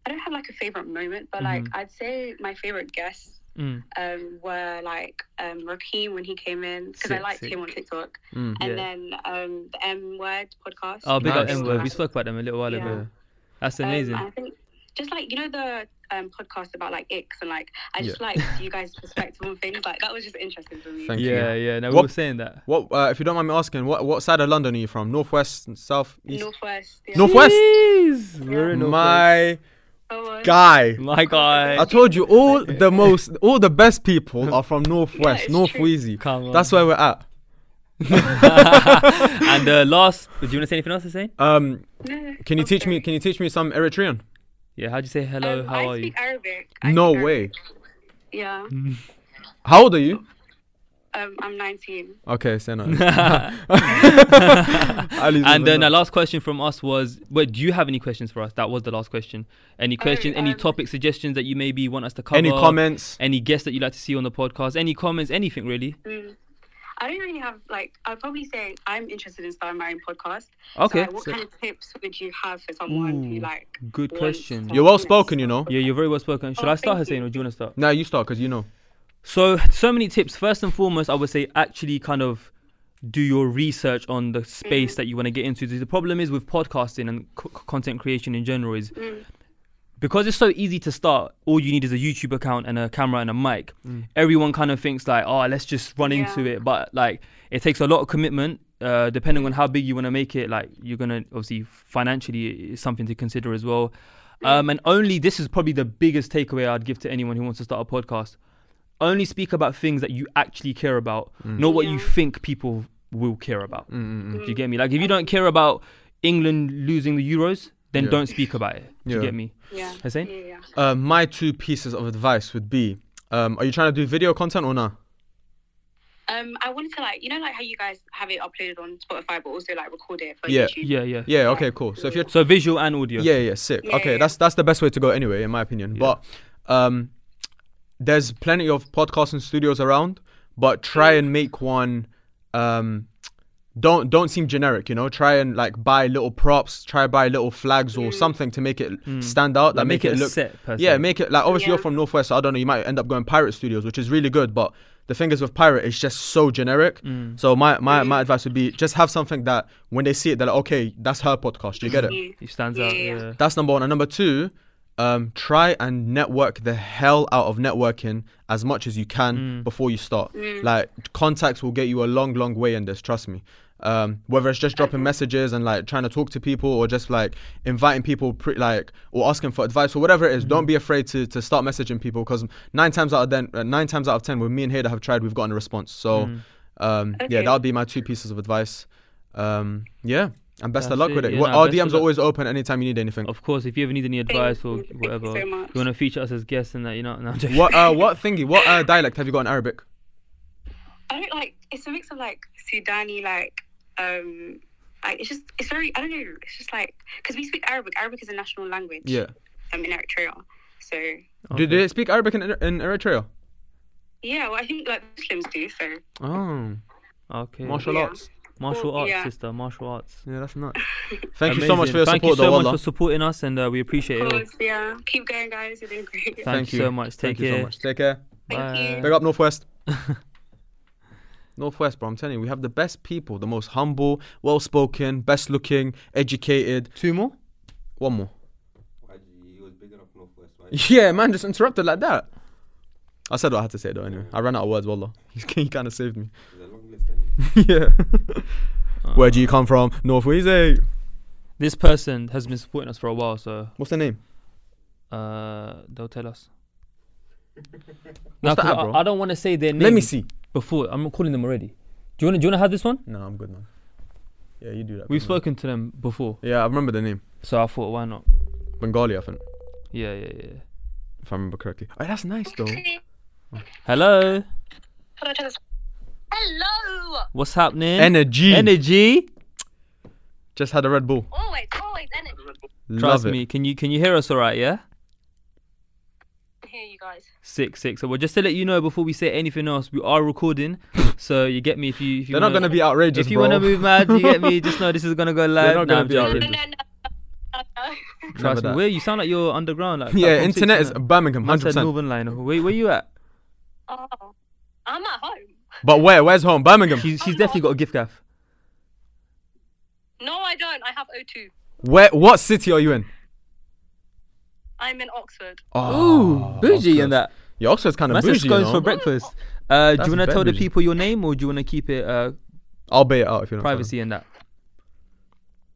[SPEAKER 6] I don't have like a favorite moment, but
[SPEAKER 2] Mm-hmm.
[SPEAKER 6] like I'd say my favorite guests
[SPEAKER 2] Mm.
[SPEAKER 6] um, were like um, Raheem when he came in because I
[SPEAKER 2] Sick,
[SPEAKER 6] liked
[SPEAKER 2] sick.
[SPEAKER 6] him on TikTok,
[SPEAKER 1] Mm.
[SPEAKER 6] and
[SPEAKER 2] Yeah.
[SPEAKER 6] then um, the M Word podcast.
[SPEAKER 2] Oh, big up
[SPEAKER 1] Nice.
[SPEAKER 2] M word. We spoke about them a little while
[SPEAKER 1] Mm.
[SPEAKER 6] Yeah.
[SPEAKER 2] ago. That's
[SPEAKER 6] Um,
[SPEAKER 2] amazing.
[SPEAKER 6] I think just like you know the um, podcast about like icks and like I just liked you guys' perspective on things. Like that was just interesting for me.
[SPEAKER 1] Thank you.
[SPEAKER 2] yeah, yeah. No, we
[SPEAKER 1] What-
[SPEAKER 2] were saying that.
[SPEAKER 1] What, uh, if you don't mind me asking, what what side of London are you from? Northwest, south, east,
[SPEAKER 6] Northwest. Yeah.
[SPEAKER 1] northwest.
[SPEAKER 2] Jeez, we're in Northwest.
[SPEAKER 1] My
[SPEAKER 6] Oh, uh,
[SPEAKER 1] guy.
[SPEAKER 2] my
[SPEAKER 1] I
[SPEAKER 2] God.
[SPEAKER 1] told you all the most, all the best people are from
[SPEAKER 6] Yeah,
[SPEAKER 1] Northwest,
[SPEAKER 6] it's
[SPEAKER 1] North
[SPEAKER 6] true.
[SPEAKER 1] Wheezy.
[SPEAKER 2] Come on.
[SPEAKER 1] That's where we're at.
[SPEAKER 2] and uh, last, do you want to say anything else to say?
[SPEAKER 1] Um,
[SPEAKER 6] no, no,
[SPEAKER 1] can you
[SPEAKER 6] oh,
[SPEAKER 1] teach
[SPEAKER 6] sorry.
[SPEAKER 1] me? Can you teach me some Eritrean?
[SPEAKER 2] Yeah, how'd you say hello?
[SPEAKER 6] Um,
[SPEAKER 2] how
[SPEAKER 6] I
[SPEAKER 2] are you? Mm-hmm.
[SPEAKER 6] speak Arabic. I
[SPEAKER 1] No
[SPEAKER 6] speak
[SPEAKER 1] way.
[SPEAKER 6] Arabic. Yeah.
[SPEAKER 1] How old are you?
[SPEAKER 6] Um, I'm 19.
[SPEAKER 1] Okay, say no. Ali's
[SPEAKER 2] and
[SPEAKER 1] even
[SPEAKER 2] then the
[SPEAKER 1] know.
[SPEAKER 2] last question from us was, wait, do you have any questions for us? That was the last question. Any questions, any
[SPEAKER 6] um,
[SPEAKER 2] topic suggestions that you maybe want us to cover?
[SPEAKER 1] Any comments?
[SPEAKER 2] Any guests that you'd like to see on the podcast? Any comments? Anything really?
[SPEAKER 6] Mm. I don't really have like. I'd probably say I'm interested in starting my own podcast.
[SPEAKER 2] Okay.
[SPEAKER 6] So, like, what kind of tips would you have for someone who
[SPEAKER 2] Ooh,
[SPEAKER 6] like?
[SPEAKER 2] Good
[SPEAKER 6] wants
[SPEAKER 2] question.
[SPEAKER 6] to
[SPEAKER 1] You're well spoken, you know.
[SPEAKER 2] Yeah, you're very well spoken. Should
[SPEAKER 6] Oh,
[SPEAKER 2] I start,
[SPEAKER 6] thank you.
[SPEAKER 2] Hussein, or do you want to start?
[SPEAKER 1] Now you start because you know.
[SPEAKER 2] So, so many tips. First and foremost, I would say actually kind of do your research on the space that you want to get into. The problem is with podcasting and c- content creation in general is because it's so easy to start. All you need is a YouTube account and a camera and a mic. Everyone kind of thinks like, oh, let's just run into
[SPEAKER 6] Yeah.
[SPEAKER 2] it, but like it takes a lot of commitment. Uh, depending on how big you want to make it, like you're gonna obviously financially is something to consider as well. Um, and only this is probably the biggest takeaway I'd give to anyone who wants to start a podcast only speak about things that you actually care about,
[SPEAKER 1] Mm.
[SPEAKER 2] not what you
[SPEAKER 6] Yeah.
[SPEAKER 2] think people will care about. Do you get me? Like, if you don't care about England losing the Euros, then
[SPEAKER 1] Yeah.
[SPEAKER 2] don't speak about it. Do you
[SPEAKER 1] Yeah.
[SPEAKER 2] get me?
[SPEAKER 6] Yeah.
[SPEAKER 2] Hussein?
[SPEAKER 6] Yeah, yeah.
[SPEAKER 1] Uh, my two pieces of advice would be: um, Are you trying to do video content or not?
[SPEAKER 6] Um, I wanted to like, you know, like how you guys have it uploaded on Spotify, but also like record it for
[SPEAKER 1] Yeah.
[SPEAKER 6] YouTube.
[SPEAKER 2] Yeah, yeah.
[SPEAKER 1] Yeah. Okay. Cool. So if you're
[SPEAKER 2] So, visual and audio.
[SPEAKER 1] yeah, yeah, sick.
[SPEAKER 6] Yeah,
[SPEAKER 1] okay,
[SPEAKER 6] yeah.
[SPEAKER 1] that's that's the best way to go anyway, in my opinion. But um, there's plenty of podcasting studios around, but try
[SPEAKER 6] Mm.
[SPEAKER 1] and make one. Um, don't don't seem generic, you know. Try and like buy little props, try buy little flags
[SPEAKER 6] Mm.
[SPEAKER 1] or something to make it stand out. That
[SPEAKER 2] Like,
[SPEAKER 1] Mm. make, it, look
[SPEAKER 2] set per
[SPEAKER 1] yeah,
[SPEAKER 2] se.
[SPEAKER 1] make it like obviously you're
[SPEAKER 6] Yeah.
[SPEAKER 1] from Northwest, so I don't know. You might end up going Pirate Studios, which is really good, but the thing is with Pirate, it's just so generic. So my, my my advice would be just have something that when they see it, they're like, okay, that's her podcast. You get it?
[SPEAKER 2] It stands out.
[SPEAKER 6] Yeah, yeah.
[SPEAKER 2] Yeah.
[SPEAKER 1] That's number one. And number two, um, try and network the hell out of networking as much as you
[SPEAKER 2] Mm.
[SPEAKER 1] can before you start. Like contacts will get you a long, long way in this. Trust me. Um, whether it's just dropping messages and like trying to talk to people, or just like inviting people, pre- like or asking for advice or whatever it is,
[SPEAKER 2] Mm.
[SPEAKER 1] don't be afraid to to start messaging people because nine times out of ten, uh, nine times out of ten, with me and Hader have tried, we've gotten a response. So,
[SPEAKER 2] Mm.
[SPEAKER 1] um, yeah,
[SPEAKER 6] Okay.
[SPEAKER 1] that would be my two pieces of advice. Um, yeah, and best
[SPEAKER 2] That's
[SPEAKER 1] of luck with
[SPEAKER 2] it.
[SPEAKER 1] it.
[SPEAKER 2] Yeah,
[SPEAKER 1] Well,
[SPEAKER 2] nah,
[SPEAKER 1] Our
[SPEAKER 2] best of
[SPEAKER 1] DMs are
[SPEAKER 2] luck.
[SPEAKER 1] always open anytime you need anything.
[SPEAKER 2] Of course, if you ever need any advice or
[SPEAKER 6] you. Thank you
[SPEAKER 2] whatever,
[SPEAKER 6] so
[SPEAKER 2] you
[SPEAKER 6] much.
[SPEAKER 2] want to feature us as guests and that, you know, no, I'm joking.
[SPEAKER 1] What uh, what thingy? What uh, dialect have you got in Arabic?
[SPEAKER 6] I don't like. It's a mix of like Sudani, like um,
[SPEAKER 7] Like it's just it's very I don't know. It's just like because we speak Arabic. Arabic is a national language.
[SPEAKER 1] Yeah.
[SPEAKER 7] Um, in Eritrea. So
[SPEAKER 1] Do they speak Arabic in, in Eritrea?
[SPEAKER 7] yeah, well I think like Muslims do. So
[SPEAKER 1] Oh,
[SPEAKER 2] Okay.
[SPEAKER 1] martial
[SPEAKER 7] Yeah.
[SPEAKER 1] arts.
[SPEAKER 2] Martial
[SPEAKER 7] Well,
[SPEAKER 2] arts,
[SPEAKER 7] yeah.
[SPEAKER 2] sister. Martial arts.
[SPEAKER 1] Yeah, that's nuts. Thank you so much
[SPEAKER 2] Amazing.
[SPEAKER 1] for your
[SPEAKER 2] Thank
[SPEAKER 1] support,
[SPEAKER 2] you so
[SPEAKER 1] though,
[SPEAKER 2] much
[SPEAKER 1] Wallah.
[SPEAKER 2] for supporting us, and uh, we appreciate it. all.
[SPEAKER 7] Pause, yeah, keep going, guys. You're doing great.
[SPEAKER 2] Thank you so much.
[SPEAKER 1] Thank
[SPEAKER 2] Take
[SPEAKER 1] you so
[SPEAKER 2] care.
[SPEAKER 1] much. Take care.
[SPEAKER 7] Thank you.
[SPEAKER 2] Bye.
[SPEAKER 1] Big up Northwest. Northwest, bro. I'm telling you, we have the best people, the most humble, well-spoken, best-looking, educated. Two more? One more.
[SPEAKER 4] Why do you- He was big enough Northwest. Why?
[SPEAKER 1] Yeah, man, just interrupted like that. I said what I had to say though. Anyway, I ran out of words. Wallah, he kind of saved me.
[SPEAKER 4] There's a long list. Anyway.
[SPEAKER 1] yeah. Where do you come from? North Weezy.
[SPEAKER 2] This person has been supporting us for a while, so
[SPEAKER 1] What's the name?
[SPEAKER 2] uh, they'll tell us.
[SPEAKER 1] What's the
[SPEAKER 2] 'cause
[SPEAKER 1] app, bro?
[SPEAKER 2] I, I don't want to say their name.
[SPEAKER 1] Let me see.
[SPEAKER 2] Before I'm calling them already. Do you want to? Do you want to have this one?
[SPEAKER 1] No, I'm good, man. Yeah, you do that.
[SPEAKER 2] We've
[SPEAKER 1] good, man.
[SPEAKER 2] spoken to them before,
[SPEAKER 1] Yeah, I remember the name.
[SPEAKER 2] so I thought, why not?
[SPEAKER 1] Bengali, I think,
[SPEAKER 2] Yeah, yeah, yeah.
[SPEAKER 1] if I remember correctly. Oh, that's nice though.
[SPEAKER 2] Hello,
[SPEAKER 6] Hello.
[SPEAKER 2] what's happening?
[SPEAKER 1] Energy.
[SPEAKER 2] Energy.
[SPEAKER 1] Just had a Red Bull.
[SPEAKER 6] Always, always, and
[SPEAKER 2] Trust
[SPEAKER 1] Love it.
[SPEAKER 2] me. Can you can you hear us all right? Yeah.
[SPEAKER 6] Here, you guys.
[SPEAKER 2] Six six. So well, just to let you know before we say anything else, we are recording. so you get me if you. If you
[SPEAKER 1] They're not
[SPEAKER 2] wanna-
[SPEAKER 1] gonna be outrageous,
[SPEAKER 2] If you
[SPEAKER 1] bro.
[SPEAKER 2] want to move mad, you get me. Just know this is gonna go live.
[SPEAKER 1] not gonna
[SPEAKER 2] Nah, I'm
[SPEAKER 1] be
[SPEAKER 2] joking.
[SPEAKER 6] No, no,
[SPEAKER 1] outrageous.
[SPEAKER 6] no, no, no, no.
[SPEAKER 2] Trust me.
[SPEAKER 1] that.
[SPEAKER 2] Where you sound like you're underground. Like
[SPEAKER 1] yeah,
[SPEAKER 2] platform six,
[SPEAKER 1] internet is
[SPEAKER 2] innit?
[SPEAKER 1] Birmingham,
[SPEAKER 2] Man
[SPEAKER 1] hundred
[SPEAKER 2] said
[SPEAKER 1] percent.
[SPEAKER 2] Northern Line. Where, where you at?
[SPEAKER 6] Oh, I'm at home.
[SPEAKER 1] But where? Where's home? Birmingham.
[SPEAKER 2] She's, she's definitely got a gift gaff.
[SPEAKER 6] No, I don't. I have O2.
[SPEAKER 1] Where? What city are you in?
[SPEAKER 6] I'm in Oxford.
[SPEAKER 1] Oh,
[SPEAKER 2] bougie and that.
[SPEAKER 1] Yeah, Oxford's kind of
[SPEAKER 2] Man said
[SPEAKER 1] bougie. You
[SPEAKER 2] scones for
[SPEAKER 1] know?
[SPEAKER 2] breakfast. Uh, do
[SPEAKER 1] That's
[SPEAKER 2] you wanna
[SPEAKER 1] bad
[SPEAKER 2] tell the
[SPEAKER 1] bougie.
[SPEAKER 2] people your name or do you wanna keep it uh,
[SPEAKER 1] I'll bait it out if you don't. mind.
[SPEAKER 2] privacy and that?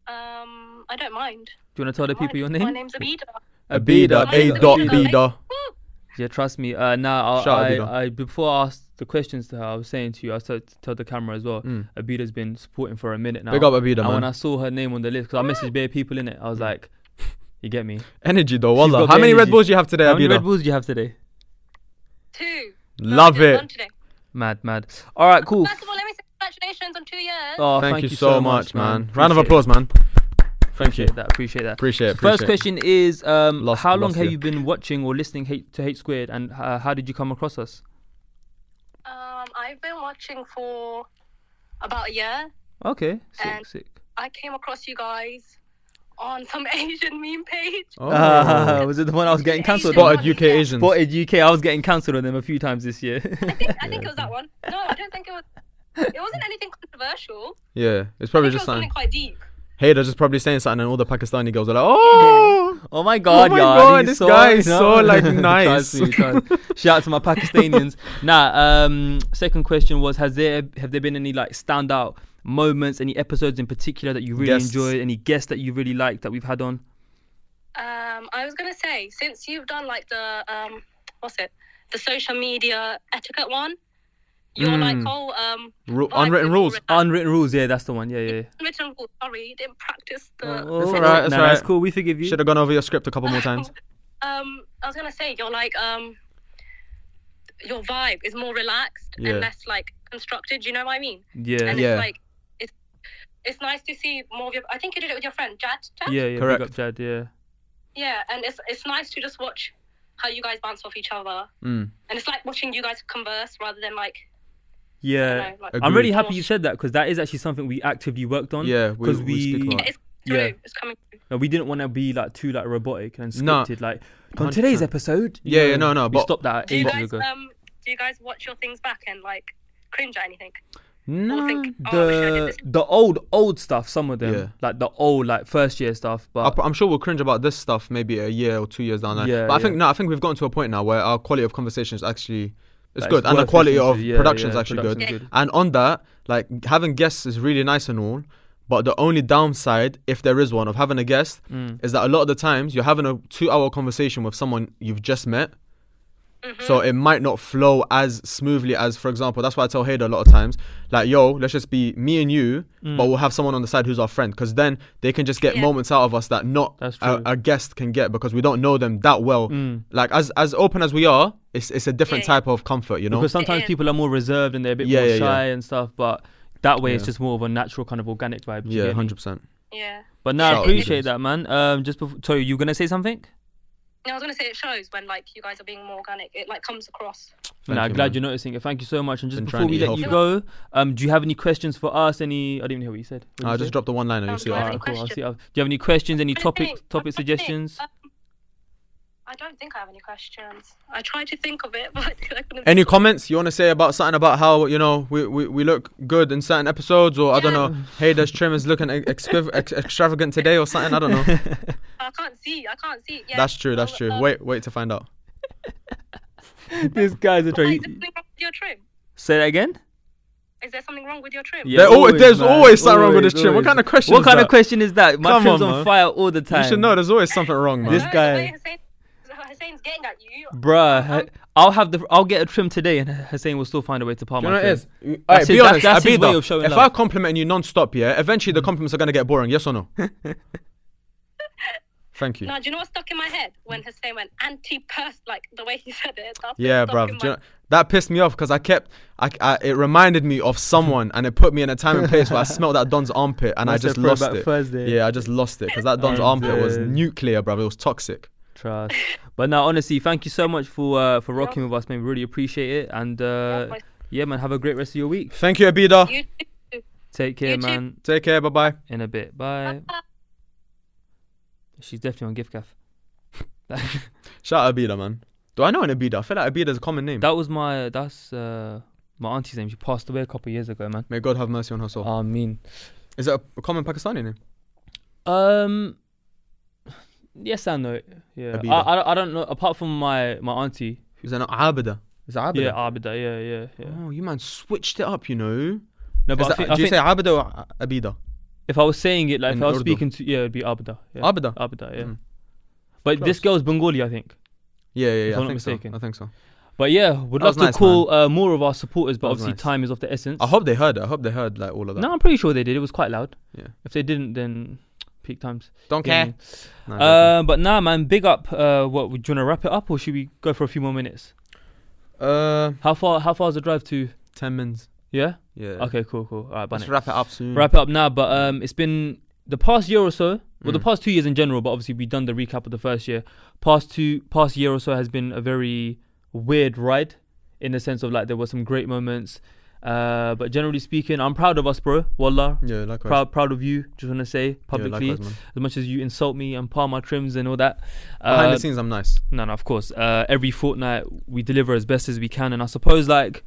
[SPEAKER 6] Um, I don't mind.
[SPEAKER 2] Do you wanna tell the people your
[SPEAKER 6] Mine- Oh, My
[SPEAKER 2] name?
[SPEAKER 6] name's Abida.
[SPEAKER 1] Abida,
[SPEAKER 2] Abida.
[SPEAKER 1] A dot
[SPEAKER 6] Abida.
[SPEAKER 1] Bida.
[SPEAKER 6] Woo!
[SPEAKER 2] Yeah, trust me. Uh, now
[SPEAKER 1] Shout
[SPEAKER 2] nah,
[SPEAKER 1] out
[SPEAKER 2] I,
[SPEAKER 1] Abida.
[SPEAKER 2] I, I before I asked the questions to her, I was saying to you, I said to tell the camera as well.
[SPEAKER 1] Mm.
[SPEAKER 2] Abida's been supporting for a minute now.
[SPEAKER 1] Big up Abida,
[SPEAKER 2] And when
[SPEAKER 1] man. Mm.
[SPEAKER 2] I saw her name on the list, because I messaged bare people in it, I was like, you get me.
[SPEAKER 1] Energy though, wallah.
[SPEAKER 2] got
[SPEAKER 1] How
[SPEAKER 2] the
[SPEAKER 1] many Red
[SPEAKER 2] energy.
[SPEAKER 1] Bulls do you have today,
[SPEAKER 2] How many Red
[SPEAKER 1] Abida?
[SPEAKER 2] Bulls do you have today?
[SPEAKER 6] Two. No, I
[SPEAKER 1] Love
[SPEAKER 6] did
[SPEAKER 1] it.
[SPEAKER 6] one today.
[SPEAKER 2] Mad, mad. All right, cool.
[SPEAKER 6] First of all, let me say congratulations on two years.
[SPEAKER 2] Oh,
[SPEAKER 1] Thank you so much, man. Round of
[SPEAKER 2] Appreciate
[SPEAKER 1] applause, man. Thank you.
[SPEAKER 2] Appreciate that. Appreciate that.
[SPEAKER 1] Appreciate it.
[SPEAKER 2] First
[SPEAKER 1] appreciate
[SPEAKER 2] question is, um,
[SPEAKER 1] Lost-
[SPEAKER 2] how long
[SPEAKER 1] lost
[SPEAKER 2] have
[SPEAKER 1] you.
[SPEAKER 2] you been watching or listening hate, to Hate Squared, and uh, how did you come across us?
[SPEAKER 6] Um, I've been watching for about a year.
[SPEAKER 2] Okay, sick,
[SPEAKER 6] Um,
[SPEAKER 2] sick.
[SPEAKER 6] I came across you guys on some Asian meme page.
[SPEAKER 1] it. Oh.
[SPEAKER 2] Ah, was it the one I was getting cancelled? on?
[SPEAKER 1] Spotted UK Asians.
[SPEAKER 2] Spotted UK. I was getting cancelled on them a few times this year.
[SPEAKER 6] I think I think it was that one. No, I don't think it was. It wasn't anything controversial.
[SPEAKER 1] Yeah, it's
[SPEAKER 6] I
[SPEAKER 1] probably
[SPEAKER 6] think it was
[SPEAKER 1] just
[SPEAKER 6] something
[SPEAKER 1] saying.
[SPEAKER 6] quite deep.
[SPEAKER 1] Hey, they're just probably saying something, and all the Pakistani girls are like, "Oh,
[SPEAKER 2] oh my god,
[SPEAKER 1] my
[SPEAKER 2] y'all,
[SPEAKER 1] God,
[SPEAKER 2] he's
[SPEAKER 1] this guy is
[SPEAKER 2] you know?
[SPEAKER 1] so, like,
[SPEAKER 2] Trust me,
[SPEAKER 1] nice.
[SPEAKER 2] trust me. Shout out to my Pakistanians. nah. Um, second question was: Has there have there been any like standout moments, any episodes in particular that you really
[SPEAKER 1] Guests.
[SPEAKER 2] enjoyed, any guests that you really liked that we've had on?
[SPEAKER 6] Um, I was gonna say since you've done like the um, what's it, the social media etiquette one, your like
[SPEAKER 1] Mm.
[SPEAKER 6] whole um
[SPEAKER 1] Ru-
[SPEAKER 2] Oh,
[SPEAKER 6] vibe
[SPEAKER 1] unwritten
[SPEAKER 6] is
[SPEAKER 1] rules."
[SPEAKER 6] already-
[SPEAKER 2] Unwritten rules, yeah, that's the one. Yeah, yeah. yeah.
[SPEAKER 6] Unwritten rules. Sorry, you didn't practice the.
[SPEAKER 2] Oh,
[SPEAKER 1] It's
[SPEAKER 2] oh,
[SPEAKER 1] alright, it's
[SPEAKER 2] nah,
[SPEAKER 1] alright.
[SPEAKER 2] That's cool. We forgive you.
[SPEAKER 1] Should have gone over your script a couple more times.
[SPEAKER 6] um, I was gonna say you're like um, your vibe is more relaxed
[SPEAKER 1] Yeah.
[SPEAKER 6] and less like constructed. You know what I mean?
[SPEAKER 2] yeah.
[SPEAKER 6] And
[SPEAKER 1] Yeah.
[SPEAKER 6] it's like it's it's nice to see more of your. I think you did it with your friend Jad. Jad?
[SPEAKER 2] Yeah, yeah,
[SPEAKER 1] Correct.
[SPEAKER 2] Correct. Up, Jad, yeah.
[SPEAKER 6] Yeah, and it's it's nice to just watch how you guys bounce off each other,
[SPEAKER 1] Mm.
[SPEAKER 6] and it's like watching you guys converse rather than like. I
[SPEAKER 2] Yeah.
[SPEAKER 6] don't know, like
[SPEAKER 1] Agreed.
[SPEAKER 2] Uh, I'm really happy you said that because that is actually something we actively worked on.
[SPEAKER 1] Yeah, we,
[SPEAKER 2] 'Cause
[SPEAKER 1] we, speak
[SPEAKER 2] we-
[SPEAKER 1] about. it.
[SPEAKER 6] it's through,
[SPEAKER 2] Yeah.
[SPEAKER 6] it's coming. Through.
[SPEAKER 2] No, we didn't want to be like too like robotic and
[SPEAKER 1] No,
[SPEAKER 2] scripted. Like on
[SPEAKER 1] 100%.
[SPEAKER 2] today's episode. you
[SPEAKER 1] Yeah, yeah, no, no,
[SPEAKER 2] We
[SPEAKER 1] but-
[SPEAKER 2] stopped that
[SPEAKER 6] Do you
[SPEAKER 2] ages
[SPEAKER 6] guys
[SPEAKER 2] ago.
[SPEAKER 6] um do you guys watch your things back and like cringe at anything?
[SPEAKER 1] No,
[SPEAKER 6] think- oh, I wish I did
[SPEAKER 2] The
[SPEAKER 6] this.
[SPEAKER 2] the old old stuff, some of them,
[SPEAKER 1] Yeah.
[SPEAKER 2] like the old like first year stuff,
[SPEAKER 1] I'll
[SPEAKER 2] but
[SPEAKER 1] pro- I'm sure we'll cringe about this stuff maybe a year or two years down the line.
[SPEAKER 2] Yeah,
[SPEAKER 1] but I
[SPEAKER 2] yeah.
[SPEAKER 1] think no, I think we've gotten to a point now where our quality of conversation is actually it's
[SPEAKER 2] Like,
[SPEAKER 1] good,
[SPEAKER 2] it's
[SPEAKER 1] and the
[SPEAKER 2] worth
[SPEAKER 1] quality
[SPEAKER 2] listening
[SPEAKER 1] of
[SPEAKER 2] to. Yeah,
[SPEAKER 1] production is
[SPEAKER 2] yeah,
[SPEAKER 1] actually
[SPEAKER 2] production's
[SPEAKER 1] good.
[SPEAKER 2] good.
[SPEAKER 1] And on that, like having guests is really nice and all, but the only downside, if there is one, of having a guest
[SPEAKER 2] Mm.
[SPEAKER 1] is that a lot of the times you're having a two-hour conversation with someone you've just met. So it might not flow as smoothly as, for example, that's why I tell Hader a lot of times, like, yo, let's just be me and you,
[SPEAKER 2] Mm.
[SPEAKER 1] but we'll have someone on the side who's our friend, because then they can just get
[SPEAKER 6] Yeah.
[SPEAKER 1] moments out of us that not
[SPEAKER 2] That's
[SPEAKER 1] a,
[SPEAKER 2] true. Mm.
[SPEAKER 1] a guest can get because we don't know them that well. Like as as open as we are, it's it's a different
[SPEAKER 6] Yeah, yeah.
[SPEAKER 1] type of comfort, you know.
[SPEAKER 2] because sometimes
[SPEAKER 6] Yeah.
[SPEAKER 2] people are more reserved and they're a bit
[SPEAKER 1] Yeah,
[SPEAKER 2] more
[SPEAKER 1] yeah, yeah.
[SPEAKER 2] shy and stuff. But That way, it's
[SPEAKER 1] Yeah.
[SPEAKER 2] just more of a natural kind of organic vibe. do you
[SPEAKER 1] Yeah,
[SPEAKER 2] get me?
[SPEAKER 1] hundred percent.
[SPEAKER 6] Yeah.
[SPEAKER 2] But now I
[SPEAKER 1] Shout out to
[SPEAKER 2] appreciate
[SPEAKER 1] Idris.
[SPEAKER 2] that, man. Um, just before, sorry, you gonna say something?
[SPEAKER 6] No, I was gonna say it shows when like you guys are being more organic. It like comes across.
[SPEAKER 1] Thank
[SPEAKER 2] nah,
[SPEAKER 1] you,
[SPEAKER 2] glad
[SPEAKER 1] man.
[SPEAKER 2] you're noticing it. Thank you so much. And just
[SPEAKER 1] Been
[SPEAKER 2] before
[SPEAKER 1] trying to
[SPEAKER 2] we
[SPEAKER 1] eat
[SPEAKER 2] let you go, um, do you have any questions for us? Any? I didn't even hear what you said. What did
[SPEAKER 1] I
[SPEAKER 2] you
[SPEAKER 1] just
[SPEAKER 2] say?
[SPEAKER 1] dropped the one liner. You see.
[SPEAKER 6] Do I have
[SPEAKER 2] Alright,
[SPEAKER 1] What
[SPEAKER 6] any
[SPEAKER 2] cool. I'll
[SPEAKER 6] questions?
[SPEAKER 2] see. I'll- Do you have any questions? Any
[SPEAKER 6] I
[SPEAKER 2] topic
[SPEAKER 6] think-
[SPEAKER 2] topic
[SPEAKER 6] I think,
[SPEAKER 2] suggestions?
[SPEAKER 6] um, I don't think I have any questions. I tried to think of it, but I couldn't.
[SPEAKER 1] Any
[SPEAKER 6] think of
[SPEAKER 1] comments you want to say about something about how you know we, we, we look good in certain episodes, or I don't know, hey, does trim is looking ex- ex- extravagant today or something? I don't know.
[SPEAKER 6] it. I can't see. I can't see. Yeah.
[SPEAKER 1] That's true. That's
[SPEAKER 6] I'll-
[SPEAKER 1] true.
[SPEAKER 6] um,
[SPEAKER 1] Wait, wait to find out.
[SPEAKER 2] this guy's a
[SPEAKER 6] Wait,
[SPEAKER 2] try.
[SPEAKER 6] is there something wrong with your trim?
[SPEAKER 2] Say that again.
[SPEAKER 6] Is there something wrong with your trim?
[SPEAKER 2] Yeah,
[SPEAKER 1] There al-
[SPEAKER 2] always,
[SPEAKER 1] there's
[SPEAKER 2] man.
[SPEAKER 1] always something wrong with this
[SPEAKER 2] Always,
[SPEAKER 1] trim. What
[SPEAKER 2] always.
[SPEAKER 1] kind of question?
[SPEAKER 2] What
[SPEAKER 1] is
[SPEAKER 2] kind of
[SPEAKER 1] that?
[SPEAKER 2] question is that? My
[SPEAKER 1] Come
[SPEAKER 2] trim's
[SPEAKER 1] on,
[SPEAKER 2] on,
[SPEAKER 1] man.
[SPEAKER 2] fire all the time.
[SPEAKER 1] You should know. There's always something wrong, man.
[SPEAKER 2] This
[SPEAKER 6] No,
[SPEAKER 2] guy-
[SPEAKER 6] The way Hussein, Hussein's getting at you.
[SPEAKER 2] Bruh, Hu- I'll have the. I'll get a trim today, and Hussein will still find a way to palm
[SPEAKER 1] You
[SPEAKER 2] my
[SPEAKER 1] know what it
[SPEAKER 2] trim.
[SPEAKER 1] is? Alright,
[SPEAKER 2] his-
[SPEAKER 1] be
[SPEAKER 2] that's-
[SPEAKER 1] honest,
[SPEAKER 2] that's his
[SPEAKER 1] Abida,
[SPEAKER 2] way of showing
[SPEAKER 1] if
[SPEAKER 2] love.
[SPEAKER 1] I compliment you non-stop, yeah, eventually the compliments are gonna get boring. Yes or no? Thank you.
[SPEAKER 6] No, do you know what stuck in my head when Hussein went anti-purse? Like the way he said it. That's what
[SPEAKER 1] Yeah,
[SPEAKER 6] stuck
[SPEAKER 1] bruv.
[SPEAKER 6] in
[SPEAKER 1] do you
[SPEAKER 6] my-
[SPEAKER 1] know- that pissed me off because I kept, I, I, it reminded me of someone and it put me in a time and place where I smelled that Don's armpit and I
[SPEAKER 2] Must
[SPEAKER 1] just
[SPEAKER 2] have thrown
[SPEAKER 1] lost
[SPEAKER 2] back
[SPEAKER 1] it.
[SPEAKER 2] Thursday.
[SPEAKER 1] Yeah, I just lost it because that Don's
[SPEAKER 2] I'm
[SPEAKER 1] armpit was
[SPEAKER 2] dead.
[SPEAKER 1] nuclear, bruv. It was toxic.
[SPEAKER 2] Trust. But now, honestly, thank you so much for uh, for rocking with us, man. We really appreciate it. And uh, yeah, man, have a great rest of your week.
[SPEAKER 1] Thank you, Abida.
[SPEAKER 6] You too.
[SPEAKER 2] Take care,
[SPEAKER 6] You too.
[SPEAKER 2] man.
[SPEAKER 1] Take care. Bye bye.
[SPEAKER 2] In a bit. Bye. She's definitely on gift gaff. that
[SPEAKER 1] Shout out Abida, man. Do I know an Abida? I feel like Abida is a common name.
[SPEAKER 2] was my. That's uh, my auntie's name. She passed away a couple of years ago, man.
[SPEAKER 1] May God have mercy on her soul.
[SPEAKER 2] I mean,
[SPEAKER 1] Is it a, a common Pakistani name?
[SPEAKER 2] Um. Yes, I know. it. Yeah.
[SPEAKER 1] Abida.
[SPEAKER 2] I, I, don't- I don't know. Apart from my my auntie.
[SPEAKER 1] Is it not Abida? Is it Abida?
[SPEAKER 2] Yeah, Abida. Yeah, yeah, yeah.
[SPEAKER 1] Oh, you man switched it up, you know.
[SPEAKER 2] No,
[SPEAKER 1] Is
[SPEAKER 2] but I
[SPEAKER 1] that,
[SPEAKER 2] think,
[SPEAKER 1] do
[SPEAKER 2] I
[SPEAKER 1] you
[SPEAKER 2] think
[SPEAKER 1] say Abida or A- Abida?
[SPEAKER 2] if I was saying it, like if
[SPEAKER 1] in
[SPEAKER 2] I was
[SPEAKER 1] Urdu?
[SPEAKER 2] speaking to, yeah, it'd be Abida. Yeah.
[SPEAKER 1] Abida?
[SPEAKER 2] Abida. Yeah.
[SPEAKER 1] Mm.
[SPEAKER 2] But this
[SPEAKER 1] Close.
[SPEAKER 2] girl's Bengali, I think.
[SPEAKER 1] Yeah, yeah,
[SPEAKER 2] If
[SPEAKER 1] yeah. I
[SPEAKER 2] I'm not
[SPEAKER 1] think so.
[SPEAKER 2] mistaken.
[SPEAKER 1] I think so.
[SPEAKER 2] But yeah, would
[SPEAKER 1] That was
[SPEAKER 2] love to
[SPEAKER 1] nice,
[SPEAKER 2] call uh, more of our supporters, but
[SPEAKER 1] That was
[SPEAKER 2] obviously
[SPEAKER 1] nice.
[SPEAKER 2] time is of the essence.
[SPEAKER 1] I hope they heard. it. I hope they heard like all of that.
[SPEAKER 2] no, I'm pretty sure they did. It was quite loud.
[SPEAKER 1] Yeah.
[SPEAKER 2] If they didn't, then peak times.
[SPEAKER 1] Don't
[SPEAKER 2] Yeah,
[SPEAKER 1] care. Nah,
[SPEAKER 2] man.
[SPEAKER 1] joking.
[SPEAKER 2] Uh, but nah, man, big up. Uh, what? Do you wanna wrap it up, or should we go for a few more minutes?
[SPEAKER 1] Uh,
[SPEAKER 2] How far? How far is the drive to?
[SPEAKER 1] ten minutes.
[SPEAKER 2] Yeah.
[SPEAKER 1] Yeah.
[SPEAKER 2] Okay, cool, cool. All right,
[SPEAKER 1] Let's
[SPEAKER 2] Bunny.
[SPEAKER 1] wrap it up soon.
[SPEAKER 2] Wrap it up now, but um, it's been the past year or so, well, the
[SPEAKER 1] Mm.
[SPEAKER 2] past two years in general. But obviously, we've done the recap of the first year. Past two, past year or so has been a very weird ride, in the sense of like there were some great moments, uh, but generally speaking, I'm proud of us, bro. Wallah,
[SPEAKER 1] Yeah, likewise.
[SPEAKER 2] proud, proud of you. Just wanna say publicly,
[SPEAKER 1] Mm. likewise, man.
[SPEAKER 2] as much as you insult me and palm my trims and all that.
[SPEAKER 1] Behind
[SPEAKER 2] uh,
[SPEAKER 1] the scenes, I'm nice.
[SPEAKER 2] no, no, of course. Uh, every fortnight we deliver as best as we can, and I suppose like,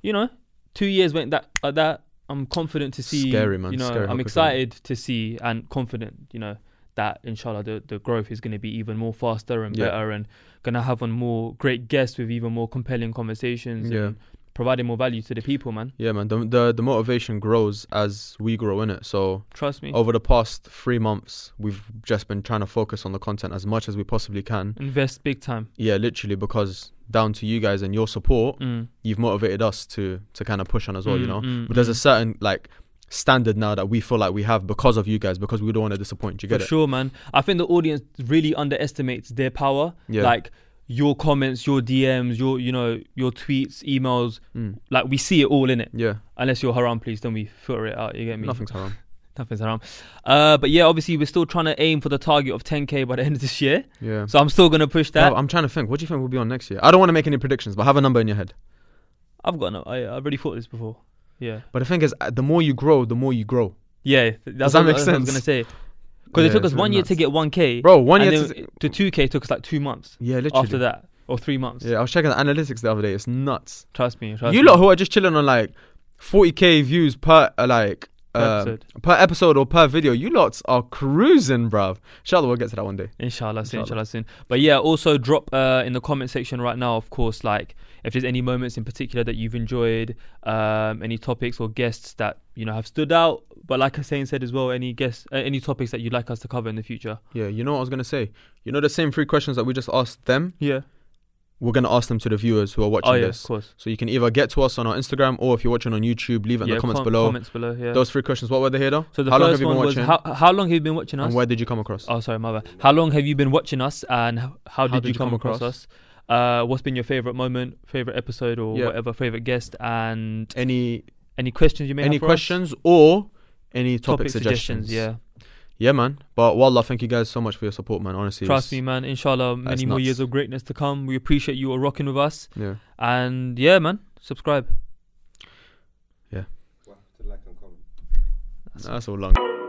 [SPEAKER 2] you know, two years went that like that. I'm confident to see.
[SPEAKER 1] Scary, man.
[SPEAKER 2] You know,
[SPEAKER 1] Scary how
[SPEAKER 2] I'm
[SPEAKER 1] quick that went.
[SPEAKER 2] excited to see and confident. You know that inshallah the, the growth is going to be even more faster and
[SPEAKER 1] Yeah.
[SPEAKER 2] better, and gonna have on more great guests with even more compelling conversations.
[SPEAKER 1] Yeah.
[SPEAKER 2] and providing more value to the people, man.
[SPEAKER 1] Yeah, man. The, the the motivation grows as we grow in it. So
[SPEAKER 2] Trust me.
[SPEAKER 1] over the past three months, we've just been trying to focus on the content as much as we possibly can.
[SPEAKER 2] Invest big time.
[SPEAKER 1] Yeah, literally because down to you guys and your support,
[SPEAKER 2] Mm.
[SPEAKER 1] you've motivated us to to kind of push on as well. you
[SPEAKER 2] Mm,
[SPEAKER 1] know,
[SPEAKER 2] mm,
[SPEAKER 1] but there's a certain like standard now that we feel like we have because of you guys because we don't want to disappoint. You get
[SPEAKER 2] For
[SPEAKER 1] it?
[SPEAKER 2] sure, man. I think the audience really underestimates their power.
[SPEAKER 1] Yeah.
[SPEAKER 2] Like your comments, your DMs, your you know your tweets, emails.
[SPEAKER 1] Mm.
[SPEAKER 2] Like we see it all in it.
[SPEAKER 1] Yeah,
[SPEAKER 2] Unless you're haram, please, then we filter it out. You get me?
[SPEAKER 1] nothing's haram.
[SPEAKER 2] Nothing's haram. Uh, but yeah, obviously we're still trying to aim for the target of 10k by the end of this year.
[SPEAKER 1] Yeah.
[SPEAKER 2] So I'm still gonna push that.
[SPEAKER 1] Bro, I'm trying to think. What do you think we'll be on next year? I don't want to make any predictions, but have a number in your head.
[SPEAKER 2] I've got no. I, I've already thought this before. Yeah.
[SPEAKER 1] But the thing is, uh, the more you grow, the more you grow.
[SPEAKER 2] Yeah. th- That's
[SPEAKER 1] that
[SPEAKER 2] what-
[SPEAKER 1] make
[SPEAKER 2] that's what I was gonna
[SPEAKER 1] sense?
[SPEAKER 2] say. Because
[SPEAKER 1] Yeah,
[SPEAKER 2] it took
[SPEAKER 1] it's
[SPEAKER 2] us
[SPEAKER 1] really
[SPEAKER 2] one year
[SPEAKER 1] nuts.
[SPEAKER 2] to get 1k.
[SPEAKER 1] Bro, one
[SPEAKER 2] and
[SPEAKER 1] year
[SPEAKER 2] then
[SPEAKER 1] to,
[SPEAKER 2] it- to 2k took us like two months.
[SPEAKER 1] yeah, literally.
[SPEAKER 2] After that, or three months.
[SPEAKER 1] yeah, I was checking the analytics the other day. It's nuts.
[SPEAKER 2] Trust me. Trust
[SPEAKER 1] you
[SPEAKER 2] me.
[SPEAKER 1] lot who are just chilling on like 40k views per uh, like
[SPEAKER 2] Per
[SPEAKER 1] uh,
[SPEAKER 2] episode.
[SPEAKER 1] per episode or per video. You lots are cruising, bruv. Inshallah, we'll get to that one day.
[SPEAKER 2] Inshallah soon,
[SPEAKER 1] Inshallah.
[SPEAKER 2] inshallah soon. But yeah, also drop uh, in the comment section right now, of course, like if there's any moments in particular that you've enjoyed, um, any topics or guests that you know have stood out. But like Hussein said as well, any guests, uh, any topics that you'd like us to cover in the future.
[SPEAKER 1] Yeah, you know what I was gonna say. You know the same three questions that we just asked them.
[SPEAKER 2] Yeah.
[SPEAKER 1] We're gonna ask them to the viewers who are watching
[SPEAKER 2] Oh yeah,
[SPEAKER 1] this.
[SPEAKER 2] of course.
[SPEAKER 1] So you can either get to us on our Instagram or if you're watching on YouTube, leave it in
[SPEAKER 2] yeah,
[SPEAKER 1] the comments
[SPEAKER 2] com-
[SPEAKER 1] below.
[SPEAKER 2] Comments below. Yeah.
[SPEAKER 1] Those three questions. What were they here though?
[SPEAKER 2] so the
[SPEAKER 1] how long have
[SPEAKER 2] first
[SPEAKER 1] you been
[SPEAKER 2] one was
[SPEAKER 1] watching?
[SPEAKER 2] how, how long have you been watching us?
[SPEAKER 1] and where did you come across?
[SPEAKER 2] Oh, sorry, my bad. How long have you been watching us, and h- how did,
[SPEAKER 1] did
[SPEAKER 2] you come, across, us? Uh, what's been your favorite moment, favorite episode, or
[SPEAKER 1] Yeah.
[SPEAKER 2] whatever, favorite guest, and
[SPEAKER 1] Any
[SPEAKER 2] Any questions you may
[SPEAKER 1] any
[SPEAKER 2] have for us?
[SPEAKER 1] questions or any topic,
[SPEAKER 2] Topic
[SPEAKER 1] suggestions.
[SPEAKER 2] suggestions? Yeah.
[SPEAKER 1] Yeah, man. But wallah, thank you guys so much for your support, man. Honestly. it
[SPEAKER 2] Trust
[SPEAKER 1] was-
[SPEAKER 2] me, man. Inshallah, many more
[SPEAKER 1] nuts.
[SPEAKER 2] years of greatness to come. We appreciate you all rocking with us.
[SPEAKER 1] Yeah.
[SPEAKER 2] And yeah, man, subscribe.
[SPEAKER 4] Wow, to like and comment.
[SPEAKER 1] That's all long.